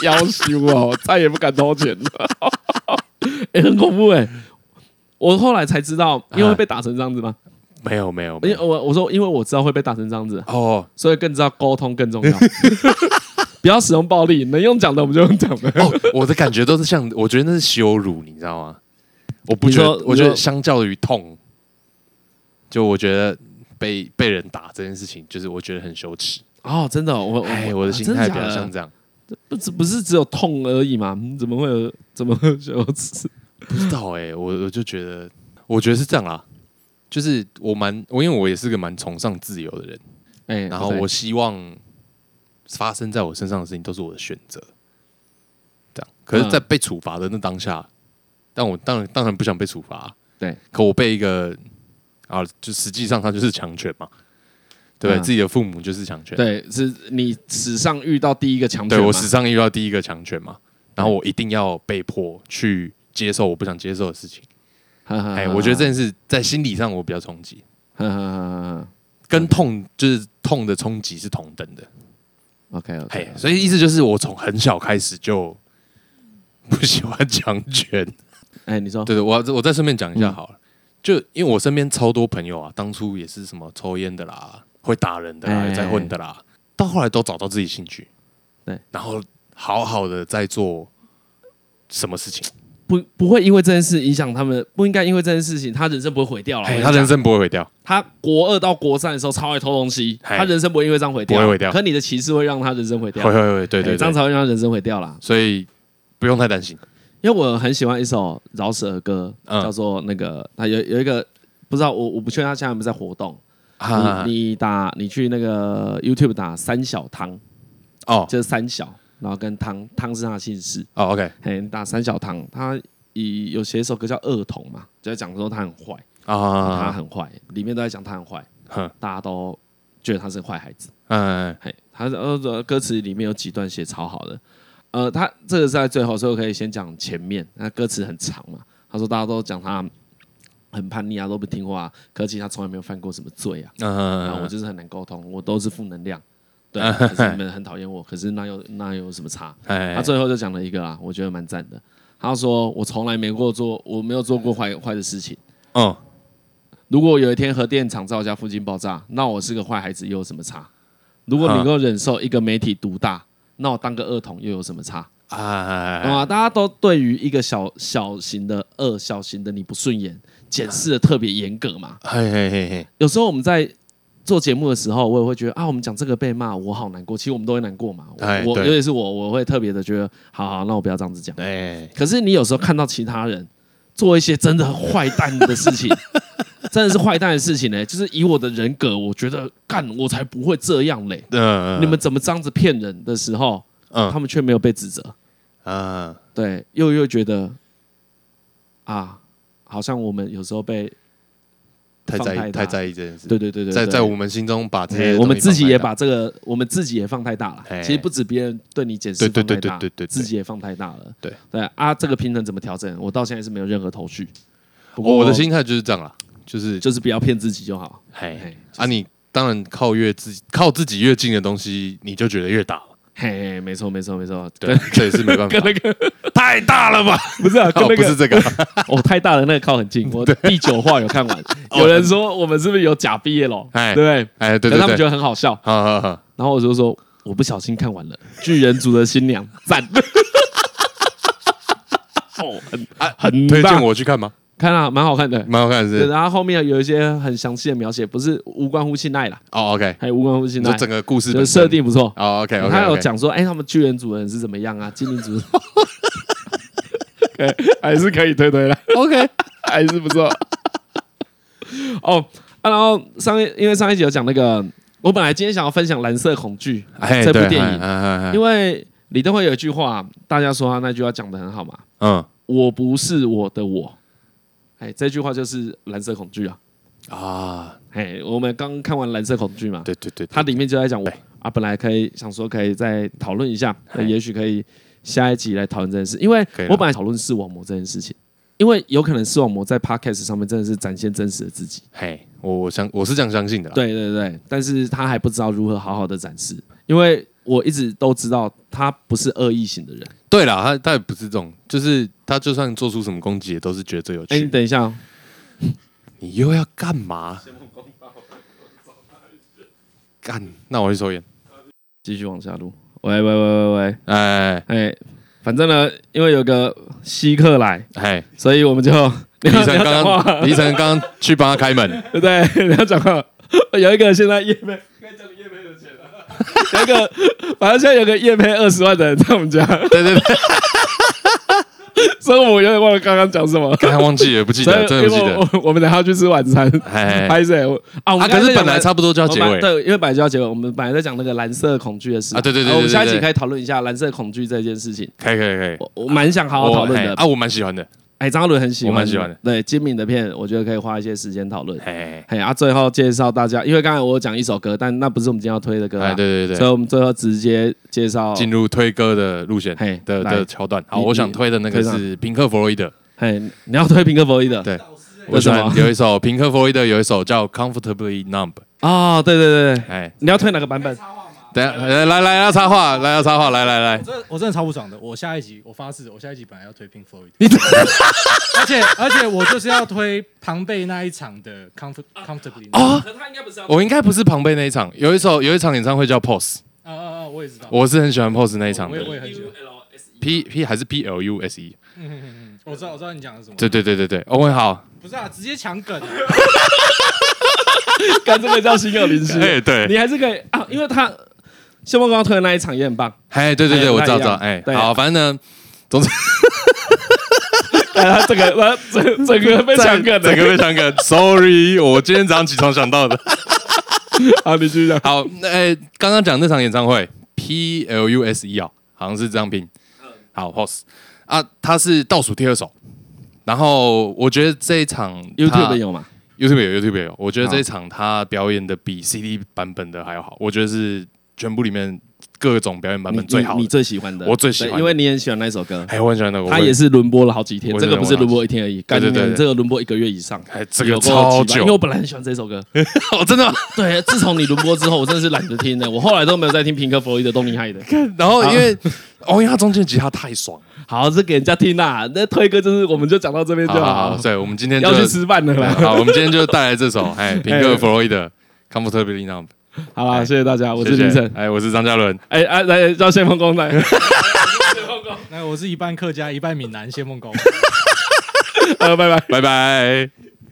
[SPEAKER 1] 腰羞哦，我再也不敢偷钱了。哎、很恐怖哎、我后来才知道，因为会被打成这样子嘛。
[SPEAKER 2] (laughs) 没有没有，
[SPEAKER 1] 因
[SPEAKER 2] 没
[SPEAKER 1] 为
[SPEAKER 2] 有
[SPEAKER 1] 我我说，因为我知道会被打成这样子，
[SPEAKER 2] 哎哦
[SPEAKER 1] 所以更知道沟通更重要。 (laughs) 不要使用暴力，能用讲的我们就用讲的。
[SPEAKER 2] 哦， (laughs) 我的感觉都是像，我觉得那是羞辱，你知道吗？我不
[SPEAKER 1] 你
[SPEAKER 2] 觉
[SPEAKER 1] 说
[SPEAKER 2] 得，我
[SPEAKER 1] 你
[SPEAKER 2] 觉
[SPEAKER 1] 说
[SPEAKER 2] 得相较于痛，就我觉得被被人打这件事情，就是我觉得很羞耻。
[SPEAKER 1] 哦，真的哦、我
[SPEAKER 2] 哎，我的心
[SPEAKER 1] 真
[SPEAKER 2] 态
[SPEAKER 1] 假
[SPEAKER 2] 比较
[SPEAKER 1] 的
[SPEAKER 2] 像这样，
[SPEAKER 1] 不只不是只有痛而已嘛？嗯怎么会有怎么会有羞耻？
[SPEAKER 2] 不知道哎，我我就觉得，我觉得是这样啦。就是我蛮，我因为我也是个蛮崇尚自由的人，
[SPEAKER 1] 哎，
[SPEAKER 2] 然后我希望发生在我身上的事情都是我的选择，这样。可
[SPEAKER 1] 嗯
[SPEAKER 2] 是，在被处罚的那当下，但我当然当然不想被处罚啊、
[SPEAKER 1] 对
[SPEAKER 2] 可我被一个啊，就实际上他就是强权嘛，对不对？
[SPEAKER 1] 嗯
[SPEAKER 2] 自己的父母就是强权，
[SPEAKER 1] 对，是你史上遇到第一个强
[SPEAKER 2] 对
[SPEAKER 1] 权嘛，
[SPEAKER 2] 我史上遇到第一个强权嘛，然后我一定要被迫去接受我不想接受的事情。
[SPEAKER 1] 哈哈，
[SPEAKER 2] 哎，我觉得这件事在心理上我比较冲击，
[SPEAKER 1] 哈哈哈哈
[SPEAKER 2] 跟痛就是痛的冲击是同等的。
[SPEAKER 1] ，OK
[SPEAKER 2] 嘿
[SPEAKER 1] OK，，
[SPEAKER 2] 所以意思就是我从很小开始就不喜欢强
[SPEAKER 1] (laughs)
[SPEAKER 2] 权。
[SPEAKER 1] 哎，你说
[SPEAKER 2] 对对，我要我再顺便讲一
[SPEAKER 1] 嗯
[SPEAKER 2] 下好了，就因为我身边超多朋友啊，当初也是什么抽烟的啦，会打人的啦，
[SPEAKER 1] 哎
[SPEAKER 2] 也在混的啦，到后来都找到自己兴趣，
[SPEAKER 1] 对，
[SPEAKER 2] 然后好好的在做什么事情，
[SPEAKER 1] 不不会因为这件事影响他们，不应该因为这件事情，他人生不会毁掉了。我
[SPEAKER 2] 嘿
[SPEAKER 1] 跟你
[SPEAKER 2] 哎他人
[SPEAKER 1] 讲
[SPEAKER 2] 生不会毁掉，
[SPEAKER 1] 他国二到国三的时候超爱偷东西，
[SPEAKER 2] 嘿
[SPEAKER 1] 他人生不会因为这样毁掉，
[SPEAKER 2] 不会毁掉
[SPEAKER 1] 可你的歧视会让他人生毁
[SPEAKER 2] 会
[SPEAKER 1] 掉，
[SPEAKER 2] 会会，对
[SPEAKER 1] 哎
[SPEAKER 2] 对
[SPEAKER 1] 这样
[SPEAKER 2] 对，
[SPEAKER 1] 才会让他人生毁掉啦。
[SPEAKER 2] 所以不用太担心。
[SPEAKER 1] 因为我很喜欢一首饶舌歌，
[SPEAKER 2] 嗯
[SPEAKER 1] 叫做那个，他有有一个不知道我我不确定他现在有没有在活动。
[SPEAKER 2] 啊
[SPEAKER 1] 你你打你去那个 YouTube 打三小汤，
[SPEAKER 2] 哦
[SPEAKER 1] 就是三小，然后跟汤汤是他的姓氏，
[SPEAKER 2] 哦，OK
[SPEAKER 1] 嘿，你打三小汤，他以有写一首歌叫《恶童》嘛，就在讲说他很坏，他
[SPEAKER 2] 啊，
[SPEAKER 1] 很坏，里面都在讲他很坏，
[SPEAKER 2] 哼
[SPEAKER 1] 大家都觉得他是坏孩子。
[SPEAKER 2] 嗯，
[SPEAKER 1] 嘿，他的呃歌词里面有几段写超好的，呃，他这个是在最后，所以我可以先讲前面。那歌词很长嘛，他说大家都讲他很叛逆啊，都不听话、啊，可其实他从来没有犯过什么罪啊。
[SPEAKER 2] 嗯，
[SPEAKER 1] 然后我就是很难沟通，我都是负能量，
[SPEAKER 2] (laughs)
[SPEAKER 1] 对，可是你们很讨厌我，可是那又那又有什么差？
[SPEAKER 2] 哎
[SPEAKER 1] 他最后就讲了一个啊，我觉得蛮赞的。他说我从来没过做，我没有做过坏坏的事情，
[SPEAKER 2] 嗯，
[SPEAKER 1] 如果有一天核电厂在我家附近爆炸，那我是个坏孩子又有什么差？如果你能够忍受一个媒体独大，那我当个恶童又有什么差？懂
[SPEAKER 2] 啊，
[SPEAKER 1] 吗？大家都对于一个小小型的恶、小型的你不顺眼，检视的特别严格嘛。
[SPEAKER 2] 嘿嘿嘿嘿，
[SPEAKER 1] 有时候我们在做节目的时候，我也会觉得啊，我们讲这个被骂，我好难过。其实我们都会难过嘛。我
[SPEAKER 2] 哎
[SPEAKER 1] 我
[SPEAKER 2] 对
[SPEAKER 1] 尤其是我，我会特别的觉得，好好，那我不要这样子讲。
[SPEAKER 2] 哎，
[SPEAKER 1] 可是你有时候看到其他人做一些真的很坏蛋的事
[SPEAKER 2] (laughs)
[SPEAKER 1] 情，真的是坏蛋的事情呢、就是以我的人格，我觉得干我才不会这样嘞、
[SPEAKER 2] 嗯，
[SPEAKER 1] 你们怎么这样子骗人的时候，
[SPEAKER 2] 嗯
[SPEAKER 1] 他们却没有被指责，
[SPEAKER 2] 嗯，
[SPEAKER 1] 对，又又觉得啊，好像我们有时候被
[SPEAKER 2] 太在
[SPEAKER 1] 放
[SPEAKER 2] 意
[SPEAKER 1] 大
[SPEAKER 2] 太在意这件事，
[SPEAKER 1] 对对对对，
[SPEAKER 2] 在
[SPEAKER 1] 对
[SPEAKER 2] 在我们心中把这些
[SPEAKER 1] 哎
[SPEAKER 2] 东西
[SPEAKER 1] 我们自己也
[SPEAKER 2] 放
[SPEAKER 1] 把这个，我们自己也放太大了。
[SPEAKER 2] 哎
[SPEAKER 1] 其实不止别人对你检视
[SPEAKER 2] 对
[SPEAKER 1] 放太
[SPEAKER 2] 对
[SPEAKER 1] 大，
[SPEAKER 2] 对对对对对
[SPEAKER 1] 自己也放太大了。
[SPEAKER 2] 对
[SPEAKER 1] 对啊，这个平衡怎么调整？我到现在是没有任何头绪。不
[SPEAKER 2] 大
[SPEAKER 1] 过
[SPEAKER 2] 哦我的心态就是这样啦，就是
[SPEAKER 1] 就是不要骗自己就好。
[SPEAKER 2] 嘿
[SPEAKER 1] 嘿
[SPEAKER 2] 啊，你当然靠越自己靠自己越近的东西，你就觉得越大了。
[SPEAKER 1] 嘿，没错没错没错，
[SPEAKER 2] 对，这也是没办法 (laughs)
[SPEAKER 1] 跟，那个
[SPEAKER 2] 太大了吧？
[SPEAKER 1] 不是啊，跟
[SPEAKER 2] 哦，
[SPEAKER 1] 那
[SPEAKER 2] 不是
[SPEAKER 1] 个
[SPEAKER 2] 这个，
[SPEAKER 1] 我太大的那个靠很近。我第九话有看完，有人说我们是不是有假毕业了？
[SPEAKER 2] 哎
[SPEAKER 1] 对不对？
[SPEAKER 2] 哎，对
[SPEAKER 1] 可是他
[SPEAKER 2] 对
[SPEAKER 1] 们觉
[SPEAKER 2] 对，
[SPEAKER 1] 得很好笑，
[SPEAKER 2] 好好好，
[SPEAKER 1] 然后我就说我不小心看完了《巨人族的新娘》，赞。哦， (laughs) 很
[SPEAKER 2] 啊
[SPEAKER 1] 很
[SPEAKER 2] 推
[SPEAKER 1] 大
[SPEAKER 2] 荐我去看吗？
[SPEAKER 1] 看啊，蛮好看的。
[SPEAKER 2] 蛮好看的
[SPEAKER 1] 对，
[SPEAKER 2] 是，
[SPEAKER 1] 然后后面有一些很详细的描写，不是无关乎信赖啦，
[SPEAKER 2] 哦，OK，
[SPEAKER 1] 还有无关乎信
[SPEAKER 2] 你说
[SPEAKER 1] 赖，
[SPEAKER 2] 整个故
[SPEAKER 1] 就
[SPEAKER 2] 事
[SPEAKER 1] 是
[SPEAKER 2] 本身
[SPEAKER 1] 设，定不错。
[SPEAKER 2] 哦，OK，
[SPEAKER 1] 他有，讲说，哎、他们巨人主人是怎么样啊？精灵主人，对，还是 (laughs) 可以推推的，OK，还是不错。 (laughs) 哦、啊，然后上一因为上一集有讲那个，我本来今天想要分享《蓝色恐惧啊
[SPEAKER 2] 哎，》
[SPEAKER 1] 这
[SPEAKER 2] 对
[SPEAKER 1] 部电影，
[SPEAKER 2] 哎哎哎
[SPEAKER 1] 因为李登辉有一句话，大家说他那句话讲的很好嘛，
[SPEAKER 2] 嗯
[SPEAKER 1] 我不是我的我，哎，这句话就是《蓝色恐惧》啊，
[SPEAKER 2] 啊，
[SPEAKER 1] 哎，我们刚看完《蓝色恐惧》嘛，
[SPEAKER 2] 对对对，对
[SPEAKER 1] 它里面就在讲我
[SPEAKER 2] 对
[SPEAKER 1] 啊，本来可以想说可以再讨论一下，那也许可以下一集来讨论这件事，因为
[SPEAKER 2] 可以了
[SPEAKER 1] 我本来讨论视网膜这件事情，因为有可能视网膜在 podcast 上面真的是展现真实的自己，
[SPEAKER 2] 嘿，我我相我是这样相信的啦，
[SPEAKER 1] 对啊对对，但是他还不知道如何好好的展示，因为我一直都知道他不是恶意型的人。
[SPEAKER 2] 对啦，他他也不是这种，就是他就算做出什么攻击，也都是觉得最有
[SPEAKER 1] 哎，你
[SPEAKER 2] 趣。
[SPEAKER 1] 等一下哦，
[SPEAKER 2] 你又要干嘛？干，那我去抽烟。
[SPEAKER 1] 继续往下录。喂喂喂喂喂，
[SPEAKER 2] 哎
[SPEAKER 1] 哎，反正呢，因为有个稀客来，
[SPEAKER 2] 哎，
[SPEAKER 1] 所以我们就 (laughs) 你
[SPEAKER 2] 李
[SPEAKER 1] 要
[SPEAKER 2] 医
[SPEAKER 1] 你
[SPEAKER 2] 生
[SPEAKER 1] 要
[SPEAKER 2] 刚
[SPEAKER 1] 讲话
[SPEAKER 2] 刚，李医生刚刚去帮他开门。 (laughs)
[SPEAKER 1] 对不对？你要讲话，呃有一个现在叶配， (laughs) 该讲叶配有钱了，有一个，反正现在有个叶配二十万的人在我们家， (laughs)
[SPEAKER 2] 对对对，
[SPEAKER 1] 所以我有点忘了刚刚讲什么。
[SPEAKER 2] 刚才忘记了，不记
[SPEAKER 1] 所
[SPEAKER 2] 得，
[SPEAKER 1] 以，
[SPEAKER 2] 真的不记得。
[SPEAKER 1] 我我们等一下要去吃晚餐，
[SPEAKER 2] 哎，
[SPEAKER 1] 拍谁？我啊，我
[SPEAKER 2] 啊，
[SPEAKER 1] 们
[SPEAKER 2] 可
[SPEAKER 1] 刚才
[SPEAKER 2] 是
[SPEAKER 1] 在讲
[SPEAKER 2] 本来差不多就要结
[SPEAKER 1] 我
[SPEAKER 2] 尾
[SPEAKER 1] 们对，因为本来就要结尾，我们本来在讲那个蓝色恐惧的事
[SPEAKER 2] 啊对对对对
[SPEAKER 1] 我们下一
[SPEAKER 2] 对
[SPEAKER 1] 集
[SPEAKER 2] 对
[SPEAKER 1] 可以讨论一下蓝色恐惧这件事情，
[SPEAKER 2] 可以可以可以，
[SPEAKER 1] 我我蛮想好好
[SPEAKER 2] 我
[SPEAKER 1] 讨论
[SPEAKER 2] 嘿
[SPEAKER 1] 的。
[SPEAKER 2] 啊，我蛮喜欢的。
[SPEAKER 1] 哎，张嘉伦很喜欢，
[SPEAKER 2] 我蛮喜欢的。
[SPEAKER 1] 对，精明的片，我觉得可以花一些时间讨论。
[SPEAKER 2] 哎
[SPEAKER 1] 哎啊，最后介绍大家，因为刚才我有讲一首歌，但那不是我们今天要推的歌啊
[SPEAKER 2] 哎，，对对
[SPEAKER 1] 所
[SPEAKER 2] 对，
[SPEAKER 1] 以我们最后直接介绍。
[SPEAKER 2] 进入推歌的路线
[SPEAKER 1] 嘿
[SPEAKER 2] 的
[SPEAKER 1] 来
[SPEAKER 2] 的桥段。好，
[SPEAKER 1] 你
[SPEAKER 2] 我想推的那
[SPEAKER 1] 推
[SPEAKER 2] 个
[SPEAKER 1] 上
[SPEAKER 2] 是平克·弗洛伊德。
[SPEAKER 1] 哎，你要推平克·弗洛伊德？
[SPEAKER 2] 对我
[SPEAKER 1] 为
[SPEAKER 2] 喜
[SPEAKER 1] 什
[SPEAKER 2] 欢
[SPEAKER 1] 么？
[SPEAKER 2] 有一首平克·弗洛伊德有一首叫《Comfortably Numb》。
[SPEAKER 1] 哦，对对对对，
[SPEAKER 2] 哎，
[SPEAKER 1] 你要推哪个版本？
[SPEAKER 2] 等下哎来来来要插话，来要插话，来来来，
[SPEAKER 3] 这我真的超不爽的。我下一集，我发誓，我下一集本来要推 Pink Floyd，而且而且我就是要推庞贝那一场的 Comfort Comfortably 啊
[SPEAKER 2] 哦
[SPEAKER 1] 可他应该不是要。
[SPEAKER 2] 我应该不是庞贝那一场，有一首有一场演唱会叫 Pose，
[SPEAKER 3] 啊啊！我也知道，
[SPEAKER 2] E 我是很喜欢 Pose E 那一场
[SPEAKER 3] 我也我
[SPEAKER 2] 的。
[SPEAKER 3] 也很喜欢。
[SPEAKER 2] P P 还是 P L U S E？
[SPEAKER 3] 嗯嗯嗯嗯，我知道我知道你讲的是什么。
[SPEAKER 2] 对对对对对，欧文好，
[SPEAKER 3] 不是啊， (laughs) 直接抢梗。
[SPEAKER 1] 干这个叫心有灵犀，
[SPEAKER 2] (laughs) 哎对，
[SPEAKER 1] 你还是可以啊，因为他谢梦刚刚推的那一场也很棒， (laughs)
[SPEAKER 2] 哎对对对，
[SPEAKER 1] 哎
[SPEAKER 2] 我知道
[SPEAKER 1] 不太一样
[SPEAKER 2] 知道，哎
[SPEAKER 1] 对
[SPEAKER 2] 好，反正呢，
[SPEAKER 1] 哎他这个他整整个被抢梗的。
[SPEAKER 2] 整个被抢梗，sorry，我今天早上起床想到的。
[SPEAKER 1] (laughs)
[SPEAKER 2] (laughs)
[SPEAKER 1] 好，你继续讲。
[SPEAKER 2] 好，那哎刚刚讲那场演唱会 P L U S E 啊，好像是这样拼。
[SPEAKER 1] 嗯
[SPEAKER 2] 好 Pose 啊，他是倒数第二首，然后我觉得这一场他
[SPEAKER 1] YouTube 有吗？
[SPEAKER 2] YouTube 有 YouTube 有，我觉得
[SPEAKER 1] 好
[SPEAKER 2] 这一场他表演的比 CD 版本的还要好，我觉得是全部里面各种表演版本最好
[SPEAKER 1] 你
[SPEAKER 2] 的。
[SPEAKER 1] 最喜欢的，
[SPEAKER 2] 我最喜欢的
[SPEAKER 1] 对因为你很喜欢那首歌，
[SPEAKER 2] 哎，我很喜欢那个，
[SPEAKER 1] 他
[SPEAKER 2] 我 (laughs)
[SPEAKER 1] 也是轮播了好几天，
[SPEAKER 2] 我也
[SPEAKER 1] 这
[SPEAKER 2] 是
[SPEAKER 1] 个不是轮播一天而已，
[SPEAKER 2] 对
[SPEAKER 1] 感
[SPEAKER 2] 对
[SPEAKER 1] 觉
[SPEAKER 2] 对对
[SPEAKER 1] 这个轮播一个月以上，
[SPEAKER 2] 哎，这个
[SPEAKER 1] 有够
[SPEAKER 2] 超
[SPEAKER 1] 奇葩因为我
[SPEAKER 2] 久，
[SPEAKER 1] 本来很喜欢这首歌，
[SPEAKER 2] 哦，真的吗。 (laughs)
[SPEAKER 1] (laughs) 对，自从你轮播之后，我真的是懒得听了，我后来都没有再听平克·弗洛伊德、东尼海的。
[SPEAKER 2] 然
[SPEAKER 1] 啊
[SPEAKER 2] 后因为哦，因为他中间吉他太爽了，
[SPEAKER 1] 好，这给人家听啦，那推歌就是我们就讲到这边就
[SPEAKER 2] 好好
[SPEAKER 1] 好
[SPEAKER 2] 好，，对，我们今天就
[SPEAKER 1] 要去吃饭了啦。
[SPEAKER 2] (laughs) 好，我们今天就带来这首，
[SPEAKER 1] (laughs)
[SPEAKER 2] 哎，平克·弗洛伊的《Comfortably Numb》。
[SPEAKER 1] 好啦，谢谢大家，我是
[SPEAKER 2] 谢谢
[SPEAKER 1] 李晨，
[SPEAKER 2] 哎，我是张嘉伦。
[SPEAKER 1] 哎哎，来叫先锋工
[SPEAKER 2] (laughs)
[SPEAKER 1] 来，
[SPEAKER 3] 那我是一半客家，一半闽南谢梦工。
[SPEAKER 1] 呃，拜拜。
[SPEAKER 2] 拜拜。